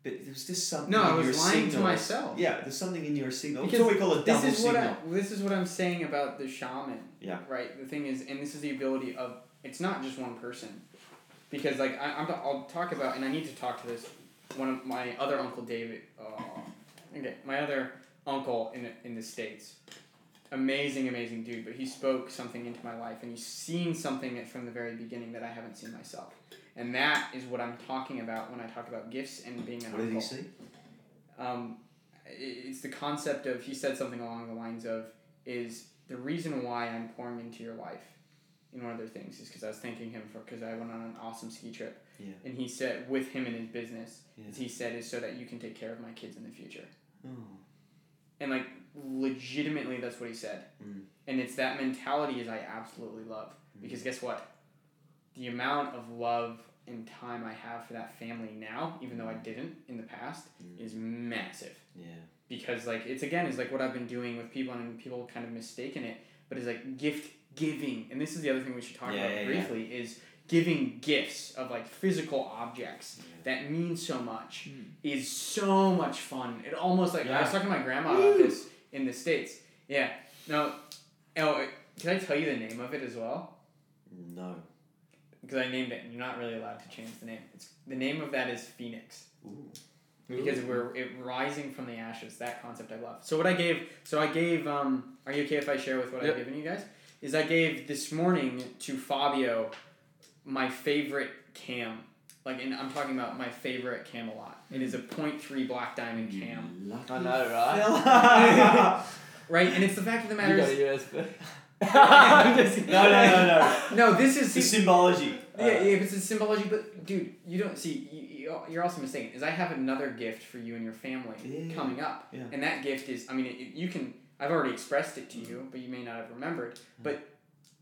[SPEAKER 1] but there was just something.
[SPEAKER 3] No,
[SPEAKER 1] in
[SPEAKER 3] I
[SPEAKER 1] your
[SPEAKER 3] was lying to
[SPEAKER 1] signal.
[SPEAKER 3] myself.
[SPEAKER 1] Yeah, there's something in your signal. That's
[SPEAKER 3] Because
[SPEAKER 1] what we call a double
[SPEAKER 3] this is what
[SPEAKER 1] signal.
[SPEAKER 3] I, this is what I'm saying about the shaman.
[SPEAKER 1] Yeah.
[SPEAKER 3] Right. The thing is, and this is the ability of it's not just one person, because like I, I'm I'll talk about and I need to talk to this one of my other uncle David. Uh, okay, my other uncle in the- in the states. Amazing, amazing dude, but he spoke something into my life, and he's seen something from the very beginning that I haven't seen myself, and that is what I'm talking about when I talk about gifts and being an
[SPEAKER 1] What did
[SPEAKER 3] uncle
[SPEAKER 1] he see?
[SPEAKER 3] um, i- it's the concept of he said something along the lines of is the reason why I'm pouring into your life in one of their things is because I was thanking him for because I went on an awesome ski trip
[SPEAKER 1] Yeah.
[SPEAKER 3] and he said with him and his business
[SPEAKER 1] Yeah.
[SPEAKER 3] as he said is so that you can take care of my kids in the future
[SPEAKER 1] Oh.
[SPEAKER 3] and like legitimately that's what he said
[SPEAKER 1] Mm.
[SPEAKER 3] and it's that mentality is I absolutely love because guess what the amount of love and time I have for that family now even though I didn't in the past
[SPEAKER 1] Mm.
[SPEAKER 3] is massive
[SPEAKER 1] Yeah.
[SPEAKER 3] because like it's again is like what I've been doing with people and people kind of mistaken it, but it's like gift giving, and this is the other thing we should talk
[SPEAKER 1] Yeah,
[SPEAKER 3] about
[SPEAKER 1] yeah, yeah.
[SPEAKER 3] briefly is giving gifts of like physical objects
[SPEAKER 1] Yeah.
[SPEAKER 3] that mean so much
[SPEAKER 2] Mm.
[SPEAKER 3] is so much fun. It almost like I was
[SPEAKER 1] Hmm. Yeah.
[SPEAKER 3] talking to my grandma about this in the states. Yeah. No. Oh, can I tell you the name of it as well?
[SPEAKER 1] No.
[SPEAKER 3] Because I named it. and You're not really allowed to change the name. It's the name of that is Phoenix
[SPEAKER 1] Ooh.
[SPEAKER 3] because we're it rising from the ashes. That concept I love. So what I gave, so I gave. Um, are you okay if I share with what
[SPEAKER 4] Yep.
[SPEAKER 3] I've given you guys? Is I gave this morning to Fabio, my favorite cam. Like, and I'm talking about my favorite Camelot. It is a .3 black diamond
[SPEAKER 1] Mm-hmm.
[SPEAKER 3] cam,
[SPEAKER 1] Lucky
[SPEAKER 4] I know, right?
[SPEAKER 1] fella.
[SPEAKER 3] right? And it's the fact of the matter is,
[SPEAKER 4] You got a USB.
[SPEAKER 3] I'm just-
[SPEAKER 1] no, no, no, no.
[SPEAKER 3] no, this is
[SPEAKER 1] It's the symbology.
[SPEAKER 3] Yeah, yeah, if it's a symbology, but dude, you don't see. You, you, you're also mistaken. Is I have another gift for you and your family
[SPEAKER 1] Yeah.
[SPEAKER 3] coming up,
[SPEAKER 1] Yeah.
[SPEAKER 3] and that gift is. I mean, it, you can. I've already expressed it to you, but you may not have remembered.
[SPEAKER 1] Mm-hmm.
[SPEAKER 3] But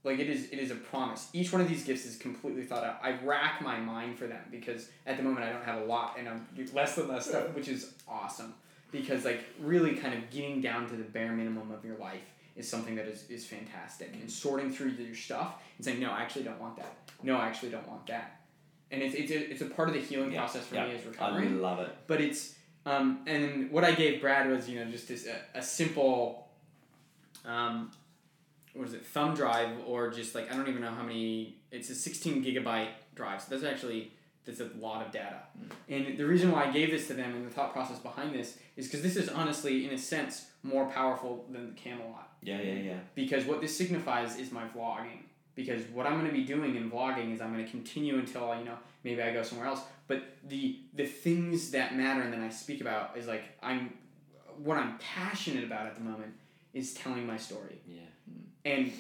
[SPEAKER 3] like, it is. It is a promise. Each one of these gifts is completely thought out. I rack my mind for them because at the moment I don't have a lot, and I'm less than less stuff, which is awesome. Because like, really, kind of getting down to the bare minimum of your life is something that is, is fantastic and sorting through your stuff and saying no i actually don't want that no i actually don't want that and it's, it's, a, it's a part of the healing
[SPEAKER 1] Yeah,
[SPEAKER 3] process for
[SPEAKER 1] yeah.
[SPEAKER 3] me is
[SPEAKER 1] I
[SPEAKER 3] recovery
[SPEAKER 1] love it.
[SPEAKER 3] but it's um, and what I gave Brad was you know just this a, a simple um, what is it thumb drive or just like I don't even know how many it's a 16 gigabyte drive so that's actually that's a lot of data and the reason why I gave this to them and the thought process behind this is because this is honestly in a sense more powerful than the Camelot
[SPEAKER 1] Yeah, yeah, yeah.
[SPEAKER 3] because what this signifies is my vlogging. Because what I'm going to be doing in vlogging is I'm going to continue until you know maybe I go somewhere else. But the the things that matter and that I speak about is like I'm what I'm passionate about at the moment is telling my story,
[SPEAKER 1] Yeah.
[SPEAKER 3] and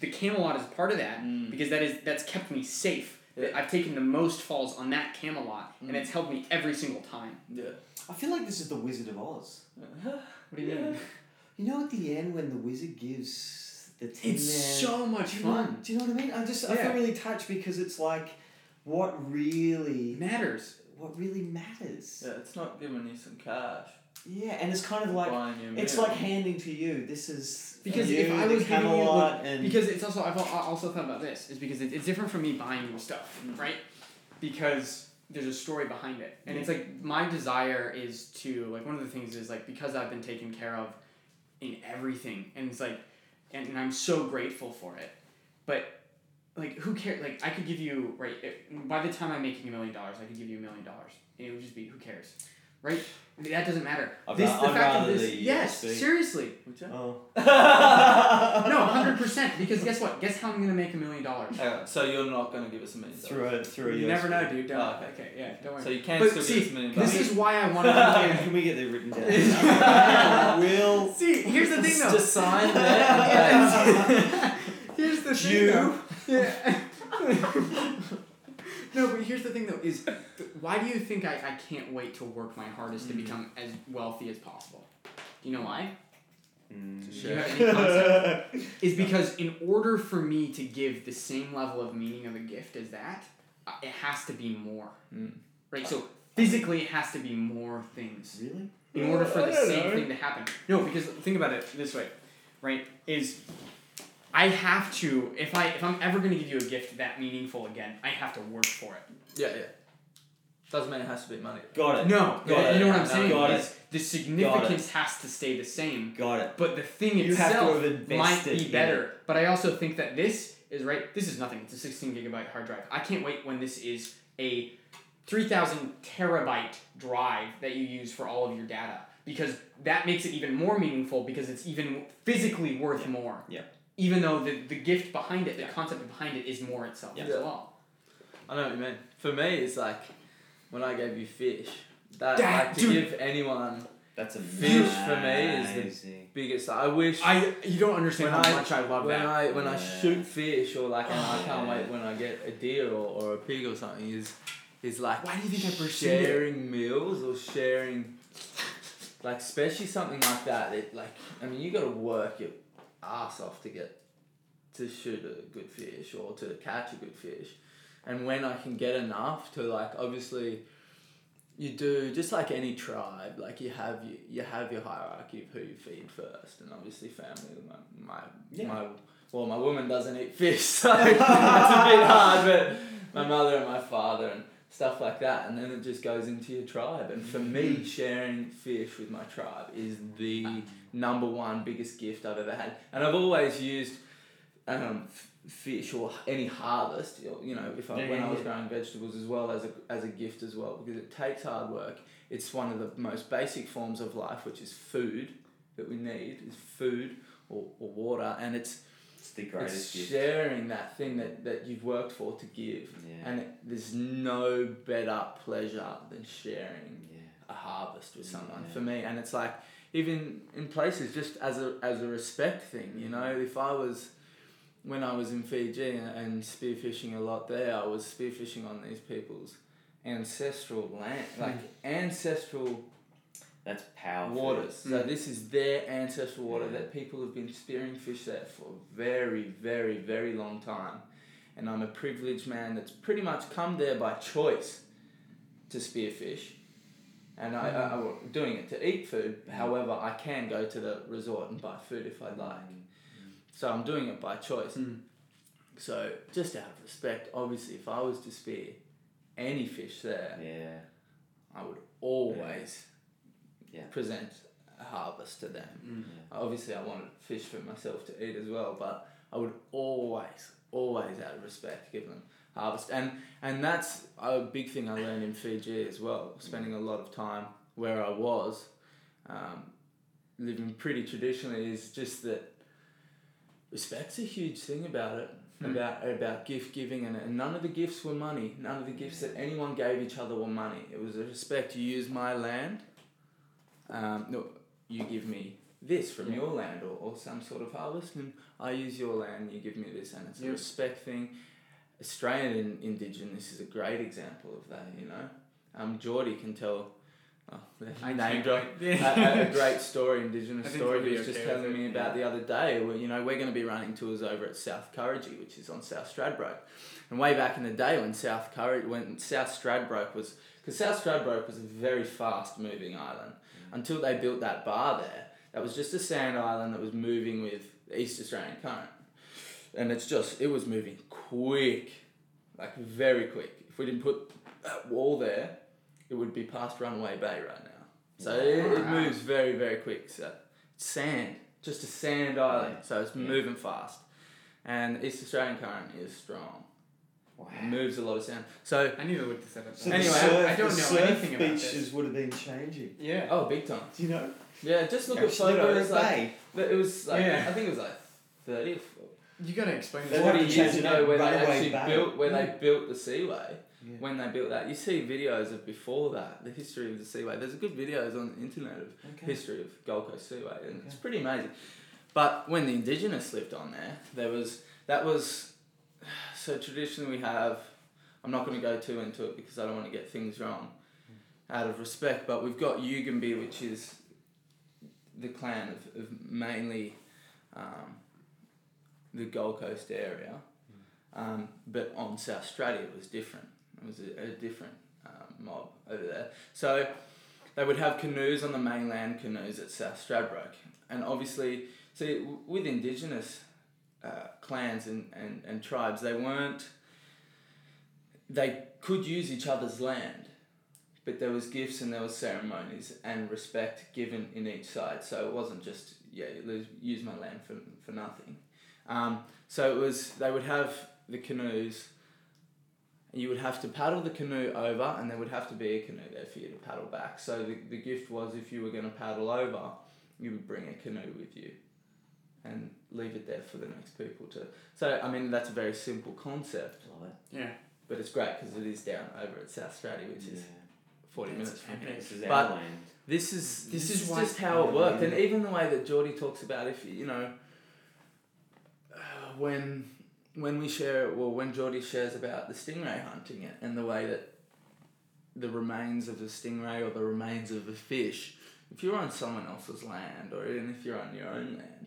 [SPEAKER 3] the Camelot is part of that
[SPEAKER 2] Mm-hmm.
[SPEAKER 4] Mm.
[SPEAKER 3] because that is that's kept me safe.
[SPEAKER 4] Yeah.
[SPEAKER 3] I've taken the most falls on that Camelot, and
[SPEAKER 4] Mm.
[SPEAKER 3] it's helped me every single time.
[SPEAKER 4] Yeah.
[SPEAKER 1] I feel like this is the Wizard of Oz.
[SPEAKER 3] What do you mean?
[SPEAKER 1] You know, at the end when the wizard gives the tin
[SPEAKER 3] It's
[SPEAKER 1] man-
[SPEAKER 3] so much
[SPEAKER 1] Do you know-
[SPEAKER 3] fun.
[SPEAKER 1] Do you know what I mean? I just I
[SPEAKER 3] Yeah.
[SPEAKER 1] feel really touched because it's like, what really,
[SPEAKER 3] It matters.
[SPEAKER 1] what really matters.
[SPEAKER 4] yeah, it's not giving you some cash.
[SPEAKER 1] Yeah, and it's kind of like
[SPEAKER 4] buying you a
[SPEAKER 1] it's
[SPEAKER 4] meal.
[SPEAKER 1] like handing to you. This is
[SPEAKER 3] Because
[SPEAKER 1] you,
[SPEAKER 3] if I
[SPEAKER 1] the
[SPEAKER 3] was giving you,
[SPEAKER 1] Camelot,
[SPEAKER 3] look,
[SPEAKER 1] and
[SPEAKER 3] Because it's also I've al- I also thought about this is because it- it's different from me buying you stuff,
[SPEAKER 1] Mm-hmm.
[SPEAKER 4] Mm.
[SPEAKER 3] right? Because there's a story behind it, and it's like my desire is to like one of the things is like because I've been taken care of in everything, and it's like, and, and I'm so grateful for it, but like who cares? Like I could give you right if, by the time I'm making a million dollars, I could give you a million dollars, and it would just be who cares, right? That doesn't matter.
[SPEAKER 1] I'd
[SPEAKER 3] this
[SPEAKER 1] ra-
[SPEAKER 3] the
[SPEAKER 1] I'd
[SPEAKER 3] fact
[SPEAKER 1] rather
[SPEAKER 3] of this.
[SPEAKER 1] the uh,
[SPEAKER 3] Yes,
[SPEAKER 1] USB.
[SPEAKER 3] seriously.
[SPEAKER 4] Would you?
[SPEAKER 1] oh
[SPEAKER 3] No, hundred percent. Because guess what? Guess how I'm gonna make a million dollars.
[SPEAKER 4] Hang on, so you're not gonna give us a million
[SPEAKER 1] through
[SPEAKER 4] dollars.
[SPEAKER 1] a through a
[SPEAKER 3] You never
[SPEAKER 1] USB.
[SPEAKER 3] know, dude. Don't.
[SPEAKER 4] Oh, okay.
[SPEAKER 3] okay, yeah, don't worry.
[SPEAKER 4] So you can
[SPEAKER 3] But
[SPEAKER 4] still
[SPEAKER 3] see,
[SPEAKER 4] give us a million
[SPEAKER 3] this
[SPEAKER 4] bucks.
[SPEAKER 3] is why I want
[SPEAKER 1] Can,
[SPEAKER 3] to.
[SPEAKER 1] can we get that written down? Will
[SPEAKER 3] See, here's the thing, though.
[SPEAKER 4] Just sign there.
[SPEAKER 3] Yeah. here's the thing,
[SPEAKER 1] You.
[SPEAKER 3] though. Yeah.
[SPEAKER 1] Mm,
[SPEAKER 3] no, but here's the thing, though. Is th- why do you think I, I can't wait to work my hardest to
[SPEAKER 4] Mm.
[SPEAKER 3] become as wealthy as possible? Do you know why?
[SPEAKER 1] Mm.
[SPEAKER 3] Do you have any concept? is because in order for me to give the same level of meaning of a gift as that, uh, it has to be more.
[SPEAKER 1] Hmm.
[SPEAKER 4] Mm.
[SPEAKER 1] Uh,
[SPEAKER 3] Right? So physically, it has to be more things
[SPEAKER 1] really?
[SPEAKER 3] in order for
[SPEAKER 1] I
[SPEAKER 3] the
[SPEAKER 1] don't
[SPEAKER 3] same
[SPEAKER 1] know.
[SPEAKER 3] thing to happen. No, because think about it this way, right? Is I have to if I if I'm ever gonna give you a gift that meaningful again, I have to work for it.
[SPEAKER 4] yeah, yeah. Doesn't mean it has to be money.
[SPEAKER 1] Got it.
[SPEAKER 3] No,
[SPEAKER 1] Got
[SPEAKER 3] you
[SPEAKER 1] it.
[SPEAKER 3] know what I'm
[SPEAKER 1] No,
[SPEAKER 3] saying?
[SPEAKER 1] got
[SPEAKER 3] is the significance has to stay the same.
[SPEAKER 1] Got it.
[SPEAKER 3] But the thing
[SPEAKER 1] You have to
[SPEAKER 3] itself
[SPEAKER 1] have invested
[SPEAKER 3] might be
[SPEAKER 1] in
[SPEAKER 3] better. But I also think that this is right. This is nothing. It's a 16 gigabyte hard drive. I can't wait when this is a 3,000 terabyte drive that you use for all of your data because that makes it even more meaningful because it's even physically worth
[SPEAKER 1] Yeah.
[SPEAKER 3] more.
[SPEAKER 1] Yeah.
[SPEAKER 3] Even though the, the gift behind it, the
[SPEAKER 1] Yeah.
[SPEAKER 3] concept behind it is more itself as
[SPEAKER 4] Yeah.
[SPEAKER 3] well.
[SPEAKER 4] I know what you mean. For me, it's like when I gave you fish. That
[SPEAKER 3] Dad,
[SPEAKER 4] like to
[SPEAKER 3] dude.
[SPEAKER 4] give anyone
[SPEAKER 1] That's amazing.
[SPEAKER 2] Fish for me is biggest. I wish
[SPEAKER 3] I you don't understand
[SPEAKER 2] When
[SPEAKER 3] how
[SPEAKER 2] I-
[SPEAKER 3] much I love
[SPEAKER 2] when
[SPEAKER 3] that.
[SPEAKER 2] I when I
[SPEAKER 1] Yeah.
[SPEAKER 2] shoot fish or like and I can't
[SPEAKER 1] Yeah.
[SPEAKER 2] wait when I get a deer or, or a pig or something is is like
[SPEAKER 3] Why do you think I pursued it?
[SPEAKER 2] sharing meals or sharing like especially something like that it like I mean you gotta work your ass off to get to shoot a good fish or to catch a good fish and when I can get enough to like obviously you do just like any tribe like you have you, you have your hierarchy of who you feed first and obviously family my my,
[SPEAKER 3] Yeah.
[SPEAKER 2] my well my woman doesn't eat fish so it's a bit hard but my mother and my father and stuff like that and then it just goes into your tribe and for
[SPEAKER 1] Mm-hmm.
[SPEAKER 2] me sharing fish with my tribe is the number one biggest gift I've ever had and I've always used um, f- fish or any harvest, you know, you know, if I,
[SPEAKER 1] Yeah,
[SPEAKER 2] when
[SPEAKER 1] yeah,
[SPEAKER 2] I was
[SPEAKER 1] yeah.
[SPEAKER 2] growing vegetables as well as a, as a gift as well, because it takes hard work. It's one of the most basic forms of life, which is food that we need is food or, or water. And it's,
[SPEAKER 1] It's the
[SPEAKER 2] it's
[SPEAKER 1] greatest gift.
[SPEAKER 2] sharing that thing that, that you've worked for to give.
[SPEAKER 1] Yeah.
[SPEAKER 2] And it, there's no better pleasure than sharing
[SPEAKER 1] yeah.
[SPEAKER 2] a harvest with someone
[SPEAKER 1] Yeah.
[SPEAKER 2] for me and it's like even in places just as a as a respect thing you
[SPEAKER 1] Mm-hmm.
[SPEAKER 2] know if i was when i was in fiji and spearfishing a lot there i was spearfishing on these people's ancestral land like
[SPEAKER 1] Mm.
[SPEAKER 2] ancestral
[SPEAKER 1] That's powerful.
[SPEAKER 2] waters so
[SPEAKER 3] Mm.
[SPEAKER 2] this is their ancestral water
[SPEAKER 1] Yeah.
[SPEAKER 2] that people have been spearing fish there for a very very very long time and i'm a privileged man that's pretty much come there by choice to spear fish and I, I, I wa- doing it to eat food. However, I can go to the resort and buy food if I'd like. So I'm doing it by choice.
[SPEAKER 3] Mm.
[SPEAKER 2] So just out of respect, obviously, if I was to spear any fish there,
[SPEAKER 1] Yeah.
[SPEAKER 2] I would always
[SPEAKER 1] Yeah. Mm,
[SPEAKER 2] present a harvest to them. Obviously, I wanted fish for myself to eat as well, but I would always, always, out of respect, give them harvest. And and that's a big thing I learned in Fiji as well. Spending a lot of time where I was, um, living pretty traditionally, is just that respect's a huge thing about it.
[SPEAKER 3] Hmm.
[SPEAKER 2] About about gift giving and, and none of the gifts were money. None of the gifts that anyone gave each other were money. It was a respect. You use my land. Um, no, you give me this from your land or, or some sort of harvest, and I use your land. You give me this, and it's a
[SPEAKER 3] Yeah.
[SPEAKER 2] respect thing. Australian in, indigenous is a great example of that. You know, um, Geordie can tell. Oh,
[SPEAKER 3] I
[SPEAKER 2] name
[SPEAKER 3] can't
[SPEAKER 2] drop
[SPEAKER 3] wait.
[SPEAKER 2] a, a great story, indigenous
[SPEAKER 3] I think
[SPEAKER 2] story.
[SPEAKER 3] we'll be
[SPEAKER 2] He was just
[SPEAKER 3] okay with
[SPEAKER 2] telling
[SPEAKER 3] it,
[SPEAKER 2] me about
[SPEAKER 3] yeah.
[SPEAKER 2] the other day. Where, you know, we're going to be running tours over at South Curragee, which is on South Stradbroke. And way back in the day when South Curragee, when South Stradbroke was, because South Stradbroke was a very fast moving island
[SPEAKER 3] Mm.
[SPEAKER 2] until they built that bar there. That was just a sand island that was moving with the East Australian current. And it's just, it was moving quick, like very quick. If we didn't put that wall there, it would be past Runway Bay right now. So it, it
[SPEAKER 3] Wow.
[SPEAKER 2] moves very, very quick. So sand, just a sand island. So it's
[SPEAKER 1] Yeah.
[SPEAKER 2] moving fast. And East Australian current is strong.
[SPEAKER 1] Wow.
[SPEAKER 2] It moves a lot of sand. So,
[SPEAKER 3] I need to look this up.
[SPEAKER 1] So
[SPEAKER 3] anyway,
[SPEAKER 1] the surf,
[SPEAKER 3] I don't
[SPEAKER 1] the
[SPEAKER 3] know
[SPEAKER 1] surf
[SPEAKER 3] anything about
[SPEAKER 1] beaches
[SPEAKER 3] this.
[SPEAKER 1] would have been changing.
[SPEAKER 3] Yeah.
[SPEAKER 2] oh, big time.
[SPEAKER 1] Do you know?
[SPEAKER 2] Yeah, just look at
[SPEAKER 1] Actually,
[SPEAKER 2] photos.
[SPEAKER 1] Bird
[SPEAKER 2] Like,
[SPEAKER 1] Bay.
[SPEAKER 2] But it was like
[SPEAKER 3] Yeah.
[SPEAKER 2] I think it was like thirty or f-
[SPEAKER 3] You gotta explain
[SPEAKER 1] They'd
[SPEAKER 3] this.
[SPEAKER 1] have
[SPEAKER 2] forty
[SPEAKER 1] to change
[SPEAKER 2] years
[SPEAKER 1] the
[SPEAKER 2] ago
[SPEAKER 1] name,
[SPEAKER 2] when they
[SPEAKER 1] Railway
[SPEAKER 2] actually
[SPEAKER 1] Bay.
[SPEAKER 2] built when
[SPEAKER 1] Yeah.
[SPEAKER 2] they built the Seaway.
[SPEAKER 1] Yeah.
[SPEAKER 2] When they built that, you see videos of before that, the history of the Seaway. There's good videos on the internet of
[SPEAKER 1] Okay.
[SPEAKER 2] history of Gold Coast Seaway, and it's
[SPEAKER 1] Okay.
[SPEAKER 2] pretty amazing. But when the Indigenous lived on there, there was that was so traditionally we have. I'm not going to go too into it because I don't want to get things wrong, out of respect. But we've got Yugambi, which is the clan of, of mainly um, the Gold Coast area,
[SPEAKER 1] Hmm.
[SPEAKER 2] um, but on South Australia it was different. It was a, a different um, mob over there. So they would have canoes on the mainland, canoes at South Stradbroke, and obviously, see, w- with Indigenous uh, clans and, and, and tribes, they weren't. They could use each other's land, but there was gifts and there was ceremonies and respect given in each side. So it wasn't just yeah, you lose, use my land for for nothing. Um, so it was they would have the canoes. and You would have to paddle the canoe over, and there would have to be a canoe there for you to paddle back. So the, the gift was if you were going to paddle over, you would bring a canoe with you and leave it there for the next people to. So, I mean, that's a very simple concept,
[SPEAKER 1] Love it.
[SPEAKER 3] Yeah.
[SPEAKER 2] but it's great because it is down over at South Strati, which is
[SPEAKER 4] forty minutes.
[SPEAKER 2] That's epic.
[SPEAKER 1] This is
[SPEAKER 2] But-
[SPEAKER 1] our lane.
[SPEAKER 2] This is this,
[SPEAKER 3] This
[SPEAKER 2] is,
[SPEAKER 3] is why-
[SPEAKER 2] just how it worked, and even the way that Geordie talks about if you know uh, when when we share well when Geordie shares about the stingray hunting it and the way that the remains of a stingray or the remains of a fish, if you're on someone else's land or even if you're on your own land,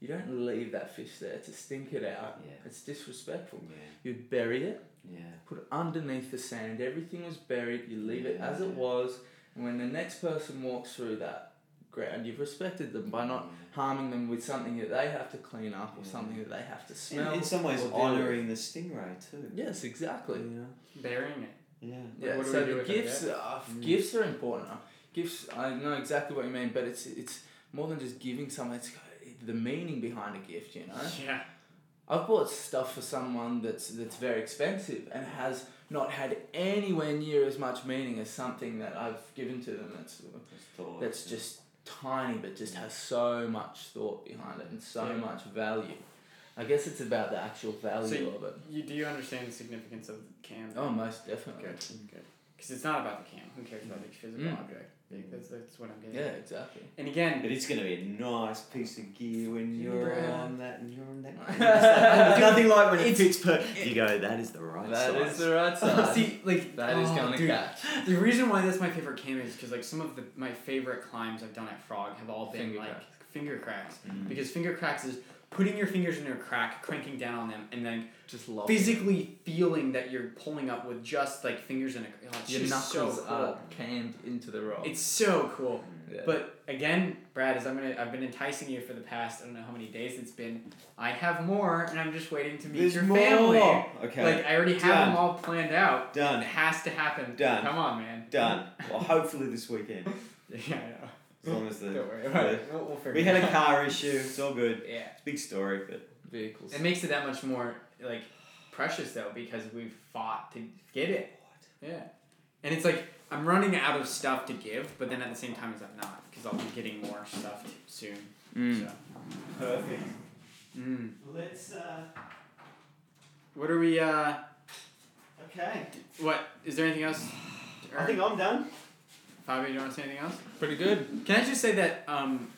[SPEAKER 2] you don't leave that fish there to stink it out.
[SPEAKER 1] Yeah.
[SPEAKER 2] It's disrespectful.
[SPEAKER 1] Yeah.
[SPEAKER 2] You'd bury it
[SPEAKER 1] Yeah.
[SPEAKER 2] put it underneath the sand. Everything was buried. You leave it as it
[SPEAKER 1] Yeah.
[SPEAKER 2] was. And when the next person walks through that ground, you've respected them by not
[SPEAKER 1] Yeah.
[SPEAKER 2] harming them with something that they have to clean up or
[SPEAKER 1] Yeah.
[SPEAKER 2] something that they have to
[SPEAKER 1] In,
[SPEAKER 2] smell.
[SPEAKER 1] in some ways,
[SPEAKER 2] or deal with.
[SPEAKER 1] honoring the stingray too.
[SPEAKER 2] Yes,
[SPEAKER 1] You
[SPEAKER 2] exactly.
[SPEAKER 1] know?
[SPEAKER 3] Burying it.
[SPEAKER 1] Yeah.
[SPEAKER 2] Yeah.
[SPEAKER 3] What do
[SPEAKER 2] so
[SPEAKER 3] we do
[SPEAKER 2] the
[SPEAKER 3] with it,
[SPEAKER 2] gifts, are,
[SPEAKER 1] Mm.
[SPEAKER 2] gifts are important. Gifts. I know exactly what you mean, but it's it's more than just giving someone. It's the meaning behind a gift. You know.
[SPEAKER 3] Yeah.
[SPEAKER 2] I've bought stuff for someone that's that's very expensive and has not had anywhere near as much meaning as something that I've given to them that's
[SPEAKER 1] That's thought.
[SPEAKER 2] that's
[SPEAKER 1] yeah.
[SPEAKER 2] just tiny but just has so much thought behind it and so
[SPEAKER 3] Yeah.
[SPEAKER 2] much value. I guess it's about the actual value
[SPEAKER 3] So you-
[SPEAKER 2] of it.
[SPEAKER 3] You do understand the significance of the cam.
[SPEAKER 2] Oh, most definitely.
[SPEAKER 3] Good. Good. Because it's not about the cam. Who cares about the physical
[SPEAKER 2] Mm.
[SPEAKER 3] object?
[SPEAKER 1] Mm.
[SPEAKER 3] That's, that's what I'm getting.
[SPEAKER 2] Yeah,
[SPEAKER 3] at.
[SPEAKER 2] exactly.
[SPEAKER 3] And again,
[SPEAKER 1] But it's gonna be a nice piece of gear when you're
[SPEAKER 2] Yeah.
[SPEAKER 1] on that and you're on that. ground. There's nothing like when it
[SPEAKER 3] It's-
[SPEAKER 1] fits per. You go. That is the right
[SPEAKER 2] That
[SPEAKER 1] size.
[SPEAKER 2] is the right size.
[SPEAKER 3] See, like
[SPEAKER 2] that is
[SPEAKER 3] oh,
[SPEAKER 2] going to
[SPEAKER 3] dude.
[SPEAKER 2] catch.
[SPEAKER 3] The reason why that's my favorite cam is because like some of the my favorite climbs I've done at Frog have all been
[SPEAKER 2] Finger
[SPEAKER 3] like
[SPEAKER 2] cracks.
[SPEAKER 3] finger cracks
[SPEAKER 1] Mm.
[SPEAKER 3] because finger cracks is putting your fingers in a crack, cranking down on them, and then
[SPEAKER 2] Just love
[SPEAKER 3] physically feeling that you're pulling up with just like fingers in a. Oh, it's
[SPEAKER 2] Your
[SPEAKER 3] just
[SPEAKER 2] knuckles
[SPEAKER 3] so cool.
[SPEAKER 2] are canned into the rock.
[SPEAKER 3] It's so cool.
[SPEAKER 2] Yeah.
[SPEAKER 3] But again, Brad, as I'm gonna, I've been enticing you for the past I don't know how many days it's been. I have more, and I'm just waiting to meet
[SPEAKER 1] There's
[SPEAKER 3] your
[SPEAKER 1] more.
[SPEAKER 3] family.
[SPEAKER 1] Okay.
[SPEAKER 3] Like I already have
[SPEAKER 1] Done.
[SPEAKER 3] them all planned out. It
[SPEAKER 1] done.
[SPEAKER 3] has to happen.
[SPEAKER 1] Done.
[SPEAKER 3] Come on, man.
[SPEAKER 1] Done. Well, hopefully this weekend.
[SPEAKER 3] Yeah, I know.
[SPEAKER 1] As long as
[SPEAKER 3] Don't
[SPEAKER 1] the
[SPEAKER 3] worry about it. We'll, we'll figure
[SPEAKER 1] we
[SPEAKER 3] it
[SPEAKER 1] had a
[SPEAKER 3] out.
[SPEAKER 1] car issue. It's all good.
[SPEAKER 3] Yeah.
[SPEAKER 1] Big story, but
[SPEAKER 2] Vehicles.
[SPEAKER 3] It makes it that much more like precious though because we've fought to get it. Yeah. And it's like I'm running out of stuff to give, but then at the same time as I'm not because I'll be getting more stuff t- soon.
[SPEAKER 2] Mm.
[SPEAKER 3] So.
[SPEAKER 1] perfect.
[SPEAKER 3] Mm.
[SPEAKER 1] Let's. Uh,
[SPEAKER 3] What are we? uh
[SPEAKER 1] okay.
[SPEAKER 3] What is there anything else?
[SPEAKER 1] I think I'm done.
[SPEAKER 3] Fabio, you want to say anything else?
[SPEAKER 2] Pretty good.
[SPEAKER 3] Can I just say that? Um,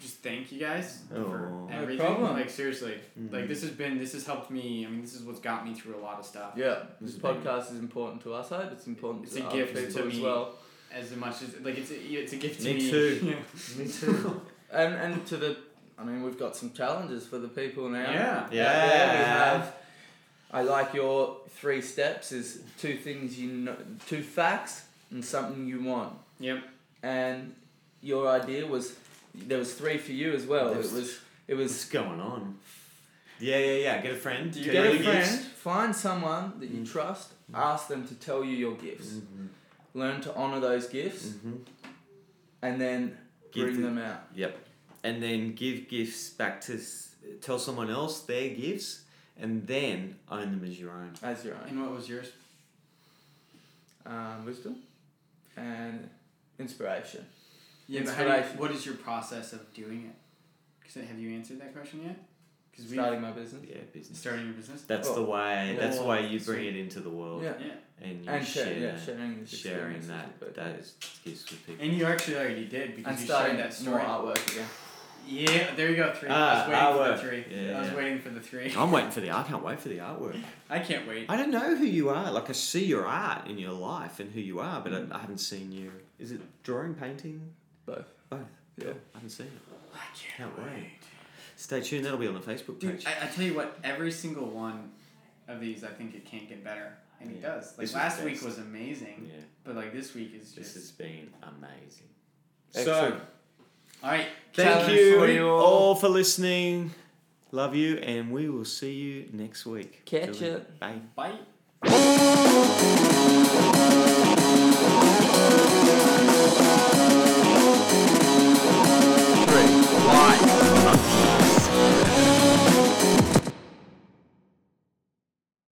[SPEAKER 3] just thank you guys
[SPEAKER 1] Oh.
[SPEAKER 3] for
[SPEAKER 1] No
[SPEAKER 3] everything.
[SPEAKER 2] problem.
[SPEAKER 3] Like seriously, like
[SPEAKER 1] Mm.
[SPEAKER 3] this has been this has helped me. I mean, this is what's got me through a lot of stuff.
[SPEAKER 2] Yeah,
[SPEAKER 1] This
[SPEAKER 2] this
[SPEAKER 1] is big.
[SPEAKER 2] podcast is important to us. I hope it's important
[SPEAKER 3] It's
[SPEAKER 2] to
[SPEAKER 3] a
[SPEAKER 2] other
[SPEAKER 3] gift
[SPEAKER 2] people
[SPEAKER 3] to
[SPEAKER 2] as
[SPEAKER 3] me.
[SPEAKER 2] well,
[SPEAKER 3] As much as like it's a, it's a gift to
[SPEAKER 1] Me
[SPEAKER 3] me.
[SPEAKER 1] too.
[SPEAKER 2] Me too. and and to the. I mean, we've got some challenges for the people now.
[SPEAKER 3] Yeah.
[SPEAKER 2] Out
[SPEAKER 1] Yeah.
[SPEAKER 2] there we have. I like your three steps. Is two things you know, two facts and something you want.
[SPEAKER 3] Yep.
[SPEAKER 2] And your idea was there was three for you as well.
[SPEAKER 1] There's-
[SPEAKER 2] It was it
[SPEAKER 1] What's
[SPEAKER 2] was
[SPEAKER 1] going on? Yeah, yeah, yeah. Get a friend.
[SPEAKER 3] Do you
[SPEAKER 1] Tell
[SPEAKER 2] get a
[SPEAKER 1] your gifts.
[SPEAKER 2] friend, find someone that you
[SPEAKER 1] Mm.
[SPEAKER 2] trust, ask them to tell you your gifts,
[SPEAKER 3] Mm-hmm,
[SPEAKER 1] Mhm,
[SPEAKER 2] learn to honor those gifts,
[SPEAKER 1] mhm.
[SPEAKER 2] and then
[SPEAKER 1] Give
[SPEAKER 2] bring
[SPEAKER 1] the-
[SPEAKER 2] them out.
[SPEAKER 1] Yep. And then give gifts back to s- tell someone else their gifts, and then own them as your own.
[SPEAKER 2] as your own
[SPEAKER 3] And what was yours?
[SPEAKER 2] um, wisdom and inspiration.
[SPEAKER 3] Yeah, but how do you,
[SPEAKER 2] Inspiration.
[SPEAKER 3] what is your process of doing it? Cause have you answered that question yet? Because we
[SPEAKER 2] Starting my business.
[SPEAKER 1] Yeah, business.
[SPEAKER 3] starting your business.
[SPEAKER 1] That's the way. That's the way you bring it
[SPEAKER 3] Sweet.
[SPEAKER 1] into the world,
[SPEAKER 2] Yeah.
[SPEAKER 3] Yeah.
[SPEAKER 1] and you
[SPEAKER 2] And
[SPEAKER 1] share,
[SPEAKER 2] share, yeah,
[SPEAKER 1] that-
[SPEAKER 2] sharing this
[SPEAKER 1] sharing
[SPEAKER 2] experience
[SPEAKER 1] that
[SPEAKER 2] with people.
[SPEAKER 1] that is gifts with people.
[SPEAKER 3] And you actually already did because
[SPEAKER 2] and
[SPEAKER 3] you
[SPEAKER 2] starting
[SPEAKER 3] shared that
[SPEAKER 2] more
[SPEAKER 3] story.
[SPEAKER 2] artwork again.
[SPEAKER 3] Yeah, there you go. Three.
[SPEAKER 1] Ah,
[SPEAKER 3] I was waiting
[SPEAKER 1] artwork.
[SPEAKER 3] for the three.
[SPEAKER 1] Yeah,
[SPEAKER 3] I was
[SPEAKER 1] yeah.
[SPEAKER 3] waiting for the three.
[SPEAKER 1] I'm waiting for the. I can't wait for the artwork.
[SPEAKER 3] I can't wait.
[SPEAKER 1] I don't know who you are. Like I see your art in your life and who you are, but I, I haven't seen you. Is it drawing, painting?
[SPEAKER 2] Both.
[SPEAKER 1] Both.
[SPEAKER 2] Yeah.
[SPEAKER 1] I haven't seen it.
[SPEAKER 3] I
[SPEAKER 1] Can't wait. Stay tuned. That'll be on the Facebook page.
[SPEAKER 3] Dude, I, I tell you what, every single one of these, I think it can't get better, and it
[SPEAKER 1] Yeah.
[SPEAKER 3] does. Like
[SPEAKER 1] This was
[SPEAKER 3] last week
[SPEAKER 1] best.
[SPEAKER 3] was amazing,
[SPEAKER 1] yeah.
[SPEAKER 3] but like this week is
[SPEAKER 1] This
[SPEAKER 3] just.
[SPEAKER 1] has been amazing.
[SPEAKER 2] Excellent.
[SPEAKER 3] All right,
[SPEAKER 1] Thank
[SPEAKER 2] Challenge
[SPEAKER 1] you,
[SPEAKER 2] for you all.
[SPEAKER 1] all for listening. Love you, and we will see you next week.
[SPEAKER 2] Catch
[SPEAKER 1] Till then,
[SPEAKER 2] it.
[SPEAKER 1] Bye.
[SPEAKER 3] bye.